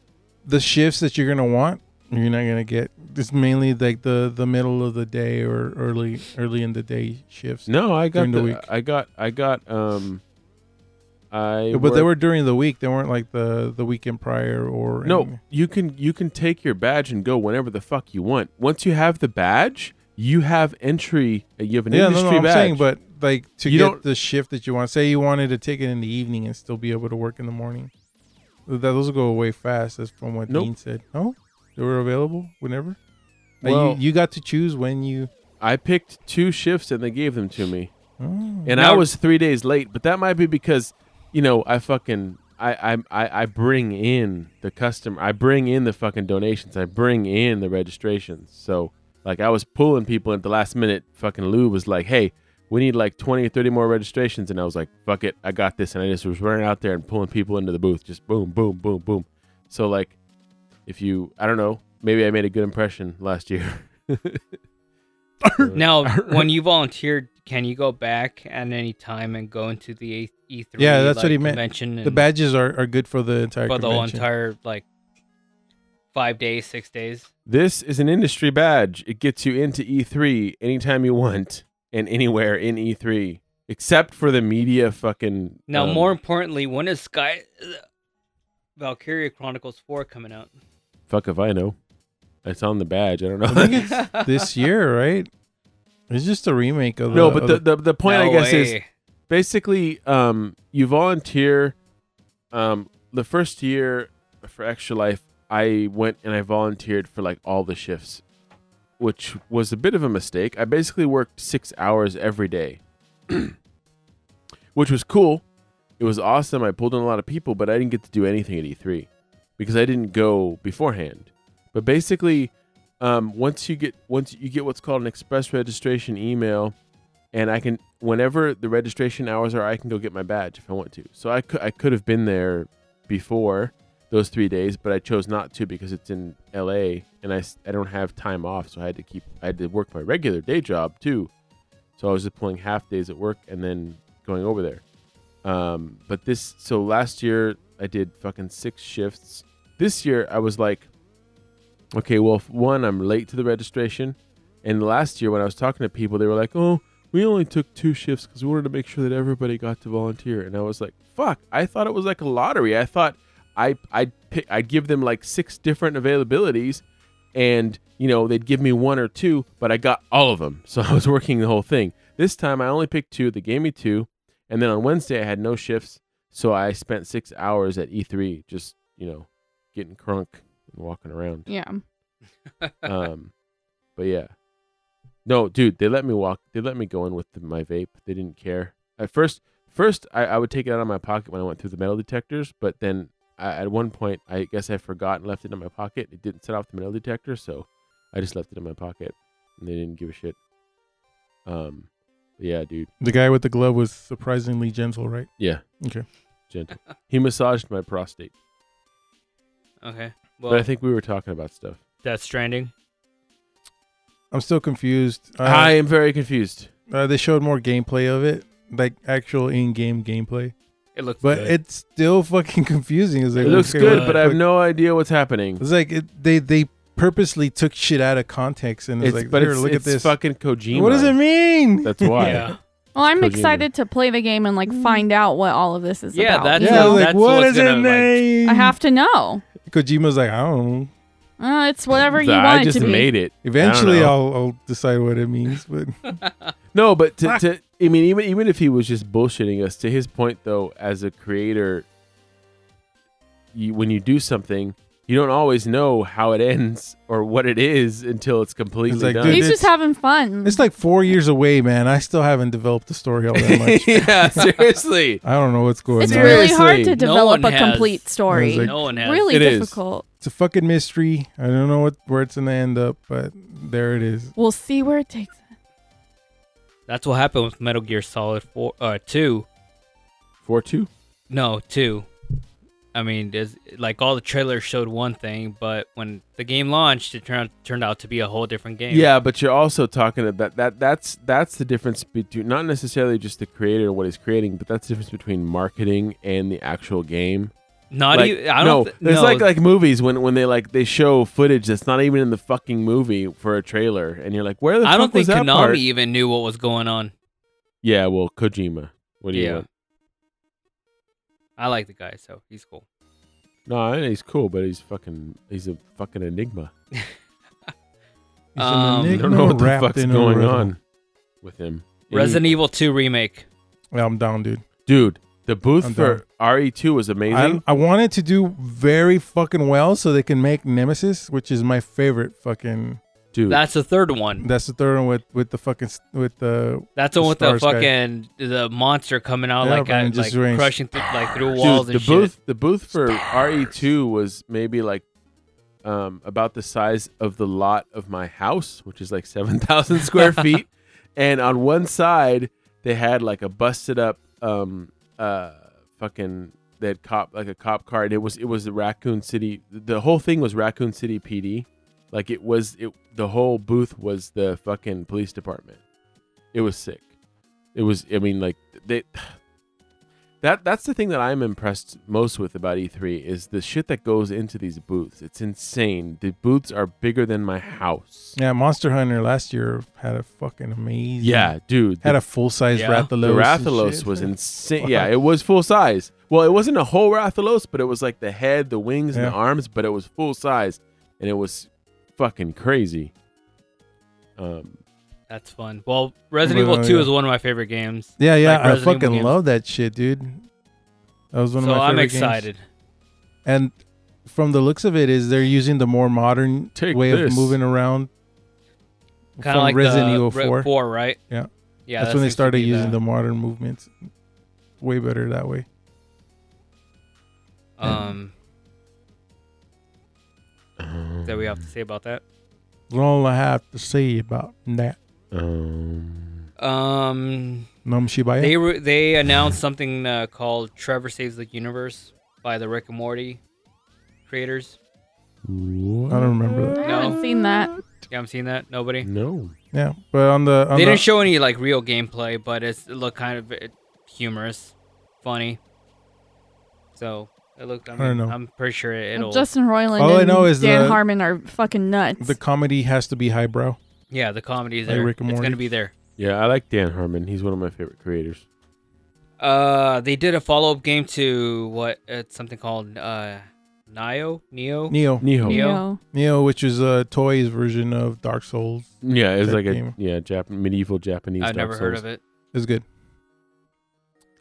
Speaker 5: the shifts that you're gonna want. You're not gonna get. It's mainly like the the middle of the day or early early in the day shifts.
Speaker 2: No, I got
Speaker 5: During the
Speaker 2: the,
Speaker 5: week.
Speaker 2: I got I got um. I
Speaker 5: but they
Speaker 2: worked-
Speaker 5: were during the week. They weren't like the the weekend prior or
Speaker 2: no.
Speaker 5: anything.
Speaker 2: You can you can take your badge and go whenever the fuck you want. Once you have the badge, you have entry. uh, You have an
Speaker 5: Yeah, no, no,
Speaker 2: industry
Speaker 5: I'm
Speaker 2: badge.
Speaker 5: saying, but like to
Speaker 2: You
Speaker 5: get
Speaker 2: don't-
Speaker 5: the shift that you want. Say you wanted to take it in the evening and still be able to work in the morning. Th- That those will go away fast. That's from what
Speaker 2: Nope.
Speaker 5: Dean said. No, they were available whenever. Like,
Speaker 2: Well-
Speaker 5: uh, you, you got to choose when you.
Speaker 2: I picked two shifts and they gave them to me.
Speaker 5: Oh.
Speaker 2: And
Speaker 9: Now-
Speaker 2: I was three days late, but that might be because, you know, I fucking I, I I I bring in the customer. I bring in the fucking donations. I bring in the registrations. So like I was pulling people at the last minute. Fucking Lou was like, "Hey, we need like 20 or 30 more registrations." And I was like, "Fuck it, I got this." And I just was running out there and pulling people into the booth. Just boom, boom, boom, boom. So like, if you, I don't know, maybe I made a good impression last year.
Speaker 9: now, when you volunteered, can you go back at any time and go into the E3?
Speaker 5: Yeah, that's what he meant.
Speaker 9: Convention
Speaker 5: The
Speaker 9: and-
Speaker 5: badges are, are good for the entire
Speaker 9: Mm. for the whole
Speaker 5: convention.
Speaker 9: entire like five days, six days.
Speaker 2: This is an industry badge. It gets you into E3 anytime you want and anywhere in E3, except for the media fucking.
Speaker 9: Now,
Speaker 2: um,
Speaker 9: more importantly, when is Sky Valkyria Chronicles Four coming out?
Speaker 2: Fuck if I know. It's on the badge. I don't know.
Speaker 5: I think it's this year, right? It's just a remake of the,
Speaker 2: no, but
Speaker 5: of
Speaker 2: the, the, the point I
Speaker 9: No
Speaker 2: guess is
Speaker 9: way.
Speaker 2: basically um, you volunteer. Um, the first year for Extra Life, I went and I volunteered for like all the shifts, which was a bit of a mistake. I basically worked six hours every day, which was cool. It was awesome. I pulled in a lot of people, but I didn't get to do anything at E3 because I didn't go beforehand. But basically, um, once you get once you get what's called an express registration email, and I can whenever the registration hours are, I can go get my badge if I want to. So I could I could have been there before those three days, but I chose not to because it's in L.A. and I, s- I don't have time off, so I had to keep I had to work my regular day job too. So I was just pulling half days at work and then going over there. Um, but this so last year I did fucking six shifts. This year I was like, okay, well, f- one I'm late to the registration, and last year when I was talking to people, they were like, oh, we only took two shifts because we wanted to make sure that everybody got to volunteer. And I was like, fuck, I thought it was like a lottery. I thought I I'd pick I'd give them like six different availabilities, and you know they'd give me one or two, but I got all of them. So I was working the whole thing. This time I only picked two. They gave me two, and then on Wednesday I had no shifts, so I spent six hours at E3 just you know getting crunk and walking around.
Speaker 6: Yeah.
Speaker 2: um, but yeah, no, dude, they let me walk. They let me go in with the, my vape. They didn't care at first. First, I, I would take it out of my pocket when I went through the metal detectors, but then I, at one point, I guess I forgot and left it in my pocket. It didn't set off the metal detector, so I just left it in my pocket, and they didn't give a shit. Um, yeah, dude,
Speaker 5: the guy with the glove was surprisingly gentle, right?
Speaker 2: yeah,
Speaker 5: Okay.
Speaker 2: gentle. he massaged my prostate,
Speaker 9: Okay, well,
Speaker 2: but I think we were talking about stuff.
Speaker 9: Death Stranding.
Speaker 5: I'm still confused. Uh,
Speaker 2: I am very confused.
Speaker 5: uh, they showed more gameplay of it, like actual in-game gameplay,
Speaker 9: It looks
Speaker 5: but
Speaker 9: good.
Speaker 5: it's still fucking confusing. It's like,
Speaker 2: It looks
Speaker 5: okay,
Speaker 2: good,
Speaker 5: what
Speaker 2: but
Speaker 5: the
Speaker 2: I have
Speaker 5: fuck-
Speaker 2: no idea what's happening.
Speaker 5: It's like it, they they purposely took shit out of context and it's,
Speaker 2: It's,
Speaker 5: like,
Speaker 2: but
Speaker 5: here,
Speaker 2: it's,
Speaker 5: look
Speaker 2: it's
Speaker 5: at this.
Speaker 2: fucking Kojima.
Speaker 5: what does it mean?
Speaker 2: That's why.
Speaker 9: yeah,
Speaker 6: Well, I'm
Speaker 2: Kojima.
Speaker 6: excited to play the game and like find out what all of this is
Speaker 9: Mm. Yeah,
Speaker 6: about.
Speaker 9: that's-
Speaker 5: yeah,
Speaker 9: No,
Speaker 5: like
Speaker 9: that's
Speaker 5: what
Speaker 9: what's
Speaker 5: does it
Speaker 9: gonna, like-
Speaker 5: mean?
Speaker 6: I have to know.
Speaker 5: Kojima's like, I don't know.
Speaker 6: Uh, it's whatever you
Speaker 2: I
Speaker 6: want it
Speaker 2: just
Speaker 6: to be.
Speaker 2: made it. I
Speaker 5: Eventually,
Speaker 2: don't know.
Speaker 5: I'll I'll decide what it means. But
Speaker 2: No, but to, to I mean, even even if he was just bullshitting us, to his point though, as a creator, you, when you do something, you don't always know how it ends or what it is until it's completely
Speaker 5: like,
Speaker 2: done.
Speaker 5: dude,
Speaker 6: He's
Speaker 5: it's-
Speaker 6: just having fun.
Speaker 5: it's like four years away, man. I still haven't developed the story all that much.
Speaker 2: yeah, seriously.
Speaker 5: I don't know what's going
Speaker 6: It's
Speaker 5: on.
Speaker 6: really hard
Speaker 2: Seriously.
Speaker 6: to
Speaker 2: No
Speaker 6: develop
Speaker 9: one
Speaker 6: a
Speaker 9: has.
Speaker 6: complete story.
Speaker 5: Like,
Speaker 9: no one has.
Speaker 6: really
Speaker 2: It is.
Speaker 6: difficult.
Speaker 5: it's a fucking mystery. I don't know what where it's gonna end up, but there it is.
Speaker 6: We'll see where it takes. us.
Speaker 9: That's what happened with Metal Gear Solid Four, uh, Two.
Speaker 2: Four two.
Speaker 9: No, two. I mean, there's, like all the trailers showed one thing, but when the game launched, it turned turned out to be a whole different game.
Speaker 2: Yeah, but you're also talking about that. That's that's the difference between not necessarily just the creator and what he's creating, but that's the difference between marketing and the actual game.
Speaker 9: not
Speaker 2: Like,
Speaker 9: even. I
Speaker 2: no,
Speaker 9: don't. thi-
Speaker 2: there's
Speaker 9: no,
Speaker 2: like like movies when when they like they show footage that's not even in the fucking movie for a trailer, and you're like, where the
Speaker 9: I
Speaker 2: fuck
Speaker 9: don't
Speaker 2: was
Speaker 9: think
Speaker 2: that
Speaker 9: Konami
Speaker 2: part?
Speaker 9: even knew what was going on.
Speaker 2: Yeah, well, Kojima. What do you
Speaker 9: Yeah.
Speaker 2: want?
Speaker 9: I like the guy, so he's cool.
Speaker 2: No, I mean, he's cool, but he's fucking he's a fucking enigma.
Speaker 5: It's
Speaker 9: Um,
Speaker 5: an
Speaker 9: I
Speaker 2: I
Speaker 9: don't
Speaker 2: don't
Speaker 5: enigma
Speaker 2: know what the
Speaker 5: wrapped
Speaker 2: fuck's
Speaker 5: in a
Speaker 2: going
Speaker 5: riddle.
Speaker 2: on with him.
Speaker 9: Resident Evil Two remake.
Speaker 5: Yeah, I'm down, dude.
Speaker 2: dude, the booth
Speaker 5: I'm
Speaker 2: for RE2 was
Speaker 5: I,
Speaker 2: amazing.
Speaker 5: I wanted to do very fucking well so they can make Nemesis, which is my favorite fucking
Speaker 2: Dude.
Speaker 9: That's the third one.
Speaker 5: That's the third one with with the fucking s- with the.
Speaker 9: That's the one with the
Speaker 5: stars guy.
Speaker 9: fucking the monster coming out
Speaker 5: Yeah,
Speaker 9: like
Speaker 5: man,
Speaker 9: a,
Speaker 5: just
Speaker 9: like
Speaker 5: rings.
Speaker 9: crushing through like through
Speaker 2: Dude,
Speaker 9: walls
Speaker 2: the
Speaker 9: and shit.
Speaker 2: booth the booth for RE2 was maybe like um about the size of the lot of my house, which is like 7,000 square feet, and on one side they had like a busted up um uh fucking they had cop like a cop car and it was it was the Raccoon City the whole thing was Raccoon City PD. Like it was it the whole booth was the fucking police department. It was sick. It was I mean like they that that's the thing that I'm impressed most with about E3 is the shit that goes into these booths. It's insane. The booths are bigger than my house.
Speaker 5: Yeah, Monster Hunter last year had a fucking amazing.
Speaker 2: Yeah, dude.
Speaker 5: had
Speaker 2: the,
Speaker 5: a full size
Speaker 9: Yeah.
Speaker 5: Rathalos.
Speaker 2: the
Speaker 5: and
Speaker 2: Rathalos
Speaker 5: shit.
Speaker 2: was
Speaker 5: Yeah.
Speaker 2: insane. Yeah, it was full size. Well, it wasn't a whole Rathalos, but it was like the head, the wings, and
Speaker 5: Yeah.
Speaker 2: the arms, but it was full size, and it was fucking crazy. Um,
Speaker 9: That's fun. Well, Resident
Speaker 5: Well,
Speaker 9: Evil 2
Speaker 5: yeah.
Speaker 9: is one of my favorite games.
Speaker 5: Yeah, yeah,
Speaker 9: Like
Speaker 5: I
Speaker 9: Resident Evil
Speaker 5: fucking
Speaker 9: games.
Speaker 5: love that shit, dude. That was one
Speaker 9: so
Speaker 5: of my
Speaker 9: I'm
Speaker 5: favorite
Speaker 9: excited.
Speaker 5: games. And from the looks of it, is they're using the more modern
Speaker 2: Take
Speaker 5: way
Speaker 2: this.
Speaker 5: of moving around.
Speaker 9: Kind of like
Speaker 5: Resident
Speaker 9: the
Speaker 5: Evil
Speaker 9: Re-
Speaker 5: 4.
Speaker 9: right?
Speaker 5: Yeah.
Speaker 9: Yeah.
Speaker 5: that's when they
Speaker 9: seems to
Speaker 5: started
Speaker 9: be
Speaker 5: using the modern movements. Way better that way.
Speaker 9: Um, that we have to say about that.
Speaker 5: That's all I have to say about that.
Speaker 2: um,
Speaker 9: Um,
Speaker 5: Nom Shibaya.
Speaker 9: they re- they announced something uh, called Trevor Saves the Universe by the Rick and Morty creators.
Speaker 5: I don't remember
Speaker 6: I
Speaker 5: that.
Speaker 6: haven't seen that.
Speaker 9: You haven't seen that? Nobody.
Speaker 2: no.
Speaker 5: Yeah, but on the on
Speaker 9: They
Speaker 5: the,
Speaker 9: didn't show any like real gameplay, but it's, it looked kind of uh, humorous, funny. So it looked. I, mean,
Speaker 5: I don't know.
Speaker 9: I'm pretty sure it'll.
Speaker 6: Justin Roiland
Speaker 5: All I
Speaker 6: and
Speaker 5: know is
Speaker 6: Dan
Speaker 5: the-
Speaker 6: Harmon are fucking nuts.
Speaker 5: the comedy has to be highbrow.
Speaker 9: yeah, the comedy is
Speaker 5: Like
Speaker 9: there.
Speaker 5: Rick and
Speaker 9: it's
Speaker 5: Morty.
Speaker 9: gonna be there.
Speaker 2: Yeah, I like Dan Harmon. He's one of my favorite creators.
Speaker 9: Uh, they did a follow up game to what it's something called uh, Nio Neo.
Speaker 5: Neo,
Speaker 2: Neo.
Speaker 9: Neo.
Speaker 5: Neo, which is a toys version of Dark Souls,
Speaker 2: Yeah, it's
Speaker 5: That
Speaker 2: like
Speaker 5: game.
Speaker 2: a yeah, Jap- medieval Japanese.
Speaker 9: I've never heard
Speaker 2: it.
Speaker 9: of it.
Speaker 5: is good.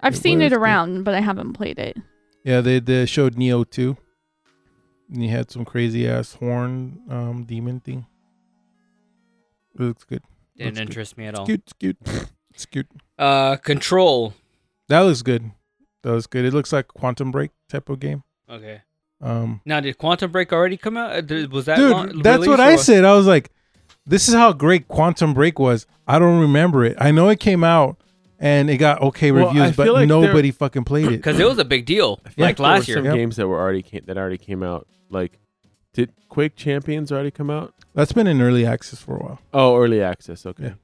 Speaker 6: I've
Speaker 5: It
Speaker 6: seen
Speaker 5: was
Speaker 6: it
Speaker 5: good.
Speaker 6: around, but I haven't played it.
Speaker 5: Yeah, they they showed Neo too. And he had some crazy ass horn um demon thing. It looks good.
Speaker 9: Didn't
Speaker 5: Looks good.
Speaker 9: interest me at all.
Speaker 5: It's cute, it's cute. it's cute.
Speaker 9: Uh, Control.
Speaker 5: That looks good. That looks good. It looks like Quantum Break type of game.
Speaker 9: Okay.
Speaker 5: Um
Speaker 9: Now, did Quantum Break already come out? Uh, did- Was that
Speaker 5: Dude,
Speaker 9: lon-
Speaker 5: that's what
Speaker 9: released,
Speaker 5: I
Speaker 9: or-
Speaker 5: said. I was like, this is how great Quantum Break was. I don't remember it. I know it came out and it got okay
Speaker 2: Well, I
Speaker 5: reviews,
Speaker 2: feel
Speaker 5: but
Speaker 2: like there-
Speaker 5: nobody fucking played it.
Speaker 9: because it was a big deal
Speaker 2: I feel
Speaker 9: like
Speaker 2: there
Speaker 9: last
Speaker 2: were
Speaker 9: year.
Speaker 2: some
Speaker 5: Yep.
Speaker 2: games that were already came, that already came out. Like, did Quake Champions already come out?
Speaker 5: That's been in early access for a while.
Speaker 2: Oh, early access.
Speaker 5: Yeah.
Speaker 2: Okay,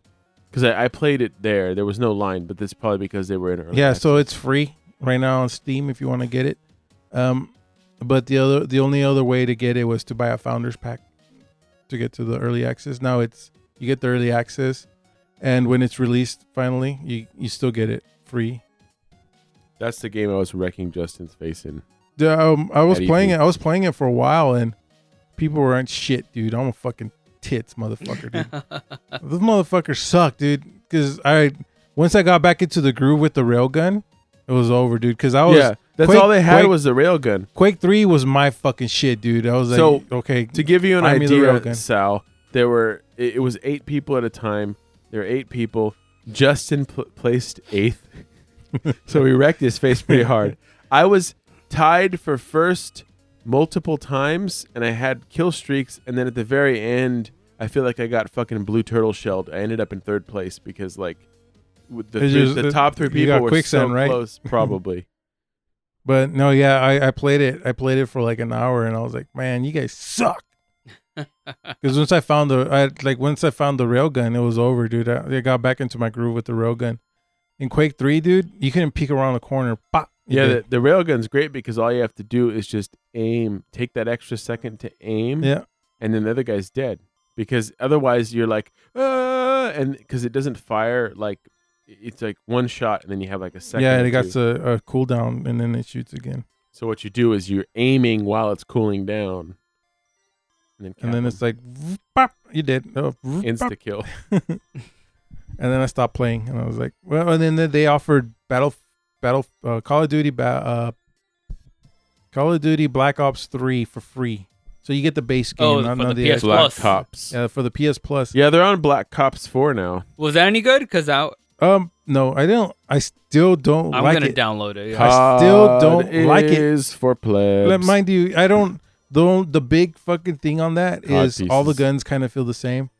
Speaker 2: because I, I played it there. There was no line, but that's probably because they were in early.
Speaker 5: yeah
Speaker 2: access.
Speaker 5: so it's free right now on steam if you want to get it um but the other the only other way to get it was to buy a founders pack to get to the early access now it's you get the early access and when it's released finally you you still get it free
Speaker 2: that's the game I was wrecking Justin's face in.
Speaker 5: Dude, um, i was
Speaker 2: How do you
Speaker 5: playing it
Speaker 2: think?
Speaker 5: i was playing it for a while and people were on shit dude i'm a fucking tits motherfucker dude this motherfucker sucked dude because i once i got back into the groove with the railgun it was over dude because i was
Speaker 2: yeah, that's
Speaker 5: Oh, Quake-
Speaker 2: all they had
Speaker 5: Quake-
Speaker 2: was the railgun.
Speaker 5: Quake Three was my fucking shit, dude. I was like,
Speaker 2: So,
Speaker 5: okay,
Speaker 2: To give you an
Speaker 5: Find me the
Speaker 2: idea,
Speaker 5: railgun.
Speaker 2: Sal, there were it, it was eight people at a time. There were eight people. Justin pl- placed eighth, so he wrecked his face pretty hard. I was tied for first multiple times, and I had kill streaks. And then at the very end, I feel like I got fucking blue turtle shelled. I ended up in third place because like with the,
Speaker 5: It's
Speaker 2: three-
Speaker 5: just-
Speaker 2: the top three
Speaker 5: you
Speaker 2: people
Speaker 5: got
Speaker 2: were
Speaker 5: quicksand,
Speaker 2: so
Speaker 5: right?
Speaker 2: close, probably.
Speaker 5: but no, yeah, I, I played it. I played it for like an hour, and I was like, man, you guys suck. Because once I found the, I like once I found the railgun, it was over, dude. I, I got back into my groove with the railgun. In Quake Three, dude, you couldn't peek around the corner. Pop. you
Speaker 2: Yeah, the,
Speaker 5: did.
Speaker 2: the railgun's great because all you have to do is just aim, take that extra second to aim,
Speaker 5: yeah.
Speaker 2: and then the other guy's dead. Because otherwise, you're like, ah, and because it doesn't fire like it's like one shot, and then you have like a second.
Speaker 5: Yeah,
Speaker 2: or
Speaker 5: it got
Speaker 2: two.
Speaker 5: a, a cooldown, and then it shoots again,
Speaker 2: So what you do is you're aiming while it's cooling down, and then
Speaker 5: and then it's like, pop, you did. Oh, vroom, pop.
Speaker 2: insta kill.
Speaker 5: and then I stopped playing, and I was like, well. And then they offered Battle, Battle, uh, Call of Duty, ba- uh, Call of Duty Black Ops Three for free. So you get the base game.
Speaker 9: Oh,
Speaker 5: not,
Speaker 9: for
Speaker 5: not
Speaker 9: the
Speaker 5: the
Speaker 9: PS
Speaker 5: extra-
Speaker 2: Black
Speaker 9: Plus.
Speaker 2: Cops.
Speaker 5: Yeah, for the PS Plus.
Speaker 2: Yeah, they're on Black Cops 4 now.
Speaker 9: Was that any good? Because I
Speaker 5: Um, no, I don't. I still don't
Speaker 9: I'm
Speaker 5: like
Speaker 9: gonna
Speaker 5: it.
Speaker 9: download it. yeah.
Speaker 5: I still don't
Speaker 2: Todd
Speaker 5: like it.
Speaker 2: Is for plebs.
Speaker 5: But mind you, I don't. The the big fucking thing on that is
Speaker 2: Cod
Speaker 5: all the
Speaker 2: pieces.
Speaker 5: guns kind of feel the same,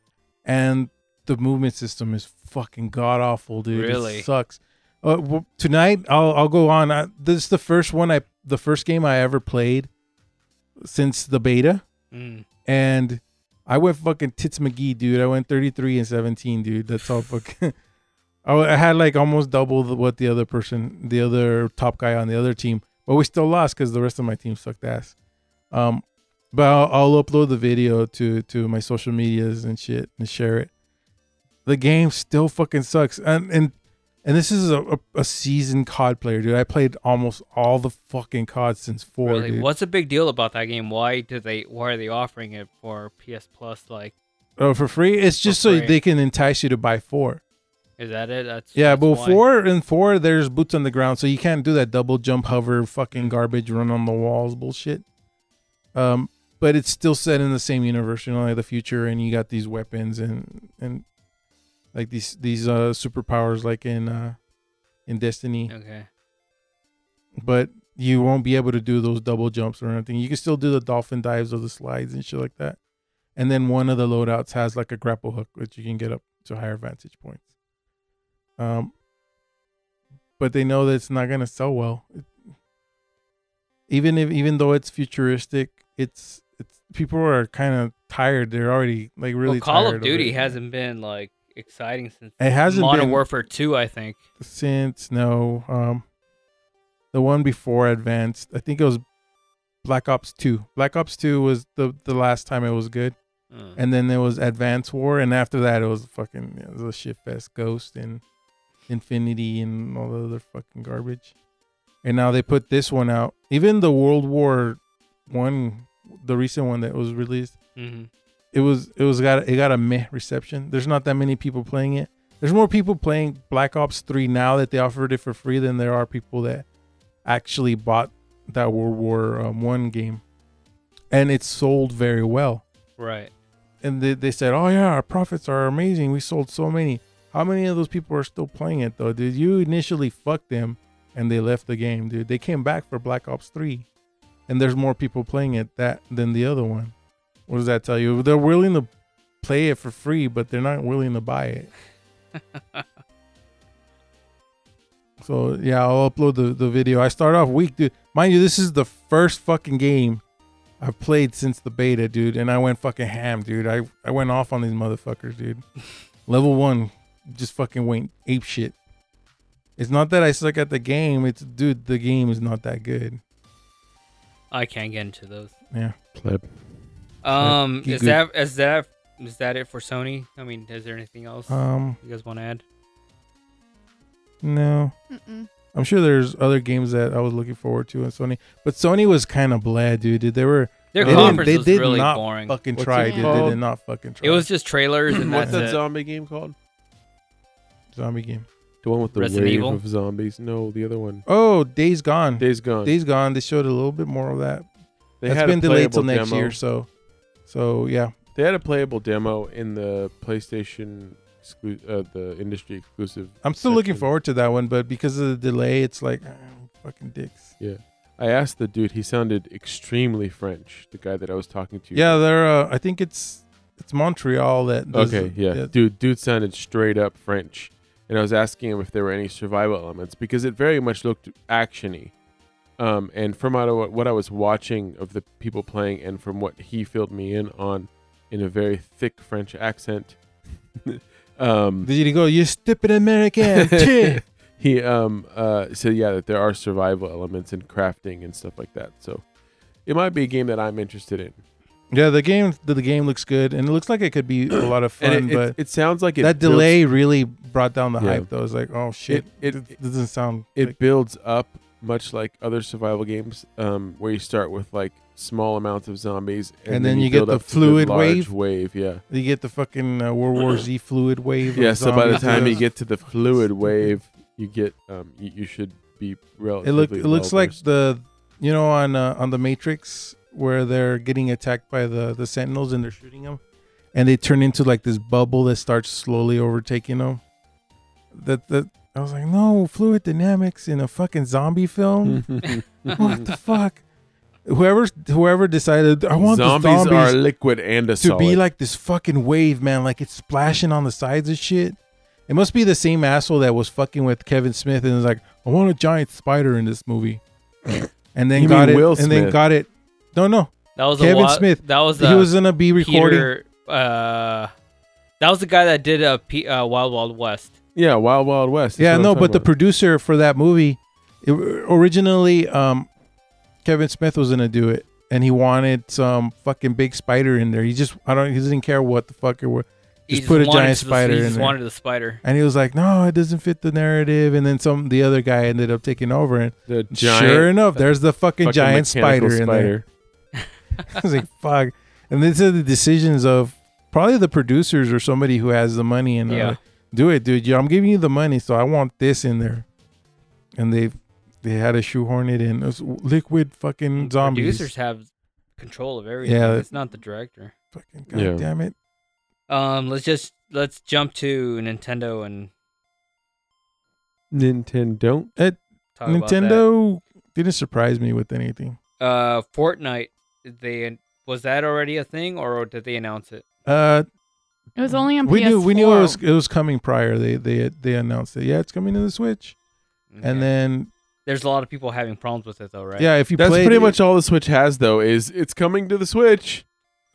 Speaker 5: and the movement system is fucking god awful, dude.
Speaker 9: Really?
Speaker 5: it sucks. Uh, w tonight I'll I'll go on. I, this is the first one I the first game I ever played since the beta,
Speaker 9: Mm.
Speaker 5: and I went fucking tits McGee, dude. I went thirty three and seventeen, dude. That's all fucking. I wa- I had like almost double the- what the other person, the other top guy on the other team, but we still lost because the rest of my team sucked ass. Um, but I'll, I'll upload the video to to my social medias and shit and share it. The game still fucking sucks, and and and this is a, a, a seasoned COD player, dude. I played almost all the fucking COD since four.
Speaker 9: Really,
Speaker 5: dude.
Speaker 9: what's the big deal about that game? Why do they? Why are they offering it for PS Plus? Like,
Speaker 5: Oh, for free? It's just so
Speaker 9: free.
Speaker 5: they can entice you to buy four.
Speaker 9: is that it? That's
Speaker 5: Yeah,
Speaker 9: that's
Speaker 5: but
Speaker 9: why.
Speaker 5: four and four, there's boots on the ground, so you can't do that double jump, hover, fucking garbage, run on the walls bullshit. Um, but it's still set in the same universe, you know, like the future, and you got these weapons and and like these these uh superpowers, like in uh in Destiny.
Speaker 9: Okay.
Speaker 5: But you won't be able to do those double jumps or anything. You can still do the dolphin dives or the slides and shit like that. And then one of the loadouts has like a grapple hook, which you can get up to higher vantage points. Um, but they know that it's not gonna sell well. It- even if even though it's futuristic, it's it's people are kind of tired. They're already like really
Speaker 9: well, Call
Speaker 5: tired
Speaker 9: of Duty
Speaker 5: it.
Speaker 9: hasn't been like exciting since
Speaker 5: It hasn't
Speaker 9: Modern
Speaker 5: been-
Speaker 9: Warfare Two, I think.
Speaker 5: since no um the one before advanced i think it was black ops 2 black ops 2 was the the last time it was good
Speaker 9: Uh,
Speaker 5: and then there was advanced war and after that it was fucking it was a shit fest ghost and infinity and all the other fucking garbage and now they put this one out even the world war one the recent one that was released
Speaker 9: mhm.
Speaker 5: it was it was got it got a meh reception. There's not that many people playing it. There's more people playing Black Ops 3 now that they offered it for free than there are people that actually bought that World War um, One game, and it sold very well.
Speaker 9: Right.
Speaker 5: And they, they said, "Oh yeah, our profits are amazing. We sold so many." How many of those people are still playing it though? Did you initially fuck them and they left the game, dude? They came back for Black Ops 3, and there's more people playing it that than the other one. What does that tell you? They're willing to play it for free, but they're not willing to buy it. so yeah, I'll upload the, the video. I start off weak, dude. Mind you, this is the first fucking game I've played since the beta, dude, and I went fucking ham, dude. I, I went off on these motherfuckers, dude. Level one just fucking went ape shit. It's not that I suck at the game, it's dude, the game is not that good.
Speaker 9: I can't get into those.
Speaker 5: Yeah.
Speaker 2: Pleb.
Speaker 9: Um,
Speaker 5: you
Speaker 9: is
Speaker 5: good.
Speaker 9: that is that is that it for Sony? I mean, is there anything else
Speaker 5: Um
Speaker 9: you guys want to add?
Speaker 5: no.
Speaker 6: Mm-mm.
Speaker 5: I'm sure there's other games that I was looking forward to in Sony, but Sony was kind of bland, dude. They were
Speaker 9: Their
Speaker 5: they didn't-
Speaker 9: conference
Speaker 5: they
Speaker 9: was
Speaker 5: did
Speaker 9: really
Speaker 5: not
Speaker 9: boring.
Speaker 5: fucking
Speaker 2: What's
Speaker 5: try,
Speaker 6: it
Speaker 5: dude. They
Speaker 2: called?
Speaker 5: did not fucking try.
Speaker 9: It was just trailers and
Speaker 2: What's
Speaker 9: that's
Speaker 2: that
Speaker 9: it.
Speaker 2: zombie game called?
Speaker 5: zombie game.
Speaker 2: The one with the
Speaker 9: Resident
Speaker 2: wave
Speaker 9: Evil?
Speaker 2: of zombies. No, the other one.
Speaker 5: Oh, Days Gone.
Speaker 2: Days Gone.
Speaker 5: Days Gone. They showed a little bit more of that.
Speaker 2: They
Speaker 5: That's
Speaker 2: had a
Speaker 5: been delayed till
Speaker 2: playable
Speaker 5: next
Speaker 2: demo.
Speaker 5: year, so so yeah.
Speaker 2: They had a playable demo in the PlayStation, exclu- uh, the industry exclusive.
Speaker 5: I'm still looking
Speaker 2: section.
Speaker 5: forward to that one, but because of the delay, it's like ah, fucking dicks.
Speaker 2: I asked the dude. He sounded extremely French. The guy that I was talking to.
Speaker 5: Yeah, they're. Uh, I think it's it's Montreal that. does-
Speaker 2: Okay. Yeah.
Speaker 5: that-
Speaker 2: Dude. Dude sounded straight up French, and I was asking him if there were any survival elements because it very much looked actiony. Um, and from out of what, what I was watching of the people playing, and from what he filled me in on, in a very thick French accent. um,
Speaker 5: Did you go? You stupid American. Tch."
Speaker 2: he um uh said yeah that there are survival elements and crafting and stuff like that. So it might be a game that I'm interested in.
Speaker 5: yeah, the game the, the game looks good, and it looks like it could be a lot of fun,
Speaker 2: and it,
Speaker 5: but.
Speaker 2: it, it sounds like it
Speaker 5: that
Speaker 2: builds-
Speaker 5: delay really brought down the
Speaker 2: Yeah.
Speaker 5: hype. Though it's like, oh shit,
Speaker 2: it-
Speaker 5: it,
Speaker 2: it-
Speaker 5: doesn't sound.
Speaker 2: it
Speaker 5: like-
Speaker 2: builds up much like other survival games um where you start with like small amounts of zombies and,
Speaker 5: And then you get
Speaker 2: build
Speaker 5: the
Speaker 2: up to
Speaker 5: fluid
Speaker 2: large
Speaker 5: wave.
Speaker 2: wave yeah
Speaker 5: you get the fucking uh, World War Z fluid wave. of
Speaker 2: yeah so by the
Speaker 5: zombies,
Speaker 2: time
Speaker 5: dude.
Speaker 2: you get to the fluid wave you get um you, you should be relatively
Speaker 5: it look it looks like
Speaker 2: well-versed.
Speaker 5: the you know on uh, on the Matrix where they're getting attacked by the the sentinels and they're shooting them, and they turn into like this bubble that starts slowly overtaking them. That that I was like, no, fluid dynamics in a fucking zombie film.
Speaker 2: Hmm.
Speaker 5: what the fuck? Whoever whoever decided I want
Speaker 2: zombies,
Speaker 5: the zombies
Speaker 2: are liquid and a
Speaker 5: to be
Speaker 2: solid.
Speaker 5: like this fucking wave, man. Like it's splashing on the sides of shit. It must be the same asshole that was fucking with Kevin Smith and was like, I want a giant spider in this movie. and then
Speaker 2: You
Speaker 5: got
Speaker 2: mean
Speaker 5: it
Speaker 2: Will
Speaker 5: and then
Speaker 2: Smith.
Speaker 5: got it. No, no.
Speaker 9: That was
Speaker 5: Kevin
Speaker 9: a wa-
Speaker 5: Smith.
Speaker 9: That was
Speaker 5: he
Speaker 9: the
Speaker 5: was gonna be recording.
Speaker 9: Peter, uh, that was the guy that did uh, P- uh, Wild Wild West.
Speaker 2: yeah, Wild Wild West.
Speaker 5: yeah, no, but the
Speaker 2: producer
Speaker 5: producer for that movie it, originally um Kevin Smith was gonna do it and he wanted some fucking big spider in there. He just I don't he didn't care what the fuck it was.
Speaker 9: He
Speaker 5: Just, put a
Speaker 9: wanted
Speaker 5: giant
Speaker 9: the-
Speaker 5: spider
Speaker 9: he
Speaker 5: in
Speaker 9: just
Speaker 5: there.
Speaker 9: wanted the spider.
Speaker 5: And he was like, "No, it doesn't fit the narrative." And then some, the other guy ended up taking over, and
Speaker 2: The giant-
Speaker 5: sure enough, there's the fucking,
Speaker 2: fucking
Speaker 5: giant spider,
Speaker 2: mechanical
Speaker 5: in there. I was like, "Fuck!" And these are the decisions of probably the producers or somebody who has the money and uh,
Speaker 9: Yeah.
Speaker 5: do it, dude. Yeah, I'm giving you the money, so I want this in there. And they they had to shoehorn it in. It was liquid fucking Mm, zombies.
Speaker 9: Producers have control of everything.
Speaker 5: Yeah.
Speaker 9: It's not the director.
Speaker 5: Fucking god
Speaker 2: Yeah.
Speaker 5: damn it!
Speaker 9: Um, let's just let's jump to Nintendo and
Speaker 2: Nintendo.
Speaker 5: It,
Speaker 9: talk about
Speaker 5: Nintendo didn't surprise me with anything.
Speaker 9: that. Uh, Fortnite. Did they was that already a thing, or did they announce it?
Speaker 5: Uh,
Speaker 6: It was only on
Speaker 5: we
Speaker 6: PS4.
Speaker 5: knew we knew it was it was coming prior. They they they announced it. Yeah, it's coming to the Switch.
Speaker 9: Okay.
Speaker 5: And then
Speaker 9: there's a lot of people having problems with it, though, right?
Speaker 5: yeah, if you
Speaker 2: That's
Speaker 5: played
Speaker 2: pretty
Speaker 5: it-
Speaker 2: much all the Switch has, though. Is it's coming to the Switch?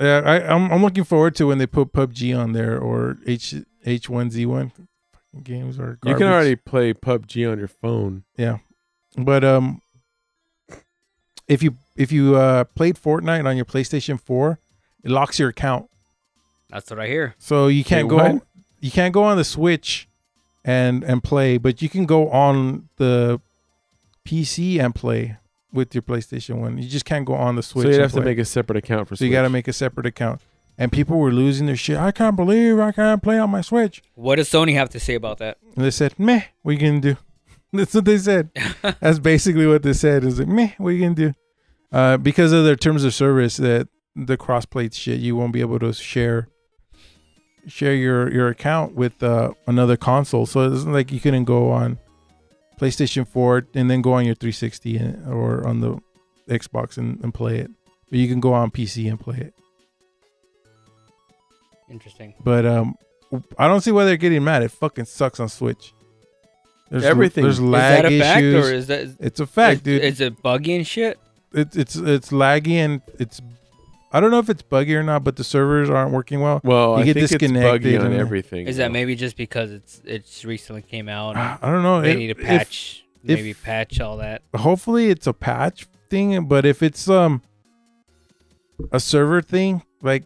Speaker 5: Yeah, I, I'm I'm looking forward to when they put PUBG on there or H H1Z1 Fucking games are. Garbage.
Speaker 2: You can already play PUBG on your phone.
Speaker 5: yeah, but um, if you if you uh played Fortnite on your PlayStation 4, it locks your account,
Speaker 9: That's what I hear.
Speaker 5: so you can't
Speaker 2: Wait,
Speaker 5: go
Speaker 2: what?
Speaker 5: you can't go on the Switch and and play, but you can go on the PC and play with your PlayStation One. You just can't go on the Switch.
Speaker 2: so you'd
Speaker 5: and
Speaker 2: have to
Speaker 5: play.
Speaker 2: make a separate account for.
Speaker 5: So you got to make a separate account. And people were losing their shit. I can't believe I can't play on my Switch.
Speaker 9: What does Sony have to say about that?
Speaker 5: And they said, meh, what you going to do? That's what they said. That's basically what they said. Is like, meh, what you going to do? Uh, because of their terms of service, that the crossplay shit, you won't be able to share share your, your account with uh, another console. So it's not like you couldn't go on PlayStation 4 and then go on your 360 and, or on the Xbox and, and play it. But you can go on PC and play it.
Speaker 9: Interesting.
Speaker 5: But um, I don't see why they're getting mad. It fucking sucks on Switch. There's
Speaker 2: Everything.
Speaker 5: There's
Speaker 9: Is
Speaker 5: lag
Speaker 9: that a fact,
Speaker 5: issues.
Speaker 9: or is that is,
Speaker 5: it's a fact, dude.
Speaker 9: Is it buggy and shit?
Speaker 5: It- it's it's laggy and it's. I don't know if it's buggy or not, but the servers aren't working well.
Speaker 2: Well,
Speaker 5: You
Speaker 2: I
Speaker 5: get
Speaker 2: think it's
Speaker 5: disconnected
Speaker 2: buggy on
Speaker 5: and-
Speaker 2: everything.
Speaker 9: Is
Speaker 2: though.
Speaker 9: that maybe just because it's it's recently came out? and
Speaker 5: I don't know.
Speaker 9: they
Speaker 5: It-
Speaker 9: need to
Speaker 5: Uh, if-
Speaker 9: patch,
Speaker 5: if-
Speaker 9: maybe patch all that.
Speaker 5: hopefully it's a patch thing, but if it's um a server thing, like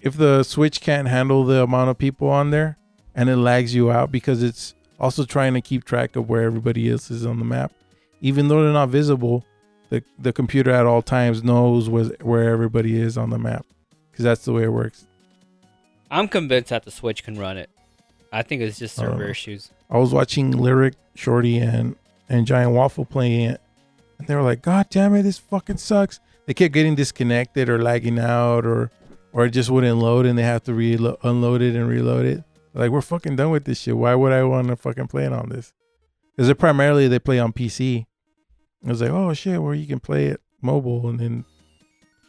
Speaker 5: if the Switch can't handle the amount of people on there and it lags you out because it's also trying to keep track of where everybody else is on the map, even though they're not visible, the the computer at all times knows where where everybody is on the map because that's the way it works.
Speaker 9: I'm convinced that the Switch can run it. I think it's just
Speaker 5: I don't
Speaker 9: server
Speaker 5: know.
Speaker 9: issues.
Speaker 5: I was watching Lyric, Shorty, and and Giant Waffle playing it, and they were like, "God damn it, this fucking sucks." They kept getting disconnected or lagging out, or or it just wouldn't load, and they have to re unload it and reload it. Like we're fucking done with this shit. Why would I want to fucking play it on this? Because they primarily they play on PC. It was like, oh shit, where you can play it mobile, and then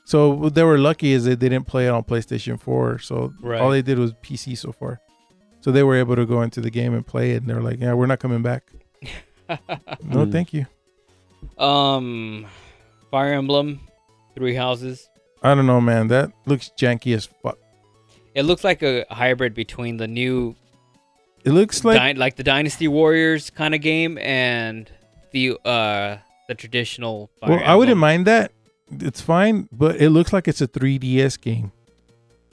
Speaker 5: so what they were lucky is that they didn't play it on PlayStation Four. So
Speaker 9: Right.
Speaker 5: all they did was PC so far. So they were able to go into the game and play it, and they're like, "Yeah, we're not coming back." no,
Speaker 2: Mm.
Speaker 5: thank you.
Speaker 9: Um, Fire Emblem, Three Houses.
Speaker 5: I don't know, man. That looks janky as fuck.
Speaker 9: It looks like a hybrid between the new
Speaker 5: It looks like
Speaker 9: like, like the Dynasty Warriors kind of game and the uh the traditional. Fire
Speaker 5: well, I wouldn't
Speaker 9: Emblem.
Speaker 5: mind that. It's fine, but it looks like it's a 3DS game.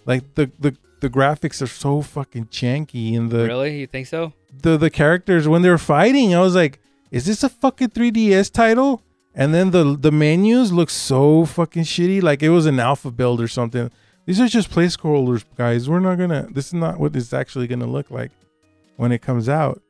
Speaker 5: Like the the the graphics are so fucking janky, and the
Speaker 9: Really, you think so?
Speaker 5: the the characters when they're fighting, I was like, "Is this a fucking 3DS title?" And then the the menus look so fucking shitty, like it was an alpha build or something. These are just placeholders, guys. We're not gonna. This is not what it's actually gonna look like when it comes out.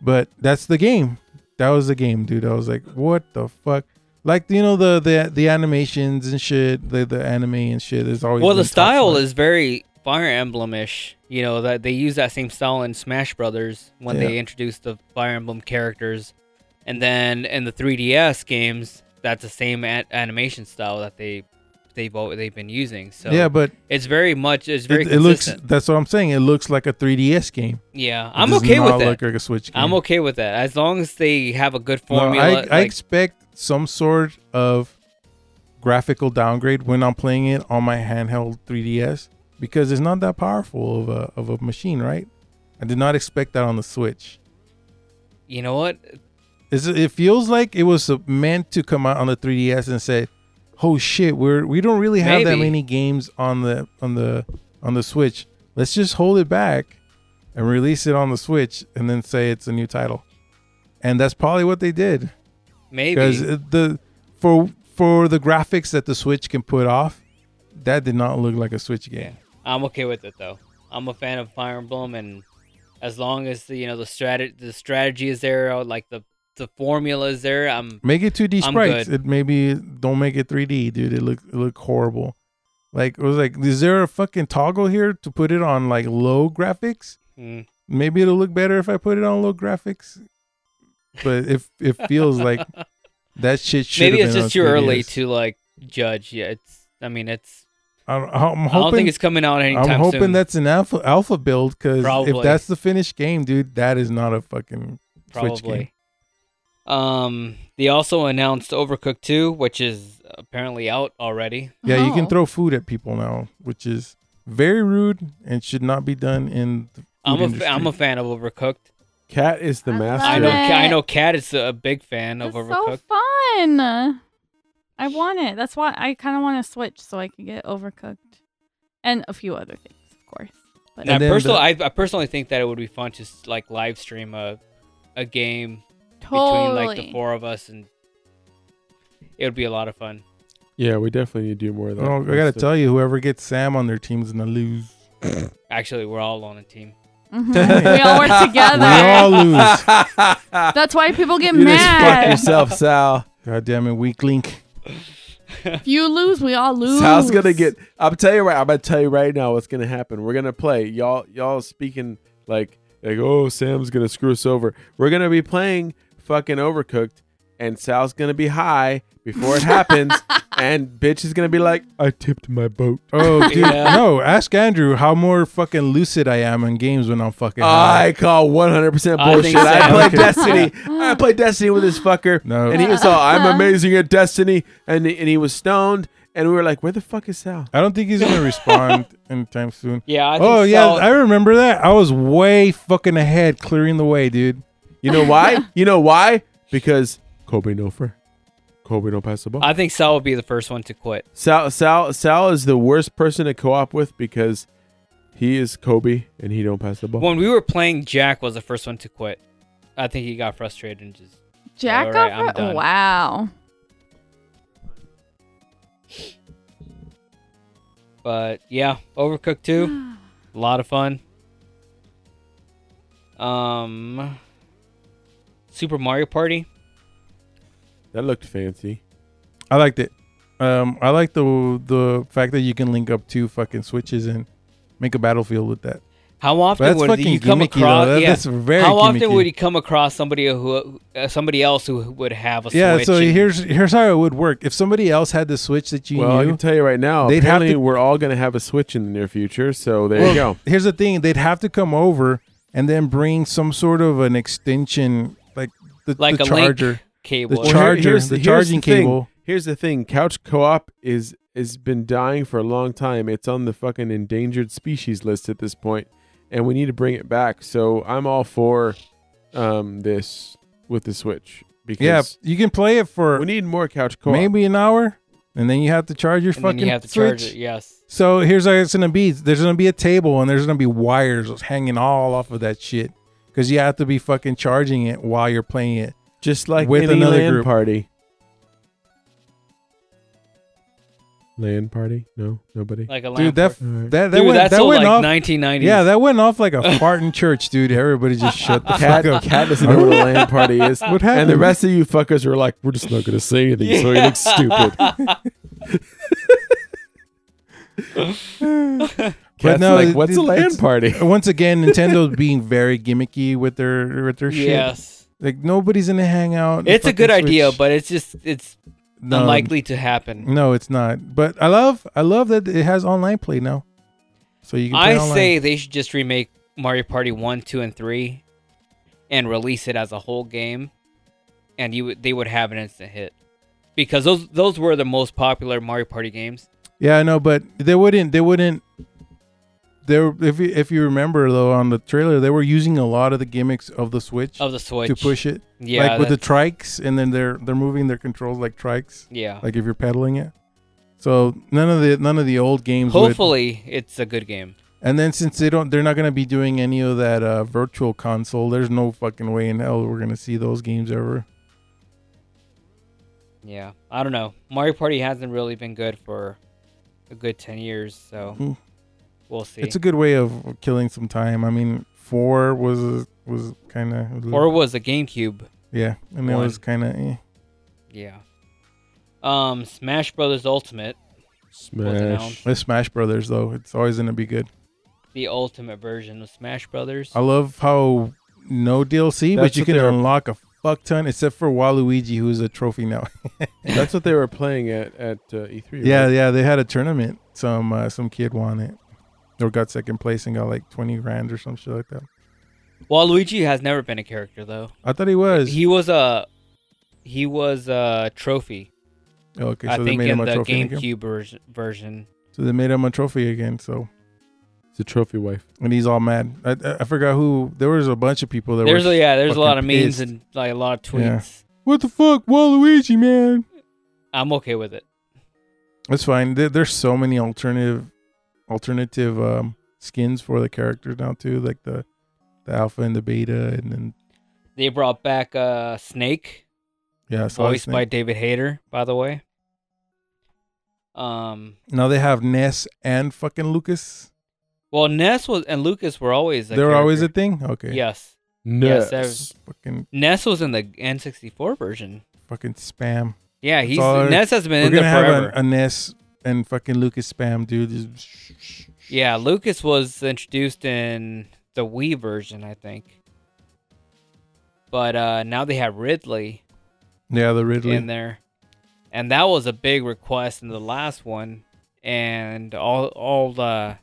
Speaker 5: But that's the game. That was the game, dude. I was like, "What the fuck?" like you know the the the animations and shit, the the anime and shit is always
Speaker 9: well.
Speaker 5: been
Speaker 9: The
Speaker 5: top
Speaker 9: style
Speaker 5: notch.
Speaker 9: is very Fire Emblem ish. You know that they use that same style in Smash Brothers when they
Speaker 5: Yeah.
Speaker 9: introduced the Fire Emblem characters, and then in the 3DS games, that's the same a- animation style that they they've al- they've been using. So
Speaker 5: yeah, but
Speaker 9: it's very much it's very
Speaker 5: it, it looks.
Speaker 9: consistent.
Speaker 5: That's what I'm saying. It looks like a 3DS game.
Speaker 9: yeah,
Speaker 5: It
Speaker 9: I'm
Speaker 5: does
Speaker 9: okay
Speaker 5: not
Speaker 9: with
Speaker 5: Look
Speaker 9: that.
Speaker 5: like a Switch game.
Speaker 9: I'm okay with that as long as they have a good
Speaker 5: No, I,
Speaker 9: formula.
Speaker 5: I
Speaker 9: like-
Speaker 5: expect some sort of graphical downgrade when I'm playing it on my handheld 3DS because it's not that powerful of a of a machine, right? I did not expect that on the Switch.
Speaker 9: you know what?
Speaker 5: It's, it feels like it was uh, meant to come out on the 3DS and say, "Oh shit, we're we don't really have that
Speaker 9: Maybe.
Speaker 5: many games on the on the on the Switch. Let's just hold it back and release it on the Switch, and then say it's a new title." And that's probably what they did
Speaker 9: Maybe
Speaker 5: because the for for the graphics that the Switch can put off, that did not look like a Switch game.
Speaker 9: I'm okay with it though. I'm a fan of Fire Emblem, and as long as the, you know the strategy, the strategy is there, or like the the formula is there, I'm
Speaker 5: Make it 2D
Speaker 9: I'm
Speaker 5: sprites.
Speaker 9: good.
Speaker 5: It maybe don't make it 3D, dude. It look it look horrible. Like it was like, is there a fucking toggle here to put it on like low graphics?
Speaker 9: Mm.
Speaker 5: Maybe it'll look better if I put it on low graphics. But if it feels like that shit should
Speaker 9: maybe
Speaker 5: have
Speaker 9: it's
Speaker 5: been on
Speaker 9: just too early
Speaker 5: 3DS.
Speaker 9: to like judge. Yeah, it's. I mean, it's.
Speaker 5: I'm, I'm
Speaker 9: I don't
Speaker 5: hoping-
Speaker 9: think it's coming out anytime
Speaker 5: I'm hoping
Speaker 9: soon.
Speaker 5: that's an alpha alpha build because if
Speaker 9: Probably.
Speaker 5: that's the finished game, dude, that is not a fucking Switch game.
Speaker 9: probably. Um, they also announced Overcooked 2, which is apparently out already.
Speaker 5: Yeah, you can
Speaker 6: Oh.
Speaker 5: throw food at people now, which is very rude and should not be done in. The food
Speaker 9: I'm a
Speaker 5: industry.
Speaker 9: fa- I'm a fan of Overcooked.
Speaker 2: Cat is the
Speaker 6: I
Speaker 2: master.
Speaker 9: I know
Speaker 6: Love
Speaker 9: Ca- I
Speaker 6: it.
Speaker 9: know Cat is a big fan of
Speaker 6: That's
Speaker 9: Overcooked.
Speaker 6: so fun. I want it. That's why I kind of want to switch so I can get overcooked and a few other things, of course. But
Speaker 9: And I
Speaker 5: then
Speaker 9: personally,
Speaker 5: the-
Speaker 9: I, I personally think that it would be fun to s- like live stream a, a game
Speaker 6: totally.
Speaker 9: between like the four of us, and it would be a lot of fun.
Speaker 2: yeah, we definitely need to do more of that.
Speaker 5: Oh, I gotta tell you, whoever gets Sam on their team's gonna lose.
Speaker 9: Actually, we're all on a team.
Speaker 6: Mhm. we all work
Speaker 5: We
Speaker 6: together.
Speaker 5: all lose.
Speaker 6: That's why people get
Speaker 2: you just fucked
Speaker 6: mad.
Speaker 2: yourself, Sal.
Speaker 5: God damn it, weak link.
Speaker 6: If you lose, we all lose.
Speaker 2: Sal's gonna get. I'm tell you right. I'm gonna tell you right now what's gonna happen. We're gonna play. Y'all, y'all speaking like like. Oh, Sam's gonna screw us over. We're gonna be playing fucking Overcooked, and Sal's gonna be high before it happens, and bitch is gonna be like, I tipped my boat.
Speaker 5: Oh, dude,
Speaker 9: Yeah.
Speaker 5: no! Ask Andrew how more fucking lucid I am in games when I'm fucking. high.
Speaker 2: I call 100%
Speaker 9: Uh, I
Speaker 2: bullshit.
Speaker 9: think
Speaker 2: I,
Speaker 9: so.
Speaker 2: play
Speaker 5: Okay.
Speaker 2: Destiny. I play Destiny with this fucker.
Speaker 5: No.
Speaker 2: And he was all, I'm amazing at Destiny. And, and he was stoned. And we were like, where the fuck is Sal?
Speaker 5: I don't think he's gonna respond anytime soon.
Speaker 9: Yeah. I think
Speaker 5: Oh yeah,
Speaker 9: Sal-
Speaker 5: I remember that. I was way fucking ahead, clearing the way, dude.
Speaker 2: You know why? you know why? Because Kobe no fur. Kobe don't pass the ball.
Speaker 9: I think Sal would be the first one to quit.
Speaker 2: Sal, Sal, Sal is the worst person to co-op with because he is Kobe and he don't pass the ball.
Speaker 9: When we were playing, Jack was the first one to quit. I think he got frustrated and just.
Speaker 6: Jack
Speaker 9: All right,
Speaker 6: off-
Speaker 9: I'm done.
Speaker 6: Wow.
Speaker 9: But yeah, Overcooked 2, a lot of fun. Um, Super Mario Party.
Speaker 2: that looked fancy.
Speaker 5: I liked it. Um, I like the the fact that you can link up two fucking switches and make a battlefield with that.
Speaker 9: How often
Speaker 5: that's
Speaker 9: would
Speaker 5: fucking
Speaker 9: you come
Speaker 5: gimmicky, though.
Speaker 9: across?
Speaker 5: That-
Speaker 9: yeah.
Speaker 5: that's very
Speaker 9: How often
Speaker 5: gimmicky.
Speaker 9: would you come across somebody who, uh, somebody else who would have a
Speaker 5: yeah,
Speaker 9: Switch?
Speaker 5: so
Speaker 9: and-
Speaker 5: here's here's how it would work. If somebody else had the switch that you
Speaker 2: Well, I
Speaker 5: knew,
Speaker 2: can tell you right now,
Speaker 5: They'd have
Speaker 2: apparently
Speaker 5: to-
Speaker 2: we're all going to have a Switch in the near future. So there you
Speaker 5: Well,
Speaker 2: go.
Speaker 5: Here's the thing: they'd have to come over and then bring some sort of an extension, like the,
Speaker 9: like
Speaker 5: the
Speaker 9: a
Speaker 5: charger.
Speaker 9: link cable.
Speaker 5: The char- charger, the charging
Speaker 2: thing.
Speaker 5: cable.
Speaker 2: Here's the thing: couch co-op is has been dying for a long time. It's on the fucking endangered species list at this point, and we need to bring it back. So I'm all for um, this with the Switch
Speaker 5: Yeah,
Speaker 2: because
Speaker 5: you can play it
Speaker 2: we
Speaker 5: for
Speaker 2: need more couch co-op.
Speaker 5: maybe an hour, and then you have to charge your
Speaker 9: and
Speaker 5: fucking
Speaker 9: then you have to
Speaker 5: switch.
Speaker 9: charge it. Yes.
Speaker 5: So here's how it's gonna be. There's gonna be a table and there's gonna be wires hanging all off of that shit because you have to be fucking charging it while you're playing it.
Speaker 2: just like
Speaker 5: with
Speaker 2: any
Speaker 5: another
Speaker 2: LAN
Speaker 5: group.
Speaker 2: party. land party? No, nobody.
Speaker 9: Like a lamp
Speaker 5: Dude, that
Speaker 9: or-
Speaker 5: that that
Speaker 9: Dude,
Speaker 5: went,
Speaker 9: that's
Speaker 5: that
Speaker 9: so,
Speaker 5: went
Speaker 9: like,
Speaker 5: off
Speaker 9: 1990s.
Speaker 5: Yeah, that went off like a fart in church, dude. Everybody just shut the
Speaker 2: Cat,
Speaker 5: fuck up.
Speaker 2: Cat doesn't know what a land party is.
Speaker 5: What
Speaker 2: And the
Speaker 5: happened?
Speaker 2: rest of you fuckers were like, we're just not going to say anything, so he looks stupid. Cat's
Speaker 5: no,
Speaker 2: like,
Speaker 5: it-
Speaker 2: what's a
Speaker 5: it-
Speaker 2: land
Speaker 5: it's-
Speaker 2: party?
Speaker 5: Once again, Nintendo being very gimmicky with their with their shit.
Speaker 9: yes.
Speaker 5: Like nobody's gonna hang out. and
Speaker 9: It's a
Speaker 5: fucking
Speaker 9: good idea,
Speaker 5: switch.
Speaker 9: but it's just it's
Speaker 5: No,
Speaker 9: unlikely to happen.
Speaker 5: No, it's not. But I love I love that it has online play now. So you can
Speaker 9: I
Speaker 5: play online.
Speaker 9: say they should just remake Mario Party 1, 2 and 3 and release it as a whole game and you would they would have an instant hit. Because those those were the most popular Mario Party games.
Speaker 5: Yeah, I know, but they wouldn't. They wouldn't. There, if you, if you remember though, on the trailer, they were using a lot of the gimmicks of the Switch
Speaker 9: Of the Switch.
Speaker 5: to push it.
Speaker 9: Yeah,
Speaker 5: like with the
Speaker 9: that-
Speaker 5: trikes, and then they're they're moving their controls like trikes.
Speaker 9: Yeah.
Speaker 5: Like if you're pedaling it. So none of the none of the old games. would-
Speaker 9: Hopefully it's a good game.
Speaker 5: And then since they don't, they're not gonna be doing any of that uh, virtual console. There's no fucking way in hell we're gonna see those games ever.
Speaker 9: Yeah. I don't know. Mario Party hasn't really been good for a good 10 years, so
Speaker 5: Mm.
Speaker 9: we'll see.
Speaker 5: It's a good way of killing some time. I mean, four was was kind of
Speaker 9: or was a GameCube.
Speaker 5: yeah, and it
Speaker 9: one.
Speaker 5: was kind of. Eh.
Speaker 9: Yeah. Um Smash Brothers Ultimate was announced.
Speaker 2: Smash.
Speaker 5: With Smash Brothers though, it's always gonna be good.
Speaker 9: the ultimate version of Smash Brothers.
Speaker 5: I love how no DLC,
Speaker 2: That's
Speaker 5: but you
Speaker 2: what
Speaker 5: can
Speaker 2: they were-
Speaker 5: unlock a fuck ton, except for Waluigi, who's a trophy now.
Speaker 2: That's what they were playing at, at uh, E3. right?
Speaker 5: yeah, yeah, they had a tournament. Some uh, some kid won it, or got second place and got like twenty grand or some shit like that.
Speaker 9: Waluigi has never been a character though.
Speaker 5: I thought he was.
Speaker 9: He was a he was a trophy.
Speaker 5: Oh, okay,
Speaker 9: I
Speaker 5: so they
Speaker 9: think in
Speaker 5: made him a
Speaker 9: the
Speaker 5: trophy again.
Speaker 9: GameCube vers- version.
Speaker 5: So they made him a trophy again. So
Speaker 2: It's a trophy wife.
Speaker 5: and he's all mad. I I, I forgot who. There was a bunch of people that
Speaker 9: There's
Speaker 5: were.
Speaker 9: a, yeah, there's a lot of
Speaker 5: fucking
Speaker 9: memes
Speaker 5: pissed.
Speaker 9: and like a lot of
Speaker 5: Yeah.
Speaker 9: tweets.
Speaker 5: what the fuck, Waluigi, man.
Speaker 9: I'm okay with it.
Speaker 5: That's fine. There, there's so many alternative alternative um, skins for the characters now too, like the the alpha and the beta, and then
Speaker 9: They brought back uh Snake,
Speaker 5: yeah, so
Speaker 9: voiced by David Hayter, by the way. Um
Speaker 5: now they have Ness and fucking Lucas.
Speaker 9: well Ness was and Lucas were always a
Speaker 5: They're always a
Speaker 9: character.
Speaker 5: thing. Okay,
Speaker 9: Yes.
Speaker 2: No.
Speaker 9: that was-
Speaker 5: fucking
Speaker 9: Ness was in the N64 version.
Speaker 5: fucking spam.
Speaker 9: Yeah, he's
Speaker 5: all-
Speaker 9: Ness has been
Speaker 5: We're
Speaker 9: in there
Speaker 5: gonna
Speaker 9: forever.
Speaker 5: have a, a Ness and fucking Lucas spam, dude. Just-
Speaker 9: Yeah, Lucas was introduced in the Wii version, I think. But uh, now they have Ridley,
Speaker 5: yeah, the Ridley.
Speaker 9: in there, and that was a big request in the last one. And all all the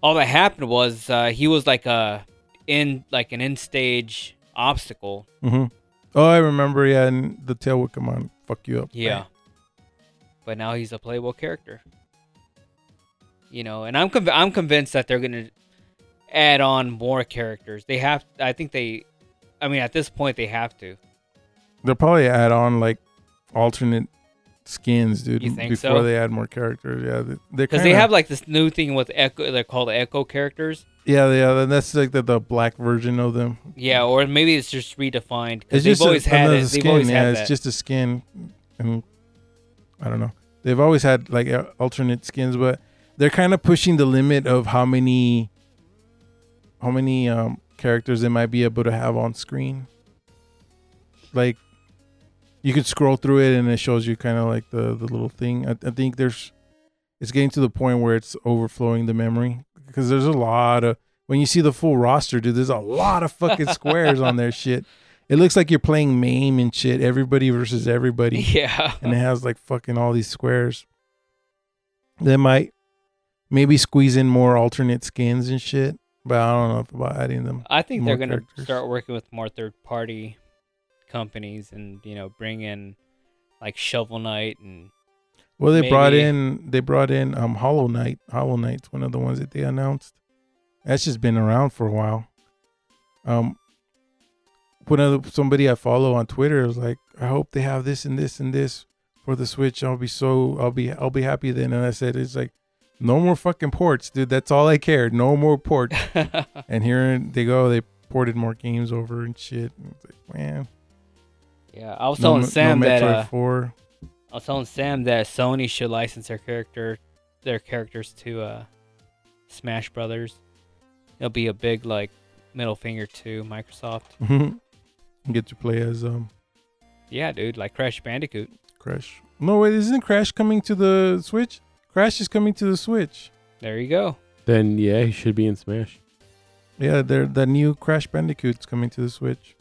Speaker 9: all that happened was uh, he was like a in like an in stage obstacle.
Speaker 5: hmm Oh, I remember. Yeah, and the tail would come on, fuck you up.
Speaker 9: Yeah. But now he's a playable character. You know, and I'm conv- I'm convinced that they're going to add on more characters. They have I think they I mean at this point they have to.
Speaker 5: They'll probably add on like alternate skins, dude,
Speaker 9: You think
Speaker 5: before
Speaker 9: so?
Speaker 5: they add more characters. Yeah, they, they're
Speaker 9: Cuz they
Speaker 5: kinda-
Speaker 9: have like this new thing with echo they're called echo characters.
Speaker 5: yeah, yeah. Then that's like the, the black version of them.
Speaker 9: Yeah, or maybe it's just redefined cuz they've
Speaker 5: It's just a-
Speaker 9: always had
Speaker 5: another
Speaker 9: it.
Speaker 5: skin.
Speaker 9: They've always
Speaker 5: yeah,
Speaker 9: had
Speaker 5: it's
Speaker 9: that.
Speaker 5: just a skin. And I don't know. They've always had like uh, alternate skins, but they're kind of pushing the limit of how many how many um characters they might be able to have on screen. Like you could scroll through it and it shows you kind of like the the little thing. I, I think there's it's getting to the point where it's overflowing the memory because there's a lot of when you see the full roster, dude. There's a lot of fucking squares on their shit. It looks like you're playing MAME and shit. Everybody versus everybody
Speaker 9: yeah.
Speaker 5: and it has like fucking all these squares. They might maybe squeeze in more alternate skins and shit, but I don't know if about adding them.
Speaker 9: I think
Speaker 5: more
Speaker 9: they're going to
Speaker 5: characters.
Speaker 9: start working with more third party companies and, you know, bring in like Shovel Knight and
Speaker 5: Well, they brought
Speaker 9: maybe-
Speaker 5: in they brought in um Hollow Knight. Hollow Knight's one of the ones that they announced. That's just been around for a while. Um, one of the, somebody I follow on Twitter was like, "I hope they have this and this and this for the Switch. I'll be so I'll be I'll be happy then." And I said, "It's like." No more fucking ports, dude. That's all I cared. No more ports. and here they go. They ported more games over and shit. It's like, man.
Speaker 9: Yeah, I was
Speaker 5: no
Speaker 9: telling
Speaker 5: Me-
Speaker 9: Sam
Speaker 5: no
Speaker 9: that
Speaker 5: Metroid
Speaker 9: uh,
Speaker 5: Four.
Speaker 9: I was telling Sam that Sony should license their character, their characters to uh, Smash Brothers. It'll be a big like middle finger to Microsoft.
Speaker 5: Get to play as um
Speaker 9: Yeah, dude, like Crash Bandicoot.
Speaker 5: Crash. No wait, isn't Crash coming to the Switch? Crash is coming to the Switch.
Speaker 9: There you go.
Speaker 2: Then yeah, he should be in Smash.
Speaker 5: Yeah, there the new Crash Bandicoot's coming to the Switch.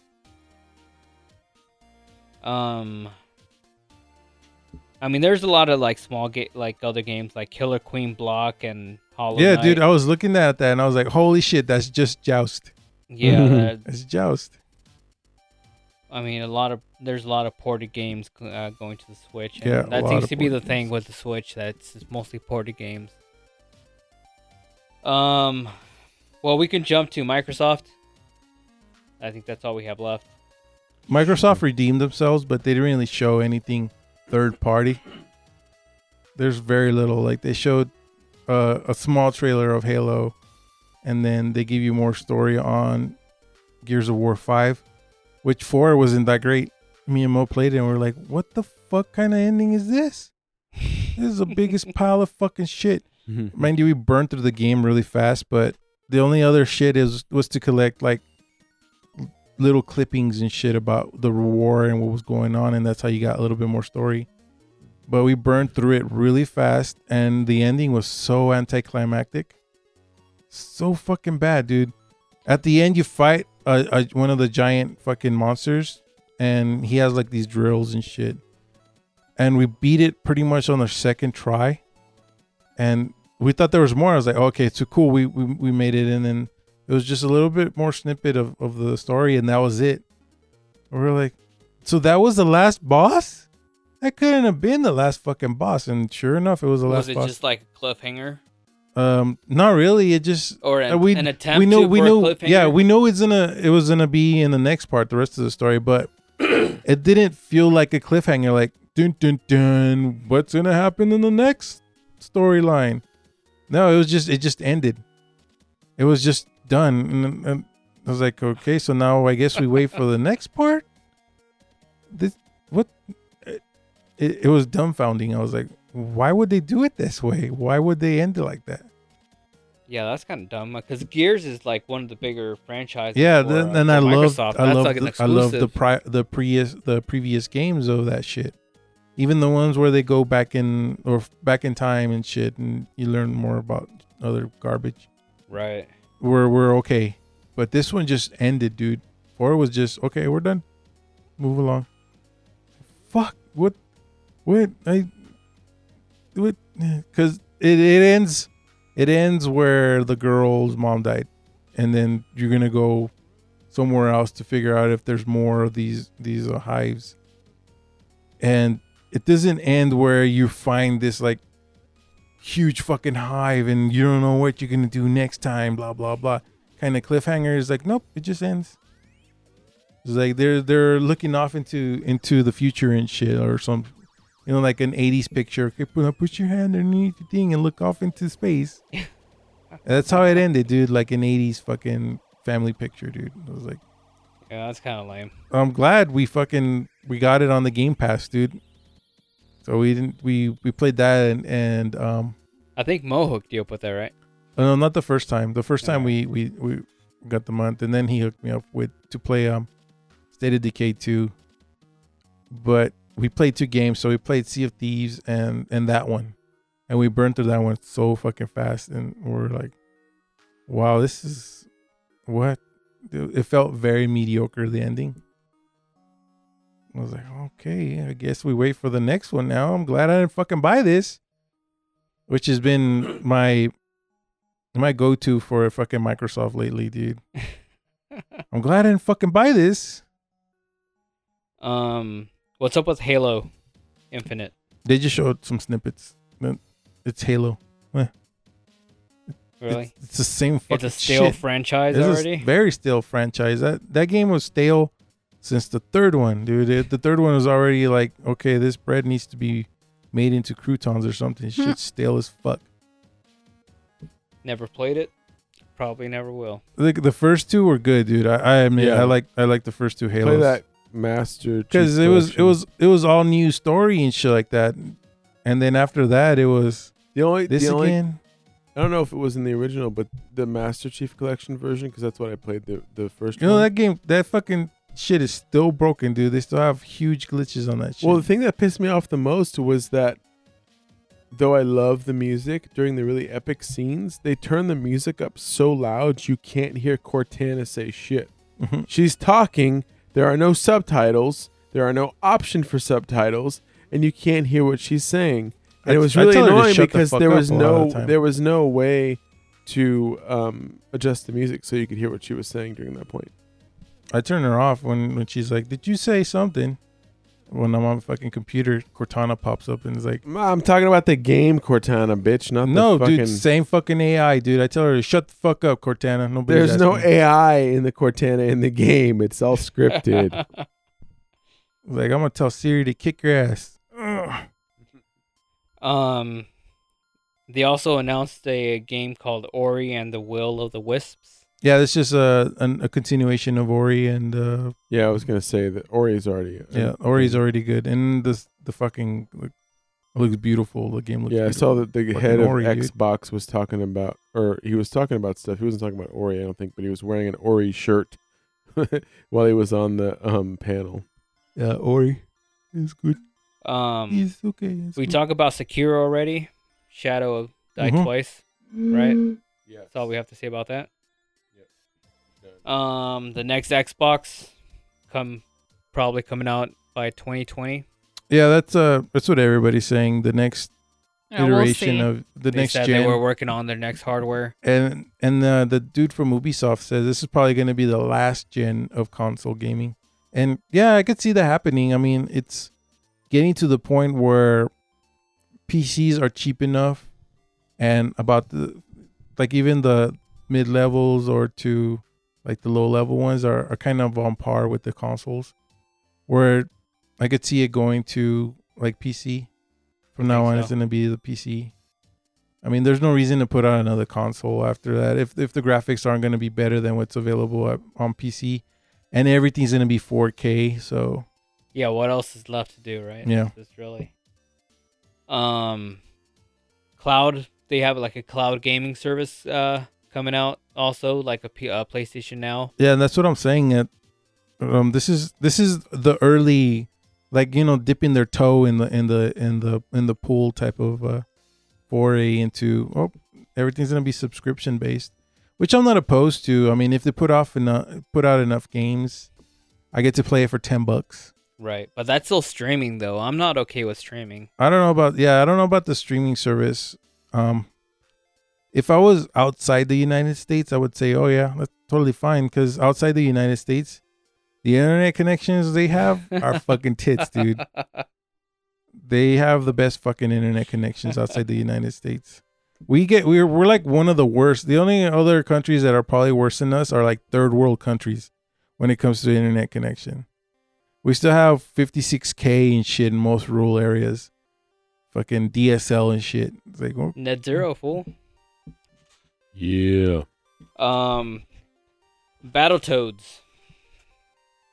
Speaker 9: Um, I mean, there's a lot of like small ga- like other games like Killer Queen Block and Hollow.
Speaker 5: yeah,
Speaker 9: Knight.
Speaker 5: dude, I was looking at that and I was like, holy shit, that's just Joust.
Speaker 9: Yeah, uh, that-
Speaker 5: It's Joust.
Speaker 9: I mean, a lot of there's a lot of ported games uh, going to the Switch. And
Speaker 5: Yeah, a
Speaker 9: that
Speaker 5: lot
Speaker 9: seems
Speaker 5: of
Speaker 9: to be the
Speaker 5: ported
Speaker 9: thing with the Switch that's it's mostly ported games. Um, well, we can jump to Microsoft. I think that's all we have left.
Speaker 5: Microsoft redeemed themselves, but they didn't really show anything third party. There's very little. Like they showed uh, a small trailer of Halo, and then they give you more story on Gears of War Five, which four wasn't that great. Me and Mo played it, and we are like, "What the fuck kind of ending is this? This is the biggest pile of fucking shit."
Speaker 2: Mhm.
Speaker 5: Mind you, we burned through the game really fast, but the only other shit is was to collect like little clippings and shit about the war and what was going on, and that's how you got a little bit more story. But we burned through it really fast, and the ending was so anticlimactic, so fucking bad, dude. At the end, you fight uh, uh, one of the giant fucking monsters, and he has like these drills and shit, and we beat it pretty much on the second try and we thought there was more. I was like, okay, so cool. We we, we made it, and then it was just a little bit more snippet of, of the story, and that was it. And we were like, so that was the last boss. That couldn't have been the last fucking boss, and sure enough, it was the last
Speaker 9: Was it
Speaker 5: boss.
Speaker 9: just like a cliffhanger?
Speaker 5: um, not really. It just
Speaker 9: Or an-
Speaker 5: uh, we,
Speaker 9: an attempt
Speaker 5: We know
Speaker 9: to-
Speaker 5: we
Speaker 9: for a
Speaker 5: know
Speaker 9: cliffhanger?
Speaker 5: yeah we know it's gonna it was gonna be in the next part, the rest of the story, but it didn't feel like a cliffhanger. Like dun dun dun, what's gonna happen in the next storyline? No, it was just it just ended. It was just done, and, and I was like, okay, so now I guess we wait for the next part. This what? It, it was dumbfounding. I was like, why would they do it this way? Why would they end it like that?
Speaker 9: Yeah, that's kind of dumb because Gears is like one of the bigger franchises.
Speaker 5: Yeah,
Speaker 9: for,
Speaker 5: th-
Speaker 9: uh,
Speaker 5: and
Speaker 9: for
Speaker 5: I love
Speaker 9: Microsoft.
Speaker 5: I
Speaker 9: That's
Speaker 5: love
Speaker 9: like an
Speaker 5: the, I love the
Speaker 9: exclusive.
Speaker 5: pri- the previous the previous games of that shit. Even the ones where they go back in or f- back in time and shit, and you learn more about other garbage.
Speaker 9: right.
Speaker 5: We're we're okay, but this one just ended, dude. Four was just okay. We're done. Move along. Fuck what? What I? What? Because it it ends. It ends where the girl's mom died, and then you're gonna go somewhere else to figure out if there's more of these these uh, hives. And it doesn't end where you find this like huge fucking hive and you don't know what you're gonna do next time, blah blah blah. Kind of cliffhanger is like, nope, it just ends. It's like they're they're looking off into into the future and shit or some, you know, like an '80s picture. Okay, put put your hand underneath the thing and look off into space. That's how it ended, dude. Like an '80s fucking family picture, dude. I was like,
Speaker 9: Yeah, that's kind of lame.
Speaker 5: I'm glad we fucking we got it on the Game Pass, dude. So we didn't we we played that and and um
Speaker 9: I think Mo hooked you up with that, right?
Speaker 5: Oh, no, not the first time. The first time we, we we got the month, and then he hooked me up with to play um State of Decay two. But we played two games, so we played Sea of Thieves and and that one, and we burned through that one so fucking fast, and we're like, wow, this is what it felt very mediocre the ending. I was like, okay, I guess we wait for the next one now. I'm glad I didn't fucking buy this, which has been my my go to for fucking Microsoft lately, dude. I'm glad I didn't fucking buy this.
Speaker 9: Um, what's up with Halo Infinite?
Speaker 5: They just showed some snippets. Man, It's Halo. Eh,
Speaker 9: Really?
Speaker 5: It's the same fucking
Speaker 9: It's a stale
Speaker 5: shit.
Speaker 9: franchise
Speaker 5: It's a
Speaker 9: already?
Speaker 5: very stale franchise. That that game was stale since the third one, dude. It- the third one was already like, okay, this bread needs to be made into croutons or something. Shit's stale as fuck.
Speaker 9: Never played it. Probably never will.
Speaker 5: Like the first two were good, dude. I, I admit,
Speaker 2: Yeah.
Speaker 5: I like I like the first two Halos.
Speaker 2: Play that Master
Speaker 5: because it was it was it was all new story and shit like that. And then after that, it was
Speaker 2: the only
Speaker 5: this
Speaker 2: the only-
Speaker 5: again.
Speaker 2: I don't know if it was in the original, but the Master Chief Collection version, because that's what I played the the first.
Speaker 5: You know
Speaker 2: one.
Speaker 5: that game, that fucking shit is still broken, dude. They still have huge glitches on that shit.
Speaker 2: Well, the thing that pissed me off the most was that though I love the music during the really epic scenes, they turn the music up so loud you can't hear Cortana say shit.
Speaker 5: Mhm.
Speaker 2: She's talking, there are no subtitles, there are no option for subtitles, and you can't hear what she's saying. And
Speaker 5: I-
Speaker 2: it was
Speaker 5: I
Speaker 2: really
Speaker 5: tell her to
Speaker 2: annoying
Speaker 5: shut the
Speaker 2: because
Speaker 5: fuck
Speaker 2: there
Speaker 5: up
Speaker 2: was
Speaker 5: a lot of
Speaker 2: no
Speaker 5: the time.
Speaker 2: there was no way to um, adjust the music so you could hear what she was saying during that point.
Speaker 5: I turn her off when when she's like, "Did you say something?" When I'm on the fucking computer, Cortana pops up and is like,
Speaker 2: I'm talking about the game Cortana, bitch, not
Speaker 5: "No,
Speaker 2: the fucking
Speaker 5: dude, same fucking AI, dude." I tell her to shut the fuck up, Cortana. Nobody.
Speaker 2: There's no AI in the Cortana in the game. It's all scripted.
Speaker 5: Like I'm gonna tell Siri to kick your ass.
Speaker 9: Um, they also announced a game called Ori and the Will of the Wisps.
Speaker 5: Yeah, that's just a an, a continuation of Ori and uh,
Speaker 2: yeah, I was gonna say that Ori is already.
Speaker 5: yeah, Ori's already good, and this the fucking like, looks beautiful. The game looks.
Speaker 2: Yeah, I
Speaker 5: beautiful.
Speaker 2: saw that the
Speaker 5: Fucking
Speaker 2: head of
Speaker 5: Ori, dude.
Speaker 2: Xbox was talking about, or he was talking about stuff. He wasn't talking about Ori, I don't think, but he was wearing an Ori shirt while he was on the um panel.
Speaker 5: Yeah, Uh, Ori is good.
Speaker 9: Um,
Speaker 5: It's okay. it's
Speaker 9: we
Speaker 5: good.
Speaker 9: talked about Sekiro already. Shadow died
Speaker 5: Mhm.
Speaker 9: twice, right?
Speaker 2: Yes.
Speaker 9: That's all we have to say about that. Um, the next Xbox come probably coming out by 2020.
Speaker 5: Yeah, that's uh that's what everybody's saying. The next
Speaker 6: Yeah, we'll
Speaker 5: iteration
Speaker 6: see.
Speaker 5: of the
Speaker 9: they
Speaker 5: next
Speaker 9: said
Speaker 5: gen,
Speaker 9: they were working on their next hardware.
Speaker 5: and and uh, the dude from Ubisoft says this is probably going to be the last gen of console gaming. And yeah, I could see that happening. I mean, it's getting to the point where PCs are cheap enough, and about the like even the mid levels or to like the low level ones are, are kind of on par with the consoles. Where I could see it going to like PC. From now
Speaker 9: think
Speaker 5: on,
Speaker 9: so.
Speaker 5: it's going to be the PC. I mean, there's no reason to put out another console after that if if the graphics aren't going to be better than what's available at, on PC, and everything's going to be 4K. So
Speaker 9: Yeah, what else is left to do, right?
Speaker 5: Yeah.
Speaker 9: It's really. Um, cloud. They have like a cloud gaming service uh coming out also, like a P- uh, PlayStation Now.
Speaker 5: yeah, and that's what I'm saying. That um, this is this is the early, like you know, dipping their toe in the in the in the in the pool type of uh, foray into oh, everything's going to be subscription based, which I'm not opposed to. I mean, if they put off enough put out enough games, I get to play it for ten bucks.
Speaker 9: Right, but that's still streaming though. I'm not okay with streaming.
Speaker 5: I don't know about yeah, I don't know about the streaming service. Um if I was outside the United States, I would say, "Oh yeah, that's totally fine cuz outside the United States, the internet connections they have are fucking tits, dude. They have the best fucking internet connections outside the United States. We get we're we're like one of the worst. The only other countries that are probably worse than us are like third world countries when it comes to internet connection. We still have 56k and shit in most rural areas. Fucking DSL and shit. It's like oh,
Speaker 9: Net zero, fool.
Speaker 2: Yeah.
Speaker 9: Um, Battletoads.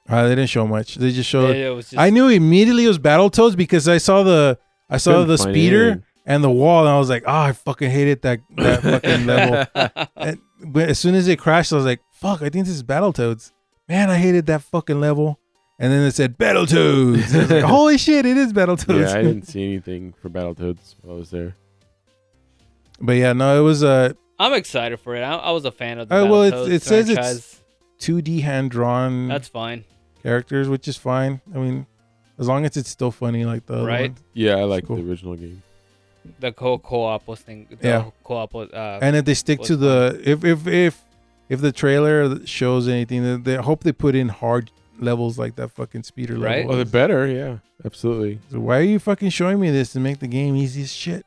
Speaker 5: ah, they didn't show much. They just showed.
Speaker 9: It was just,
Speaker 5: I knew immediately it was Battletoads because I saw the I saw
Speaker 2: Couldn't
Speaker 5: the
Speaker 2: find
Speaker 5: speeder
Speaker 2: anything.
Speaker 5: and the wall and I was like, oh, I fucking hated that that fucking level. And- but as soon as it crashed, I was like, fuck, I think this is Battletoads. Man, I hated that fucking level. And then it said Battletoads. I was like, Holy shit, it is Battletoads.
Speaker 2: Yeah, I didn't see anything for Battletoads while I was there.
Speaker 5: but yeah, no, it was uh
Speaker 9: I'm excited for it. I, I was a fan of the
Speaker 5: Oh, well, it's-
Speaker 9: Battletoads
Speaker 5: it says it's- mm.
Speaker 9: franchise.
Speaker 5: 2D hand drawn.
Speaker 9: That's fine,
Speaker 5: characters, which is fine. I mean, as long as it's still funny, like the other
Speaker 9: right?
Speaker 5: one.
Speaker 2: Yeah, I like
Speaker 5: cool.
Speaker 2: the original game.
Speaker 9: The whole co-op was thing. The
Speaker 5: Yeah.
Speaker 9: whole co-op was. Uh,
Speaker 5: And if they stick
Speaker 9: What's
Speaker 5: to the if if if if the trailer shows anything, then they I hope they put in hard levels like that fucking speeder
Speaker 9: Right.
Speaker 5: level.
Speaker 2: Well, they're Oh, better. Yeah, absolutely.
Speaker 5: So why are you fucking showing me this to make the game easy as shit?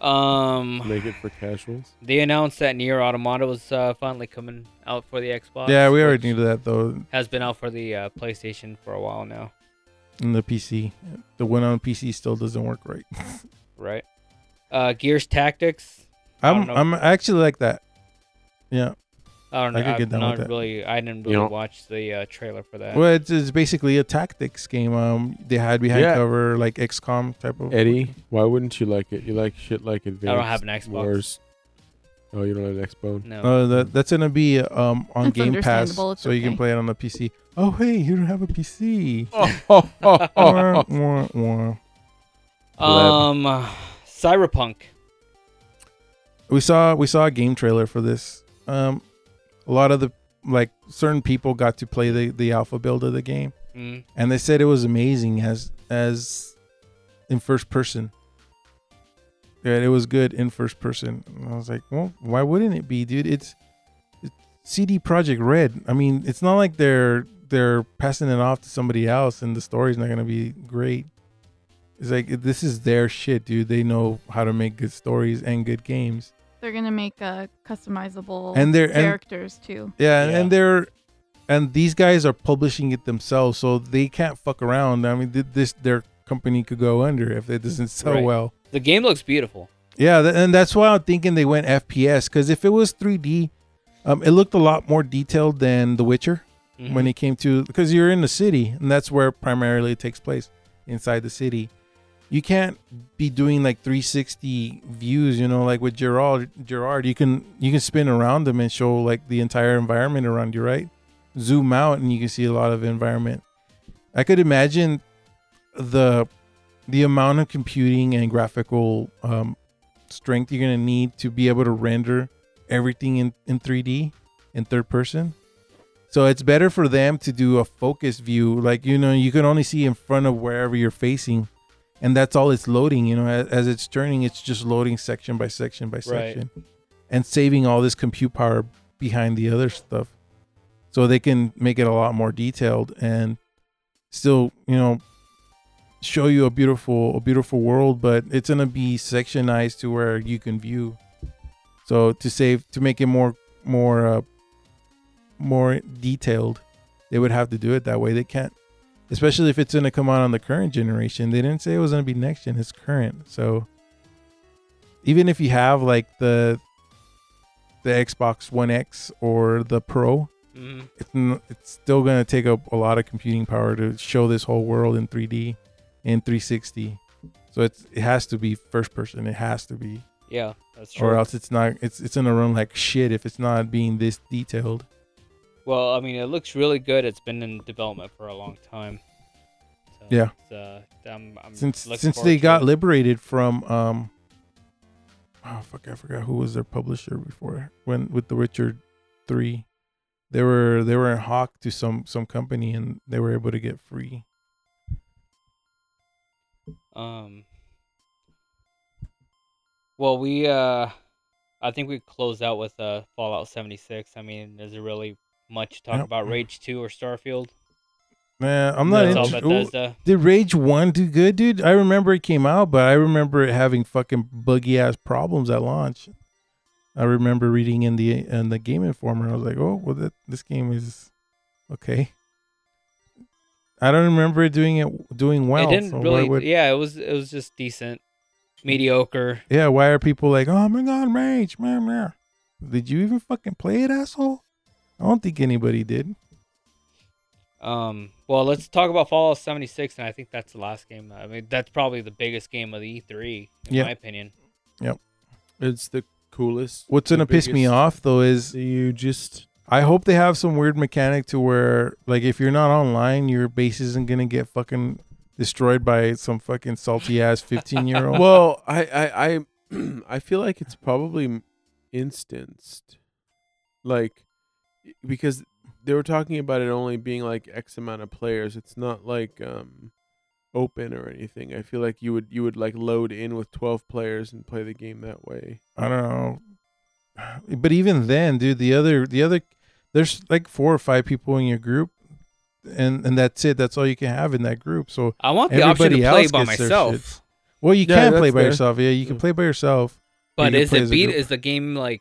Speaker 9: um,
Speaker 2: Make it for casuals.
Speaker 9: They announced that Nier Automata was uh, finally coming out for the Xbox.
Speaker 5: yeah, we
Speaker 9: which
Speaker 5: already knew that though
Speaker 9: Has been out for the uh, PlayStation for a while now,
Speaker 5: in the PC. The one on PC still doesn't work right.
Speaker 9: right? Uh, Gears Tactics. I don't
Speaker 5: I'm
Speaker 9: know.
Speaker 5: I'm actually like that. Yeah.
Speaker 1: I don't know.
Speaker 5: I could
Speaker 1: I
Speaker 5: get down with
Speaker 1: not
Speaker 5: that.
Speaker 1: really. I didn't
Speaker 2: You
Speaker 1: really
Speaker 2: know-
Speaker 1: watch the uh, trailer for that.
Speaker 5: Well, it's, it's basically a tactics game. Um, they had behind
Speaker 2: Yeah.
Speaker 5: cover like XCOM type of.
Speaker 2: Eddie, why wouldn't you like it? You like shit like Advanced
Speaker 1: have an Xbox.
Speaker 2: Wars. Oh, you don't have an Xbox?
Speaker 1: No.
Speaker 5: Uh, that, that's gonna be um on
Speaker 6: That's
Speaker 5: Game Pass,
Speaker 6: understandable, it's
Speaker 5: so you
Speaker 6: okay.
Speaker 5: can play it on the PC. Oh hey, you don't have a PC.
Speaker 2: Oh,
Speaker 1: Mm.
Speaker 2: oh, oh,
Speaker 5: Wah,
Speaker 2: oh, oh.
Speaker 5: wah, wah.
Speaker 1: Um, uh, Cyberpunk.
Speaker 5: we saw we saw a game trailer for this. Um, a lot of the like certain people got to play the the alpha build of the game,
Speaker 1: Mm.
Speaker 5: and they said it was amazing as as in first person. Yeah, it was good in first person. And I was like, well, why wouldn't it be, dude? It's, it's CD Project Red. I mean, it's not like they're they're passing it off to somebody else, and the story's not gonna be great. It's like this is their shit, dude. They know how to make good stories and good games.
Speaker 6: They're gonna make uh, customizable
Speaker 5: And they're- and-
Speaker 6: characters too.
Speaker 5: Yeah, and-
Speaker 1: Yeah.
Speaker 5: and they're and these guys are publishing it themselves, so they can't fuck around. I mean, th- this their company could go under if it doesn't sell
Speaker 1: Right.
Speaker 5: well.
Speaker 1: The game looks beautiful.
Speaker 5: Yeah, th- and that's why I'm thinking they went FPS because if it was 3D, um, it looked a lot more detailed than The Witcher
Speaker 1: Mm-hmm.
Speaker 5: when it came to because you're in the city and that's where primarily it takes place inside the city. You can't be doing like 360 views, you know, like with Gerard. Gerard, you can you can spin around them and show like the entire environment around you, right? Zoom out and you can see a lot of environment. I could imagine the the amount of computing and graphical um, strength you're gonna need to be able to render everything in, in 3D in third person. So it's better for them to do a focus view, like you know, you can only see in front of wherever you're facing, and that's all it's loading. You know, as, as it's turning, it's just loading section by section by section, and saving all this compute power behind the other stuff, so they can make it a lot more detailed and still, you know, show you a beautiful a beautiful world, but it's gonna be sectionized to where you can view. So to save to make it more more uh, more detailed, they would have to do it that way. They can't, especially if it's gonna come out on the current generation. They didn't say it was gonna be next gen. It's current. So even if you have like the the Xbox One X or the Pro,
Speaker 1: Mhm.
Speaker 5: it's, n- it's still going to take up a lot of computing power to show this whole world in 3D and 360. So it's it has to be first person. It has to be,
Speaker 1: Yeah, that's true.
Speaker 5: or else it's not. It's it's gonna run like shit if it's not being this detailed.
Speaker 1: Well, I mean, it looks really good. It's been in development for a long time. So
Speaker 5: Yeah.
Speaker 1: it's, uh, I'm, I'm
Speaker 5: Since
Speaker 1: looking
Speaker 5: since
Speaker 1: forward
Speaker 5: they
Speaker 1: to
Speaker 5: got
Speaker 1: it.
Speaker 5: liberated from um, oh fuck, I forgot who was their publisher before when with the Richard three, they were they were in hawk to some some company and they were able to get free.
Speaker 1: Um. Well, we uh, I think we closed out with uh Fallout 76. I mean, is there really much to talk
Speaker 5: Yep.
Speaker 1: about Rage 2 or Starfield?
Speaker 5: Man, I'm not
Speaker 1: That's all
Speaker 5: inter- Ooh,
Speaker 1: Bethesda.
Speaker 5: Did Rage One do good, dude? I remember it came out, but I remember it having fucking buggy ass problems at launch. I remember reading in the in the Game Informer, I was like, oh, well, that, this game is okay. I don't remember it doing it doing well.
Speaker 1: it didn't
Speaker 5: so why
Speaker 1: really.
Speaker 5: would-
Speaker 1: Yeah, it was it was just decent, mediocre.
Speaker 5: yeah, why are people like, oh my god, Rage, man, man? Did you even fucking play it, asshole? I don't think anybody did.
Speaker 1: Um, well, let's talk about Fallout 76, and I think that's the last game. I mean, that's probably the biggest game of the E3, in
Speaker 5: Yeah.
Speaker 1: my opinion.
Speaker 2: It's the coolest.
Speaker 5: What's
Speaker 2: the
Speaker 5: gonna piss me
Speaker 2: biggest.
Speaker 5: off though is
Speaker 2: So you just.
Speaker 5: I hope they have some weird mechanic to where, like, if you're not online, your base isn't gonna get fucking destroyed by some fucking salty ass fifteen year old.
Speaker 2: Well, I I I, I feel like it's probably m- instanced, like because they were talking about it only being like X amount of players. It's not like um open or anything. I feel like you would you would like load in with twelve players and play the game that way.
Speaker 5: I don't know, but even then, dude, the other the other there's like four or five people in your group, and and that's it. That's all you can have in that group. So
Speaker 1: I want the option
Speaker 5: everybody
Speaker 1: to play
Speaker 5: else
Speaker 1: by
Speaker 5: gets their shit.
Speaker 1: myself,
Speaker 5: well, you
Speaker 2: Yeah,
Speaker 5: can play
Speaker 2: that's
Speaker 5: by
Speaker 2: fair.
Speaker 5: yourself. Yeah, you can
Speaker 2: Yeah.
Speaker 5: play by yourself.
Speaker 1: but
Speaker 5: you
Speaker 1: is
Speaker 5: play as
Speaker 1: it
Speaker 5: a
Speaker 1: beat?
Speaker 5: group.
Speaker 1: Is the game like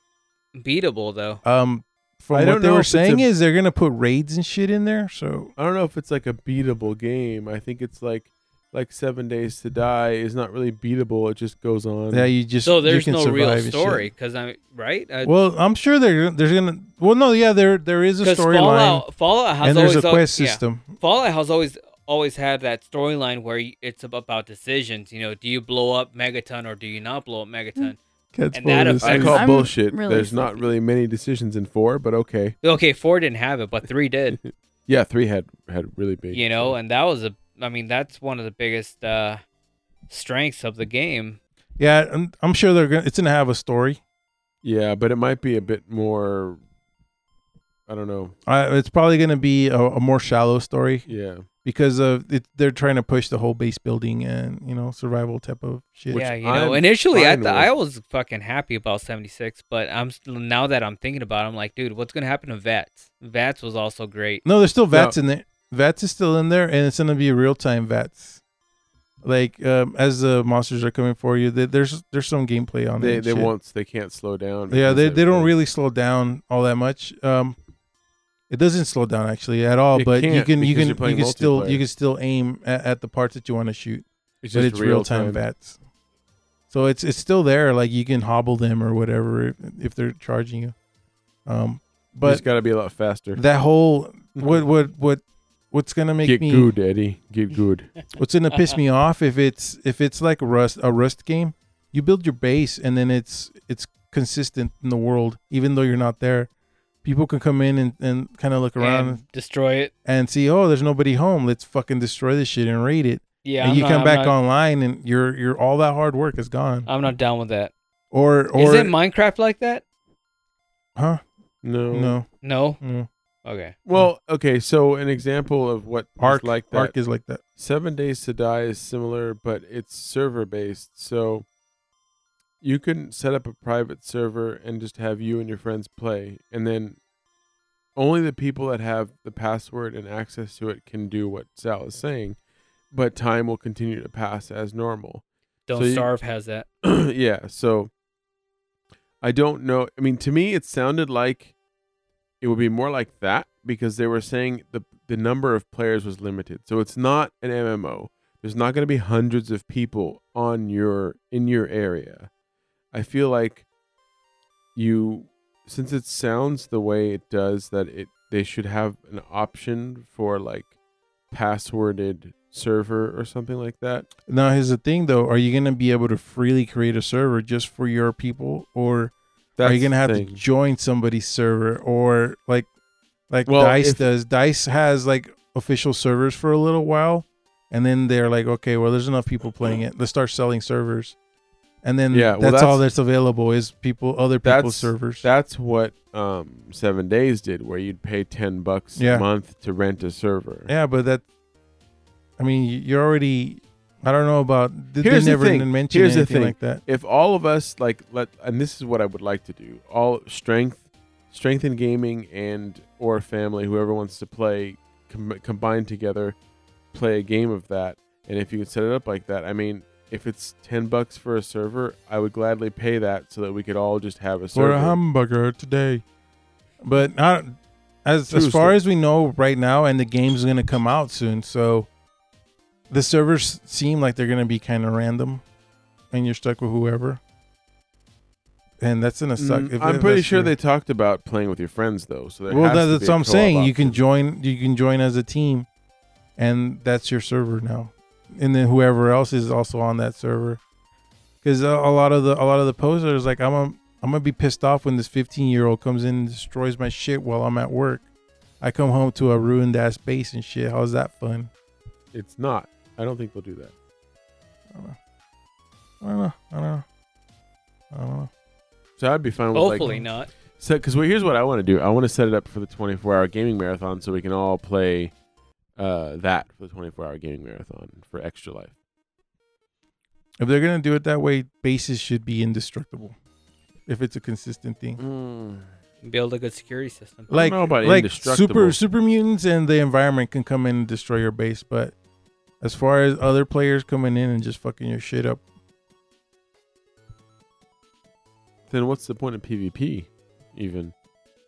Speaker 1: beatable though?
Speaker 5: Um,
Speaker 2: I
Speaker 5: from
Speaker 2: don't
Speaker 5: what they
Speaker 2: know
Speaker 5: were
Speaker 2: if it's a-
Speaker 5: saying is they're gonna put raids and shit in there. So
Speaker 2: I don't know if it's like a beatable game. I think it's like like Seven Days to Die is not really beatable. It just goes on.
Speaker 5: Yeah, you just
Speaker 1: so there's
Speaker 5: you
Speaker 1: no
Speaker 5: can
Speaker 1: real
Speaker 5: survive and
Speaker 1: story
Speaker 5: shit.
Speaker 1: because I'm right. Uh, I,
Speaker 5: Well, I'm sure there there's gonna. Well, no, yeah, there there is a
Speaker 1: 'Cause
Speaker 5: storyline.
Speaker 1: Fallout, Fallout has
Speaker 5: and
Speaker 1: always
Speaker 5: there's a
Speaker 1: al-
Speaker 5: quest
Speaker 1: yeah.
Speaker 5: system.
Speaker 1: Fallout has always always had that storyline where y- it's ab- about decisions. You know, do you blow up Megaton or do you not blow up
Speaker 5: Mm.
Speaker 1: Megaton?
Speaker 5: Cat's
Speaker 1: and that
Speaker 5: full of this
Speaker 2: I
Speaker 1: affects-
Speaker 2: call
Speaker 6: I'm
Speaker 2: bullshit.
Speaker 6: really
Speaker 2: There's not really many decisions in four, but okay.
Speaker 1: Okay, four didn't have it, but three did.
Speaker 2: Yeah, three had had really big.
Speaker 1: you know, and that was a. I mean, that's one of the biggest uh strengths of the game.
Speaker 5: Yeah, I'm, I'm sure they're gonna. It's gonna have a story.
Speaker 2: Yeah, but it might be a bit more. I don't know.
Speaker 5: Uh, it's probably gonna be a, a more shallow story
Speaker 2: Yeah,
Speaker 5: because of it, they're trying to push the whole base building and you know survival type of shit.
Speaker 1: yeah, you
Speaker 2: I'm
Speaker 1: know, initially I
Speaker 2: fine
Speaker 1: th- I
Speaker 2: with.
Speaker 1: was fucking happy about 76, but I'm s- now that I'm thinking about, it, I'm like, dude, what's gonna happen to Vats? Vats was also great.
Speaker 5: No, there's still VATS in there. VATS is still in there, and it's gonna be real time VATS. Like um, as the monsters are coming for you, th- there's there's some gameplay on it.
Speaker 2: they
Speaker 5: and
Speaker 2: they
Speaker 5: shit.
Speaker 2: won't. They can't slow down.
Speaker 5: Yeah,
Speaker 2: because
Speaker 5: they, they don't
Speaker 2: everything.
Speaker 5: really slow down all that much. Um, it doesn't slow down actually at all,
Speaker 2: It
Speaker 5: but you
Speaker 2: can't
Speaker 5: can
Speaker 2: because
Speaker 5: you can
Speaker 2: you're
Speaker 5: you
Speaker 2: playing
Speaker 5: can still you
Speaker 2: multiplayer.
Speaker 5: can still aim at, at the parts that you want to shoot,
Speaker 2: It's
Speaker 5: but
Speaker 2: just
Speaker 5: it's real time
Speaker 2: real-time.
Speaker 5: bats. So it's it's still there. Like you can hobble them or whatever if, if they're charging you. Um,
Speaker 2: But it's
Speaker 5: but
Speaker 2: got to be a lot faster.
Speaker 5: that whole what what what what's gonna make
Speaker 2: Mm-hmm. Get
Speaker 5: me
Speaker 2: good, Eddie. Get good.
Speaker 5: what's gonna piss me off if it's if it's like rust a rust game you build your base and then it's it's consistent in the world even though you're not there people can come in and, and kind of look around and,
Speaker 1: and destroy it.
Speaker 5: see oh there's nobody home let's fucking destroy this shit and raid it
Speaker 1: Yeah,
Speaker 5: and
Speaker 1: I'm
Speaker 5: you
Speaker 1: not-
Speaker 5: come
Speaker 1: I'm
Speaker 5: back
Speaker 1: not-
Speaker 5: online and your your all that hard work is gone
Speaker 1: I'm not down with that.
Speaker 5: or
Speaker 1: Is
Speaker 5: or
Speaker 1: it Minecraft like that?
Speaker 5: huh
Speaker 2: No.
Speaker 5: no Mm.
Speaker 1: No.
Speaker 5: no
Speaker 1: Okay.
Speaker 2: Well, okay. So an example of what
Speaker 5: arc
Speaker 2: is like that.
Speaker 5: arc is like that
Speaker 2: Seven Days to Die is similar, but it's server based. So you can set up a private server and just have you and your friends play. And then only the people that have the password and access to it can do what Sal is saying. But time will continue to pass as normal.
Speaker 1: Don't
Speaker 2: So you-
Speaker 1: starve has that.
Speaker 2: yeah. So I don't know. I mean, to me, it sounded like it would be more like that because they were saying the the number of players was limited. So it's not an MMO. There's not going to be hundreds of people on your in your area. I feel like you since it sounds the way it does that it they should have an option for like passworded server or something like that.
Speaker 5: Now here's the thing though: Are you gonna be able to freely create a server just for your people, or are
Speaker 2: That's
Speaker 5: you
Speaker 2: the
Speaker 5: gonna have to
Speaker 2: thing.
Speaker 5: join somebody's server, or like like
Speaker 2: Well,
Speaker 5: Dice
Speaker 2: if-
Speaker 5: does? Dice has like official servers for a little while, and then they're like, okay, well, there's enough people playing it. Let's start selling servers, and then
Speaker 2: Yeah,
Speaker 5: that's,
Speaker 2: well,
Speaker 5: all
Speaker 2: that's-
Speaker 5: that's available is people other people's servers.
Speaker 2: That's what um, Seven Days did, where you'd pay ten bucks
Speaker 5: Yeah.
Speaker 2: a month to rent a server.
Speaker 5: yeah, but that I mean, y- you're already. I don't know about. Did
Speaker 2: Here's
Speaker 5: they
Speaker 2: the
Speaker 5: never
Speaker 2: thing.
Speaker 5: mention
Speaker 2: Here's the
Speaker 5: anything
Speaker 2: thing.
Speaker 5: like that?
Speaker 2: If all of us like let, and this is what I would like to do: all strength, strength in gaming, and or family, whoever wants to play, com- combine together, play a game of that. And if you can set it up like that, I mean, if it's ten bucks for a server, I would gladly pay that so that we could all just have a
Speaker 5: for
Speaker 2: server.
Speaker 5: a hamburger today. But not as as
Speaker 2: True
Speaker 5: far
Speaker 2: story.
Speaker 5: as we know right now, and the game's gonna come out soon. So the servers seem like they're gonna be kind of random, and you're stuck with whoever. And that's gonna suck.
Speaker 2: Mm,
Speaker 5: if-
Speaker 2: I'm
Speaker 5: if
Speaker 2: pretty
Speaker 5: that's
Speaker 2: sure
Speaker 5: your-
Speaker 2: they talked about playing with your friends though. So there
Speaker 5: Well,
Speaker 2: has
Speaker 5: that,
Speaker 2: to
Speaker 5: that's
Speaker 2: be
Speaker 5: what
Speaker 2: a
Speaker 5: I'm
Speaker 2: co-op
Speaker 5: saying. You
Speaker 2: option.
Speaker 5: can join. You can join as a team, and that's your server now. And then whoever else is also on that server, because a, a lot of the a lot of the posters like I'm a, I'm gonna be pissed off when this 15 year old comes in and destroys my shit while I'm at work. I come home to a ruined ass base and shit. How's that fun?
Speaker 2: It's not. I don't think they'll do that.
Speaker 5: I don't know. I don't know. I don't know.
Speaker 2: So I'd be fine with
Speaker 1: Hopefully
Speaker 2: like,
Speaker 1: not.
Speaker 2: So, because here's what I want to do. I want to set it up for the 24-hour gaming marathon, so we can all play uh, that for the 24-hour gaming marathon for Extra Life.
Speaker 5: If they're gonna do it that way, bases should be indestructible. If it's a consistent thing. Hmm.
Speaker 1: Build a good security system.
Speaker 5: like
Speaker 2: know about
Speaker 5: like super
Speaker 2: indestructible.
Speaker 5: super mutants and the environment can come in and destroy your base, but as far as other players coming in and just fucking your shit up,
Speaker 2: Then what's the point of PvP? Even you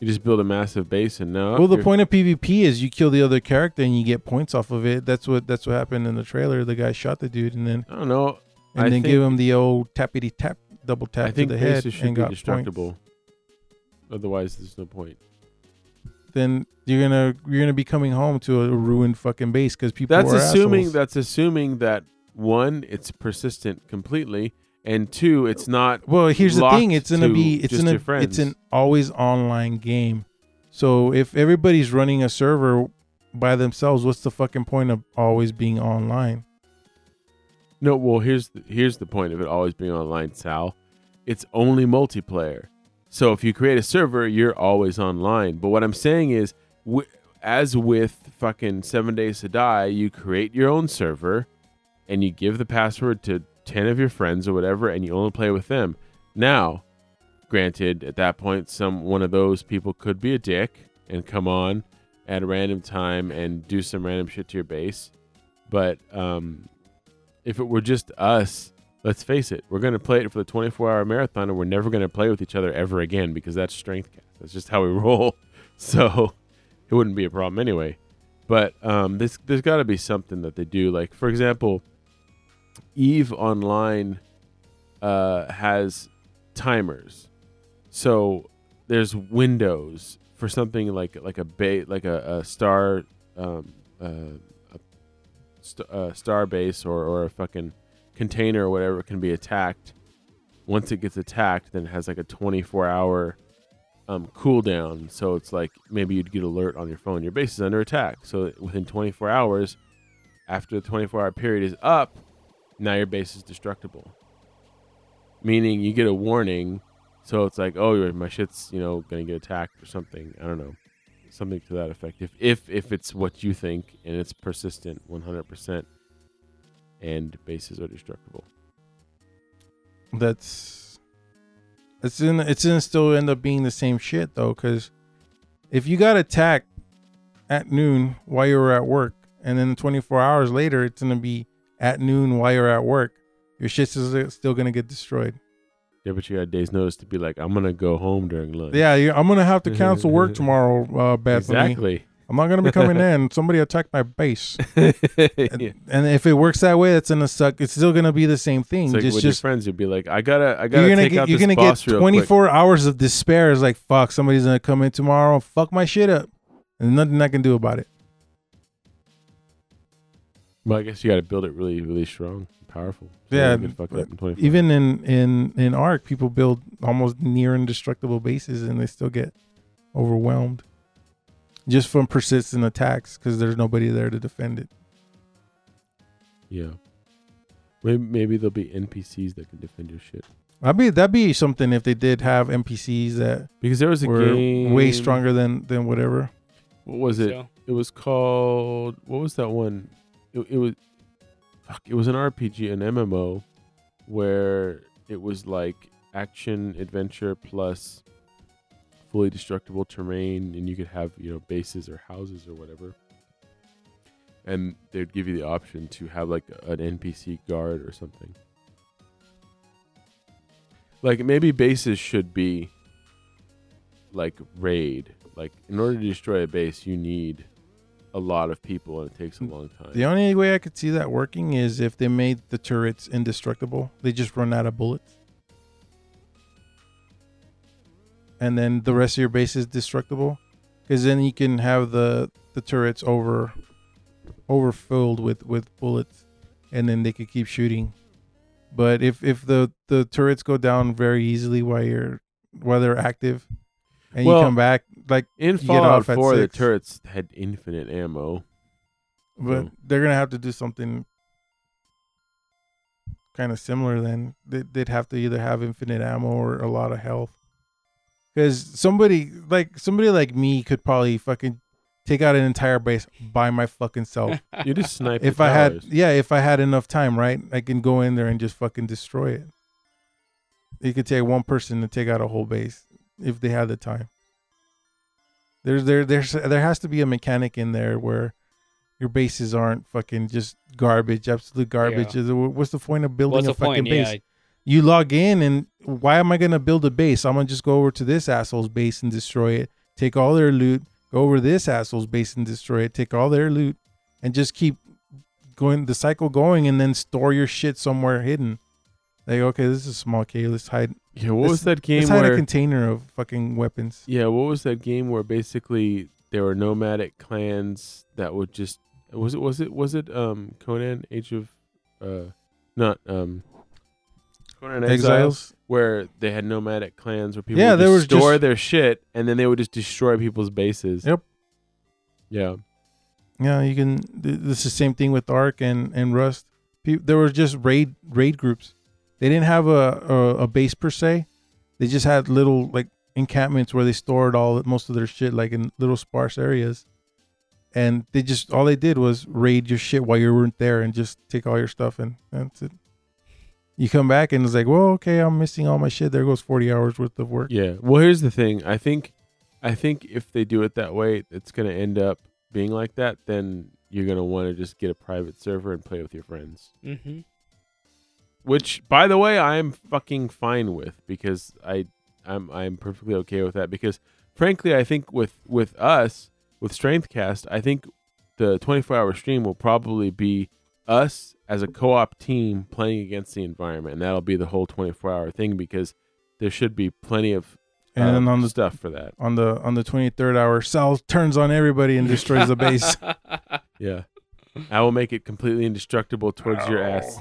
Speaker 2: You just build a massive basin. No.
Speaker 5: Well, the
Speaker 2: you're-
Speaker 5: point of PvP is you kill the other character and you get points off of it. That's what that's what happened in the trailer. The guy shot the dude and then
Speaker 2: I don't know.
Speaker 5: and
Speaker 2: I
Speaker 5: then
Speaker 2: think-
Speaker 5: give him the old tappity tap double tap
Speaker 2: I think
Speaker 5: to the head
Speaker 2: bases should
Speaker 5: and
Speaker 2: be
Speaker 5: got
Speaker 2: destructible.
Speaker 5: points.
Speaker 2: Otherwise, there's no point.
Speaker 5: Then you're gonna you're gonna be coming home to a ruined fucking base because people.
Speaker 2: That's
Speaker 5: are
Speaker 2: assuming.
Speaker 5: assholes.
Speaker 2: That's assuming that one, it's persistent completely, and two, it's not.
Speaker 5: Well, here's the
Speaker 2: locked
Speaker 5: thing: it's gonna
Speaker 2: to
Speaker 5: be it's
Speaker 2: just
Speaker 5: an
Speaker 2: your friends.
Speaker 5: it's an always online game. So if everybody's running a server by themselves, what's the fucking point of always being online?
Speaker 2: No, well, here's the, here's the point of it always being online, Sal. It's only multiplayer. So if you create a server, you're always online. But what I'm saying is, w- as with fucking Seven Days to Die, you create your own server, and you give the password to ten of your friends or whatever, and you only play with them. Now, granted, at that point, some one of those people could be a dick and come on at a random time and do some random shit to your base. But um, if it were just us, let's face it, we're going to play it for the 24 hour marathon and we're never going to play with each other ever again because that's strength cast. That's just how we roll. So it wouldn't be a problem anyway. But um, this, there's got to be something that they do. Like, for example, Eve Online uh, has timers. So there's windows for something like like a ba- like a, a star um, uh, a st- uh, star base or, or a fucking container or whatever can be attacked. Once it gets attacked, then it has like a 24 hour um, cooldown. So it's like maybe you'd get alert on your phone. Your base is under attack. So within 24 hours, after the 24 hour period is up, now your base is destructible meaning you get a warning. So it's like, oh, my shit's you know gonna get attacked or something. I don't know, something to that effect. If if if it's what you think and it's persistent, one hundred percent, and bases are destructible.
Speaker 5: That's it's in it's in still end up being the same shit though, because if you got attacked at noon while you were at work, and then 24 hours later it's gonna be at noon while you're at work, your shit's is still gonna get destroyed.
Speaker 2: Yeah, but you got a day's notice to be like, I'm gonna go home during lunch.
Speaker 5: Yeah, you I'm gonna have to cancel work tomorrow, uh, Bethany.
Speaker 2: Exactly.
Speaker 5: I'm not gonna be coming in. Somebody attacked my base. And if it works that way, that's gonna suck. It's still gonna be the same thing.
Speaker 2: It's like
Speaker 5: just
Speaker 2: with your
Speaker 5: just
Speaker 2: friends, you'd be like, I gotta, I gotta
Speaker 5: you're gonna
Speaker 2: take
Speaker 5: get
Speaker 2: out
Speaker 5: you're
Speaker 2: this
Speaker 5: gonna get
Speaker 2: boss real quick.
Speaker 5: 24 hours of despair. It's like fuck, somebody's gonna come in tomorrow, fuck my shit up, and nothing I can do about it.
Speaker 2: Well, I guess you gotta build it really, really strong, and powerful. So
Speaker 5: yeah,
Speaker 2: you can fuck it up in 24
Speaker 5: even in in in Ark, people build almost near indestructible bases, and they still get overwhelmed just from persistent attacks because there's nobody there to defend it.
Speaker 2: Yeah. Maybe, maybe there'll be NPCs that can defend your shit.
Speaker 5: I'd be that'd be something if they did have NPCs that
Speaker 2: because there was a
Speaker 5: were way
Speaker 2: game-
Speaker 5: stronger than than whatever.
Speaker 2: What was it? It was called. What was that one? It, it was. Fuck! It was an RPG, an MMO, where it was like action adventure plus fully destructible terrain, and you could have you know bases or houses or whatever. And they would give you the option to have like an NPC guard or something. Like maybe bases should be like raid. Like in order to destroy a base, you need a lot of people, and it takes a long time.
Speaker 5: The only way I could see that working is if they made the turrets indestructible. They just run out of bullets. And then the rest of your base is destructible. Because then you can have the, the turrets over overfilled with, with bullets and then they could keep shooting. But if, if the, the turrets go down very easily while you're while they're active and
Speaker 2: Well,
Speaker 5: you come back like
Speaker 2: in
Speaker 5: you get
Speaker 2: Fallout
Speaker 5: off at
Speaker 2: Four, the
Speaker 5: six.
Speaker 2: turrets had infinite ammo.
Speaker 5: But
Speaker 2: So-
Speaker 5: they're gonna have to do something kind of similar. Then they, they'd have to either have infinite ammo or a lot of health. Because somebody like somebody like me could probably fucking take out an entire base by my fucking self.
Speaker 2: You just snipe
Speaker 5: if
Speaker 2: the
Speaker 5: I had,
Speaker 2: towers.
Speaker 5: yeah, if I had enough time, right? I can go in there and just fucking destroy it. It could take one person to take out a whole base if they had the time. There's there there's there has to be a mechanic in there where your bases aren't fucking just garbage, absolute garbage.
Speaker 1: Yeah.
Speaker 5: Is- What's the point of building
Speaker 1: What's
Speaker 5: a
Speaker 1: the
Speaker 5: fucking
Speaker 1: point?
Speaker 5: base?
Speaker 1: Yeah.
Speaker 5: You log in and why am I gonna build a base? I'm gonna just go over to this asshole's base and destroy it take all their loot, go over this asshole's base and destroy it, take all their loot, and just keep going the cycle going, and then store your shit somewhere hidden. Like, okay, this is small K. Let's hide.
Speaker 2: Yeah, what
Speaker 5: let's-
Speaker 2: was that game
Speaker 5: Let's hide
Speaker 2: where-
Speaker 5: a container of fucking weapons.
Speaker 2: Yeah, what was that game where basically there were nomadic clans that would just was it was it was it um Conan Age of uh not um Conan Exiles,
Speaker 5: Exiles?
Speaker 2: where they had nomadic clans where people
Speaker 5: Yeah,
Speaker 2: would
Speaker 5: there
Speaker 2: just
Speaker 5: was
Speaker 2: store
Speaker 5: just-
Speaker 2: their shit and then they would just destroy people's bases.
Speaker 5: Yep.
Speaker 2: Yeah.
Speaker 5: Yeah, you can. th- This is the same thing with Ark and and Rust. Pe- There were just raid raid groups. They didn't have a, a a base per se. They just had little like encampments where they stored all most of their shit like in little sparse areas. And they just all they did was raid your shit while you weren't there and just take all your stuff and that's it. You come back and it's like, well, okay, I'm missing all my shit. There goes 40 hours worth of work.
Speaker 2: Yeah. Well, here's the thing. I think, I think if they do it that way, it's gonna end up being like that. Then you're gonna want to just get a private server and play with your friends.
Speaker 1: Mhm.
Speaker 2: Which, by the way, I'm fucking fine with because I, I'm I'm perfectly okay with that because, frankly, I think with with us with Strengthcast, I think the 24 hour stream will probably be us as a co-op team playing against the environment and that'll be the whole 24 hour thing because there should be plenty of
Speaker 5: And then
Speaker 2: um,
Speaker 5: on the-
Speaker 2: stuff for that
Speaker 5: On the on the 23rd hour, Sal turns on everybody and destroys the base.
Speaker 2: yeah i will make it completely indestructible towards your ass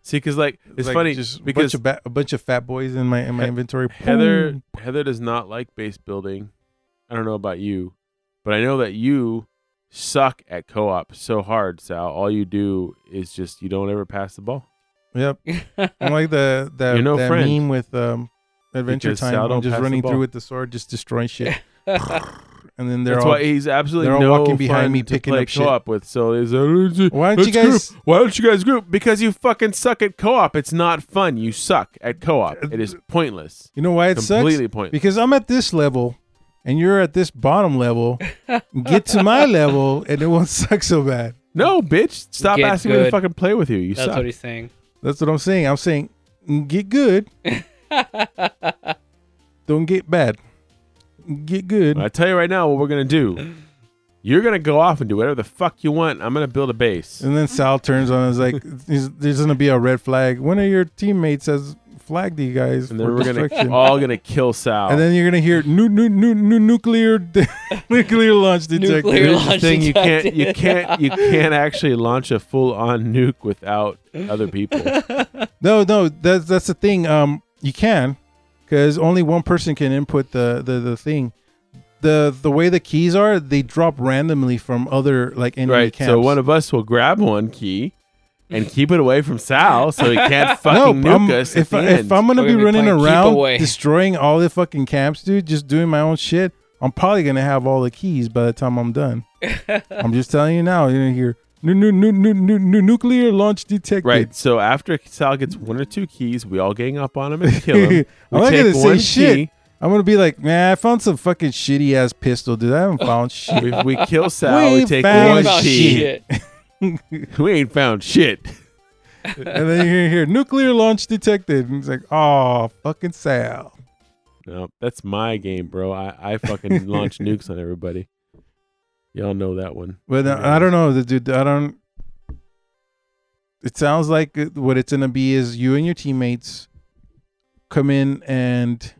Speaker 2: see because like it's
Speaker 5: like
Speaker 2: funny
Speaker 5: just a
Speaker 2: because
Speaker 5: bunch of ba- a bunch of fat boys in my in my
Speaker 2: He-
Speaker 5: inventory.
Speaker 2: Heather
Speaker 5: Boom.
Speaker 2: Heather does not like base building. I don't know about you, but I know that you suck at co-op so hard, Sal. All you do is just you don't ever pass the ball.
Speaker 5: Yep. I'm like the that,
Speaker 2: You're no
Speaker 5: that
Speaker 2: friend.
Speaker 5: meme with um, Adventure
Speaker 2: Because
Speaker 5: Time.
Speaker 2: Sal
Speaker 5: I'm
Speaker 2: don't
Speaker 5: just
Speaker 2: pass the
Speaker 5: running
Speaker 2: ball.
Speaker 5: through with the sword, just destroying shit. and then they're
Speaker 2: That's
Speaker 5: all
Speaker 2: why he's absolutely
Speaker 5: they're all
Speaker 2: no
Speaker 5: walking
Speaker 2: fun
Speaker 5: behind me
Speaker 2: to
Speaker 5: picking
Speaker 2: play
Speaker 5: up shit.
Speaker 2: co-op with. So uh, is why
Speaker 5: don't you guys-
Speaker 2: Why don't you guys group? Because you fucking suck at co-op. It's not fun. You suck at co-op. It is pointless.
Speaker 5: You know why it sucks?
Speaker 2: Completely pointless.
Speaker 5: Because I'm at this level, and you're at this bottom level. Get to my level, and it won't suck so bad.
Speaker 2: No, bitch. Stop
Speaker 1: Get
Speaker 2: asking me to
Speaker 1: good.
Speaker 2: fucking play with you. You
Speaker 1: That's
Speaker 2: suck.
Speaker 1: what he's saying.
Speaker 5: That's what I'm saying. I'm saying "Mm, get good. don't get bad. Get good.
Speaker 2: I tell you right now what we're gonna do. You're gonna go off and do whatever the fuck you want. I'm gonna build a base.
Speaker 5: And then Sal turns on and is like, there's, there's going to be a red flag. One of your teammates has flagged you guys
Speaker 2: And
Speaker 5: for
Speaker 2: then we're
Speaker 5: destruction.
Speaker 2: gonna all gonna kill Sal.
Speaker 5: and then you're going to hear new, new, new, new nuclear, de- nuclear launch detector.
Speaker 1: Nuclear
Speaker 2: Here's the
Speaker 1: launch
Speaker 2: thing, you can't you
Speaker 1: detected.
Speaker 2: can't you can't actually launch a full on nuke without other people.
Speaker 5: No, no, that's, that's the thing. Um, You can, because only one person can input the, the, the thing. The, the way the keys are, they drop randomly from other like enemy
Speaker 2: right.
Speaker 5: camps.
Speaker 2: So one of us will grab one key and keep it away from Sal so he can't fucking nuke
Speaker 5: I'm-
Speaker 2: us. at
Speaker 5: If,
Speaker 2: the
Speaker 5: I,
Speaker 2: end.
Speaker 5: if I'm gonna
Speaker 1: We're
Speaker 5: be,
Speaker 1: gonna be
Speaker 5: running
Speaker 1: playing keep
Speaker 5: around
Speaker 1: away.
Speaker 5: destroying all the fucking camps, dude, just doing my own shit, I'm probably gonna have all the keys by the time I'm done. I'm just telling you now. You're gonna hear nu- nu- nu- nu- nu- nu- nuclear launch detected.
Speaker 2: Right. So after Sal gets one or two keys, we all gang up on him and kill him. We
Speaker 5: I'm not
Speaker 2: take
Speaker 5: gonna
Speaker 2: one
Speaker 5: say shit.
Speaker 2: key,
Speaker 5: I'm gonna be like, man, I found some fucking shitty ass pistol, dude. I haven't found shit.
Speaker 2: We, we kill Sal. We,
Speaker 5: We
Speaker 2: take
Speaker 5: found
Speaker 2: one
Speaker 1: About
Speaker 2: key.
Speaker 1: shit.
Speaker 2: We ain't found shit.
Speaker 5: and then you're gonna hear nuclear launch detected, and it's like, oh, fucking Sal.
Speaker 2: No, that's my game, bro. I, I fucking launch nukes on everybody. Y'all know that one.
Speaker 5: But uh, I don't know, the dude. I don't. It sounds like it- what it's gonna be is you and your teammates come in and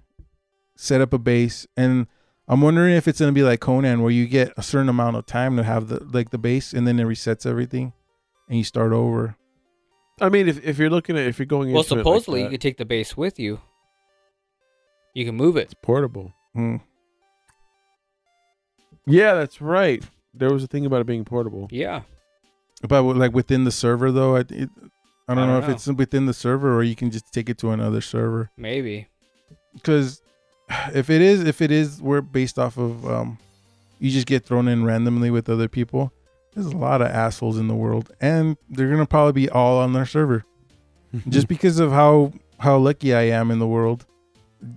Speaker 5: set up a base, and I'm wondering if it's gonna be like Conan, where you get a certain amount of time to have the like the base, and then it resets everything, and you start over.
Speaker 2: I mean, if, if you're looking at if you're going
Speaker 1: well,
Speaker 2: into it like
Speaker 1: supposedly you
Speaker 2: that,
Speaker 1: could take the base with you. You can move it.
Speaker 2: it's portable.
Speaker 5: Hmm.
Speaker 2: Yeah, that's right. There was a thing about it being portable.
Speaker 1: Yeah.
Speaker 5: But with- like within the server though, I, it, I don't know if
Speaker 1: know.
Speaker 5: it's within the server or you can just take it to another server.
Speaker 1: Maybe.
Speaker 5: because if it is if it is we're based off of um you just get thrown in randomly with other people there's a lot of assholes in the world and they're gonna probably be all on their server just because of how how lucky i am in the world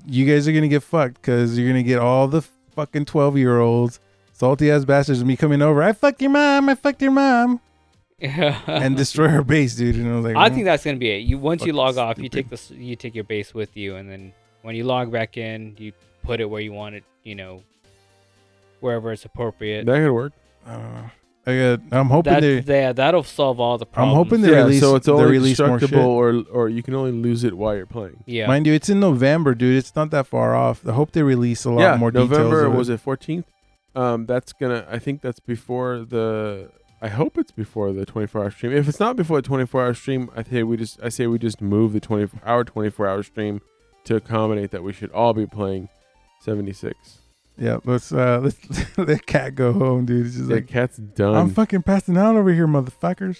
Speaker 5: you guys are gonna get fucked because you're gonna get all the fucking 12 year olds salty ass bastards and me coming over i fucked your mom i fucked your mom and destroy her base dude and i was like
Speaker 1: I
Speaker 5: "Mm."
Speaker 1: think that's gonna be it. You once you
Speaker 5: Fucking
Speaker 1: log off, you
Speaker 5: stupid.
Speaker 1: take this, you take your base with you, and then when you log back in, you put it where you want it. You know, wherever it's appropriate.
Speaker 2: That could work.
Speaker 5: I don't know. I got, I'm hoping
Speaker 1: That,
Speaker 5: they.
Speaker 1: yeah, that'll solve all the
Speaker 5: I'm
Speaker 1: problems.
Speaker 5: hoping they release.
Speaker 2: so it's
Speaker 5: they
Speaker 2: only
Speaker 5: release more shit.
Speaker 2: destructible, or or you can only lose it while you're playing.
Speaker 1: Yeah.
Speaker 5: Mind you, it's in November, dude. It's not that far off. I hope they release a lot
Speaker 2: yeah,
Speaker 5: more
Speaker 2: November
Speaker 5: details.
Speaker 2: was it 14th? Um, that's gonna. I think that's before the. I hope it's before the 24 hour stream. If it's not before the 24 hour stream, I say we just. I say we just move the 24 hour 24 hour stream to accommodate that we should all be playing 76.
Speaker 5: Yeah, let's uh, let's let cat go home, dude. She's
Speaker 2: The
Speaker 5: like,
Speaker 2: cat's done.
Speaker 5: I'm fucking passing out over here, motherfuckers.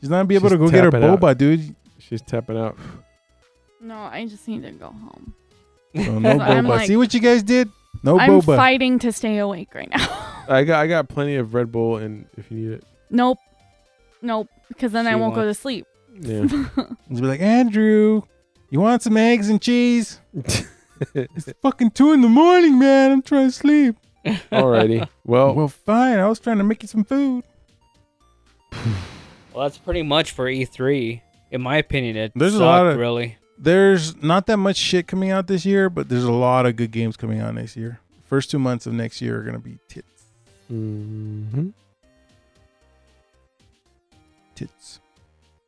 Speaker 5: She's not gonna be able
Speaker 2: She's
Speaker 5: to go get her
Speaker 2: tapping out.
Speaker 5: boba, dude.
Speaker 2: She's tapping out.
Speaker 6: No, I just need to go home.
Speaker 5: So Oh, no
Speaker 6: So I'm
Speaker 5: boba.
Speaker 6: like-
Speaker 5: See what you guys did? No
Speaker 6: I'm
Speaker 5: Oh, boba.
Speaker 6: fighting to stay awake right now.
Speaker 2: I got. I got plenty of Red Bull, and if you need it,
Speaker 6: nope. Nope. Because then I
Speaker 1: She
Speaker 6: won't go to
Speaker 1: wants-
Speaker 6: sleep.
Speaker 2: yeah.
Speaker 5: Just be like, Andrew, you want some eggs and cheese? it's fucking two in the morning, man. I'm trying to sleep.
Speaker 2: Alrighty. Well,
Speaker 5: Well, fine. I was trying to make you some food.
Speaker 1: Well, that's pretty much for E3. In my opinion, it
Speaker 5: There's a
Speaker 1: sucked,
Speaker 5: lot of-
Speaker 1: really.
Speaker 5: There's not that much shit coming out this year, but there's a lot of good games coming out next year. First two months of next year are gonna be tits,
Speaker 2: mhm.
Speaker 5: tits.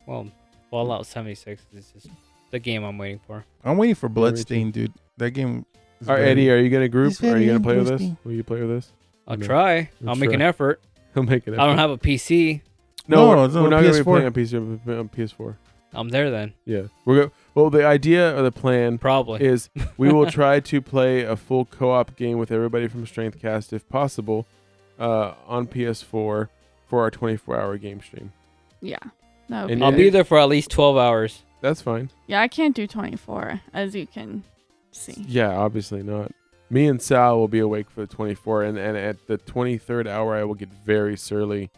Speaker 1: Well, Fallout 76 is just the game I'm waiting for.
Speaker 5: I'm waiting
Speaker 2: me
Speaker 5: for
Speaker 2: too.
Speaker 5: Bloodstained, dude. That game. is
Speaker 2: All right,
Speaker 5: very-
Speaker 2: Eddie, are you gonna group?
Speaker 5: It's
Speaker 2: Are you
Speaker 5: very
Speaker 2: gonna play with us?
Speaker 5: interesting.
Speaker 2: Will you play with us?
Speaker 1: I'll
Speaker 2: No.
Speaker 1: try.
Speaker 2: I'm
Speaker 1: I'll make an
Speaker 2: sure.
Speaker 1: effort.
Speaker 2: He'll make it.
Speaker 1: I don't
Speaker 2: happen.
Speaker 1: have a PC.
Speaker 2: No,
Speaker 5: No,
Speaker 2: we're,
Speaker 5: it's on
Speaker 2: we're
Speaker 5: the
Speaker 2: not gonna be
Speaker 5: PS4.
Speaker 2: playing on PC. we're playing on PS4.
Speaker 1: I'm there then,
Speaker 2: Yeah, we're go- well. The idea or the plan
Speaker 1: probably.
Speaker 2: is we will try to play a full co-op game with everybody from Strengthcast if possible, uh, on PS4 for our 24-hour game stream.
Speaker 6: Yeah. No.
Speaker 2: And
Speaker 1: I'll
Speaker 2: it-
Speaker 1: be there for at least 12 hours.
Speaker 2: That's fine.
Speaker 6: Yeah, I can't do 24, as you can see.
Speaker 2: Yeah, obviously not. Me and Sal will be awake for the 24, and, and at the 23rd hour, I will get very surly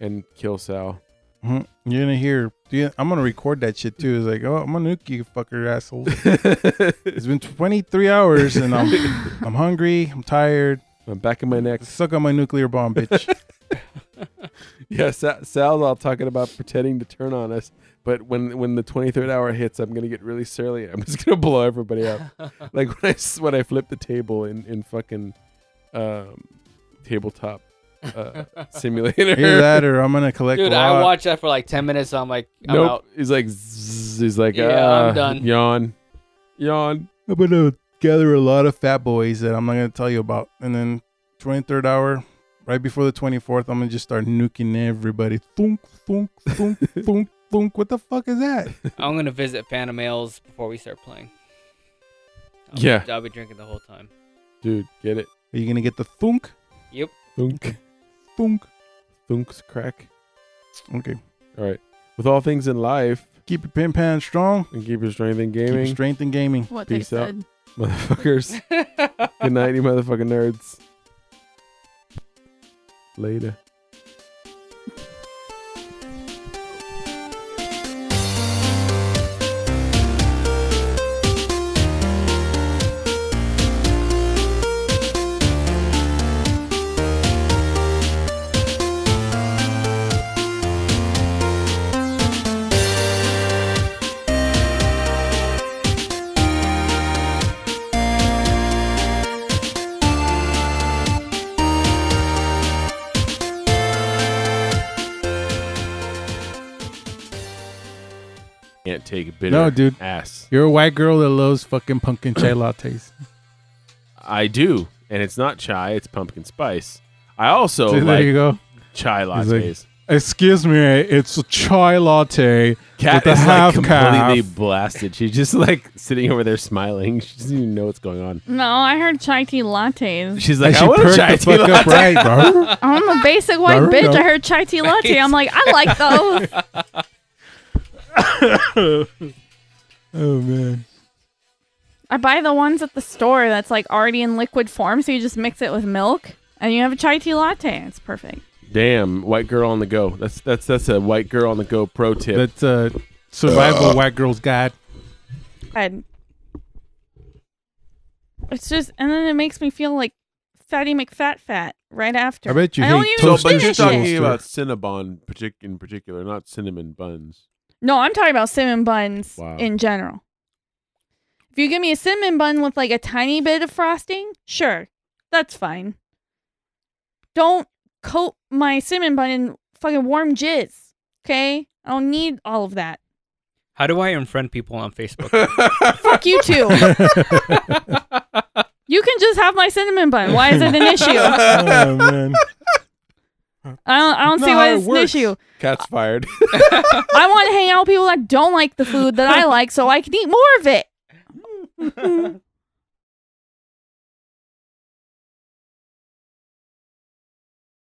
Speaker 2: and kill Sal.
Speaker 5: Mhm. You're gonna hear. Yeah, I'm gonna record that shit too. It's like, oh, I'm gonna nuke you, fucker, asshole. it's been 23 hours and I'm I'm hungry. I'm tired.
Speaker 2: I'm back in my neck.
Speaker 5: Suck on my nuclear bomb, bitch.
Speaker 2: Yeah, Sa- Sal's all talking about pretending to turn on us, but when when the 23rd hour hits, I'm gonna get really surly. I'm just gonna blow everybody up. like when I s- when I flip the table in in fucking um, tabletop uh, simulator.
Speaker 5: Either that or I'm gonna collect.
Speaker 1: Dude,
Speaker 5: a
Speaker 1: I
Speaker 5: lot.
Speaker 1: watched that for like 10 minutes. I'm like, I'm
Speaker 2: nope.
Speaker 1: out.
Speaker 2: He's like zzz, he's like
Speaker 1: Yeah,
Speaker 2: "Ah,
Speaker 1: I'm done."
Speaker 2: Yawn, yawn.
Speaker 5: I'm gonna gather a lot of fat boys that I'm not gonna tell you about, and then 23rd hour, right before the 24th, I'm gonna just start nuking everybody. Thunk, thunk, thunk, thunk, thunk. What the fuck is that?
Speaker 1: I'm going to visit Phantom Ales before we start playing. I'll
Speaker 2: Yeah.
Speaker 1: Be, I'll be drinking the whole time.
Speaker 2: Dude, get it.
Speaker 5: Are you gonna get the thunk,
Speaker 1: Yep.
Speaker 2: Thunk,
Speaker 5: thunk?
Speaker 2: thunk's crack.
Speaker 5: Okay,
Speaker 2: All right. With all things in life,
Speaker 5: keep your pin pan strong.
Speaker 2: and keep your strength in
Speaker 5: Keep your
Speaker 2: gaming,
Speaker 5: strength in gaming.
Speaker 6: What
Speaker 2: Peace
Speaker 6: they
Speaker 2: out.
Speaker 6: said.
Speaker 2: motherfuckers. Good night, you motherfucking nerds. Later. Can't take a bitter
Speaker 5: No, dude.
Speaker 2: ass.
Speaker 5: You're a white girl that loves fucking pumpkin chai lattes.
Speaker 2: I do, and it's not chai; it's pumpkin spice. I also
Speaker 5: See, there
Speaker 2: Oh, like
Speaker 5: you go.
Speaker 2: chai
Speaker 5: He's
Speaker 2: lattes.
Speaker 5: Excuse me, it's a chai latte
Speaker 2: Cat
Speaker 5: with a
Speaker 2: is like
Speaker 5: half
Speaker 2: completely
Speaker 5: calf.
Speaker 2: blasted. She's just like sitting over there smiling. She doesn't even know what's going on.
Speaker 6: No, I heard chai tea lattes.
Speaker 2: She's
Speaker 5: And
Speaker 2: like,
Speaker 5: she
Speaker 2: I want a
Speaker 5: perked
Speaker 2: chai
Speaker 5: the
Speaker 2: tea
Speaker 5: fuck up
Speaker 2: latte.
Speaker 5: right, bro.
Speaker 6: I'm a basic white
Speaker 5: Darn,
Speaker 6: bitch.
Speaker 5: no.
Speaker 6: I heard chai tea latte. I'm like, I like those.
Speaker 5: oh man.
Speaker 6: I buy the ones at the store that's like already in liquid form, so you just mix it with milk and you have a chai tea latte. It's perfect.
Speaker 2: Damn, white girl on the go. That's that's that's a white girl on the go pro tip.
Speaker 5: That's a uh, survival white girl's guide.
Speaker 6: And it's just, and then it makes me feel like fatty McFat fat right after.
Speaker 5: I bet you
Speaker 6: I don't
Speaker 5: hate
Speaker 6: even
Speaker 2: so,
Speaker 5: toast
Speaker 6: do
Speaker 2: but you're
Speaker 6: that
Speaker 2: talking
Speaker 6: shit.
Speaker 2: about Cinnabon partic- in particular, not cinnamon buns.
Speaker 6: No, I'm talking about cinnamon buns
Speaker 2: Wow.
Speaker 6: in general. If you give me a cinnamon bun with like a tiny bit of frosting, sure, that's fine. don't coat my cinnamon bun in fucking warm jizz. Okay, I don't need all of that.
Speaker 9: How do I unfriend people on Facebook?
Speaker 6: Fuck you too. you can just have my cinnamon bun. Why is it an issue?
Speaker 5: Oh, man.
Speaker 6: I don't. I don't see
Speaker 5: Not
Speaker 6: why
Speaker 5: how it
Speaker 6: it's an
Speaker 5: works.
Speaker 6: issue.
Speaker 2: Cat's fired.
Speaker 6: I want to hang out with people that don't like the food that I like, so I can eat more of it.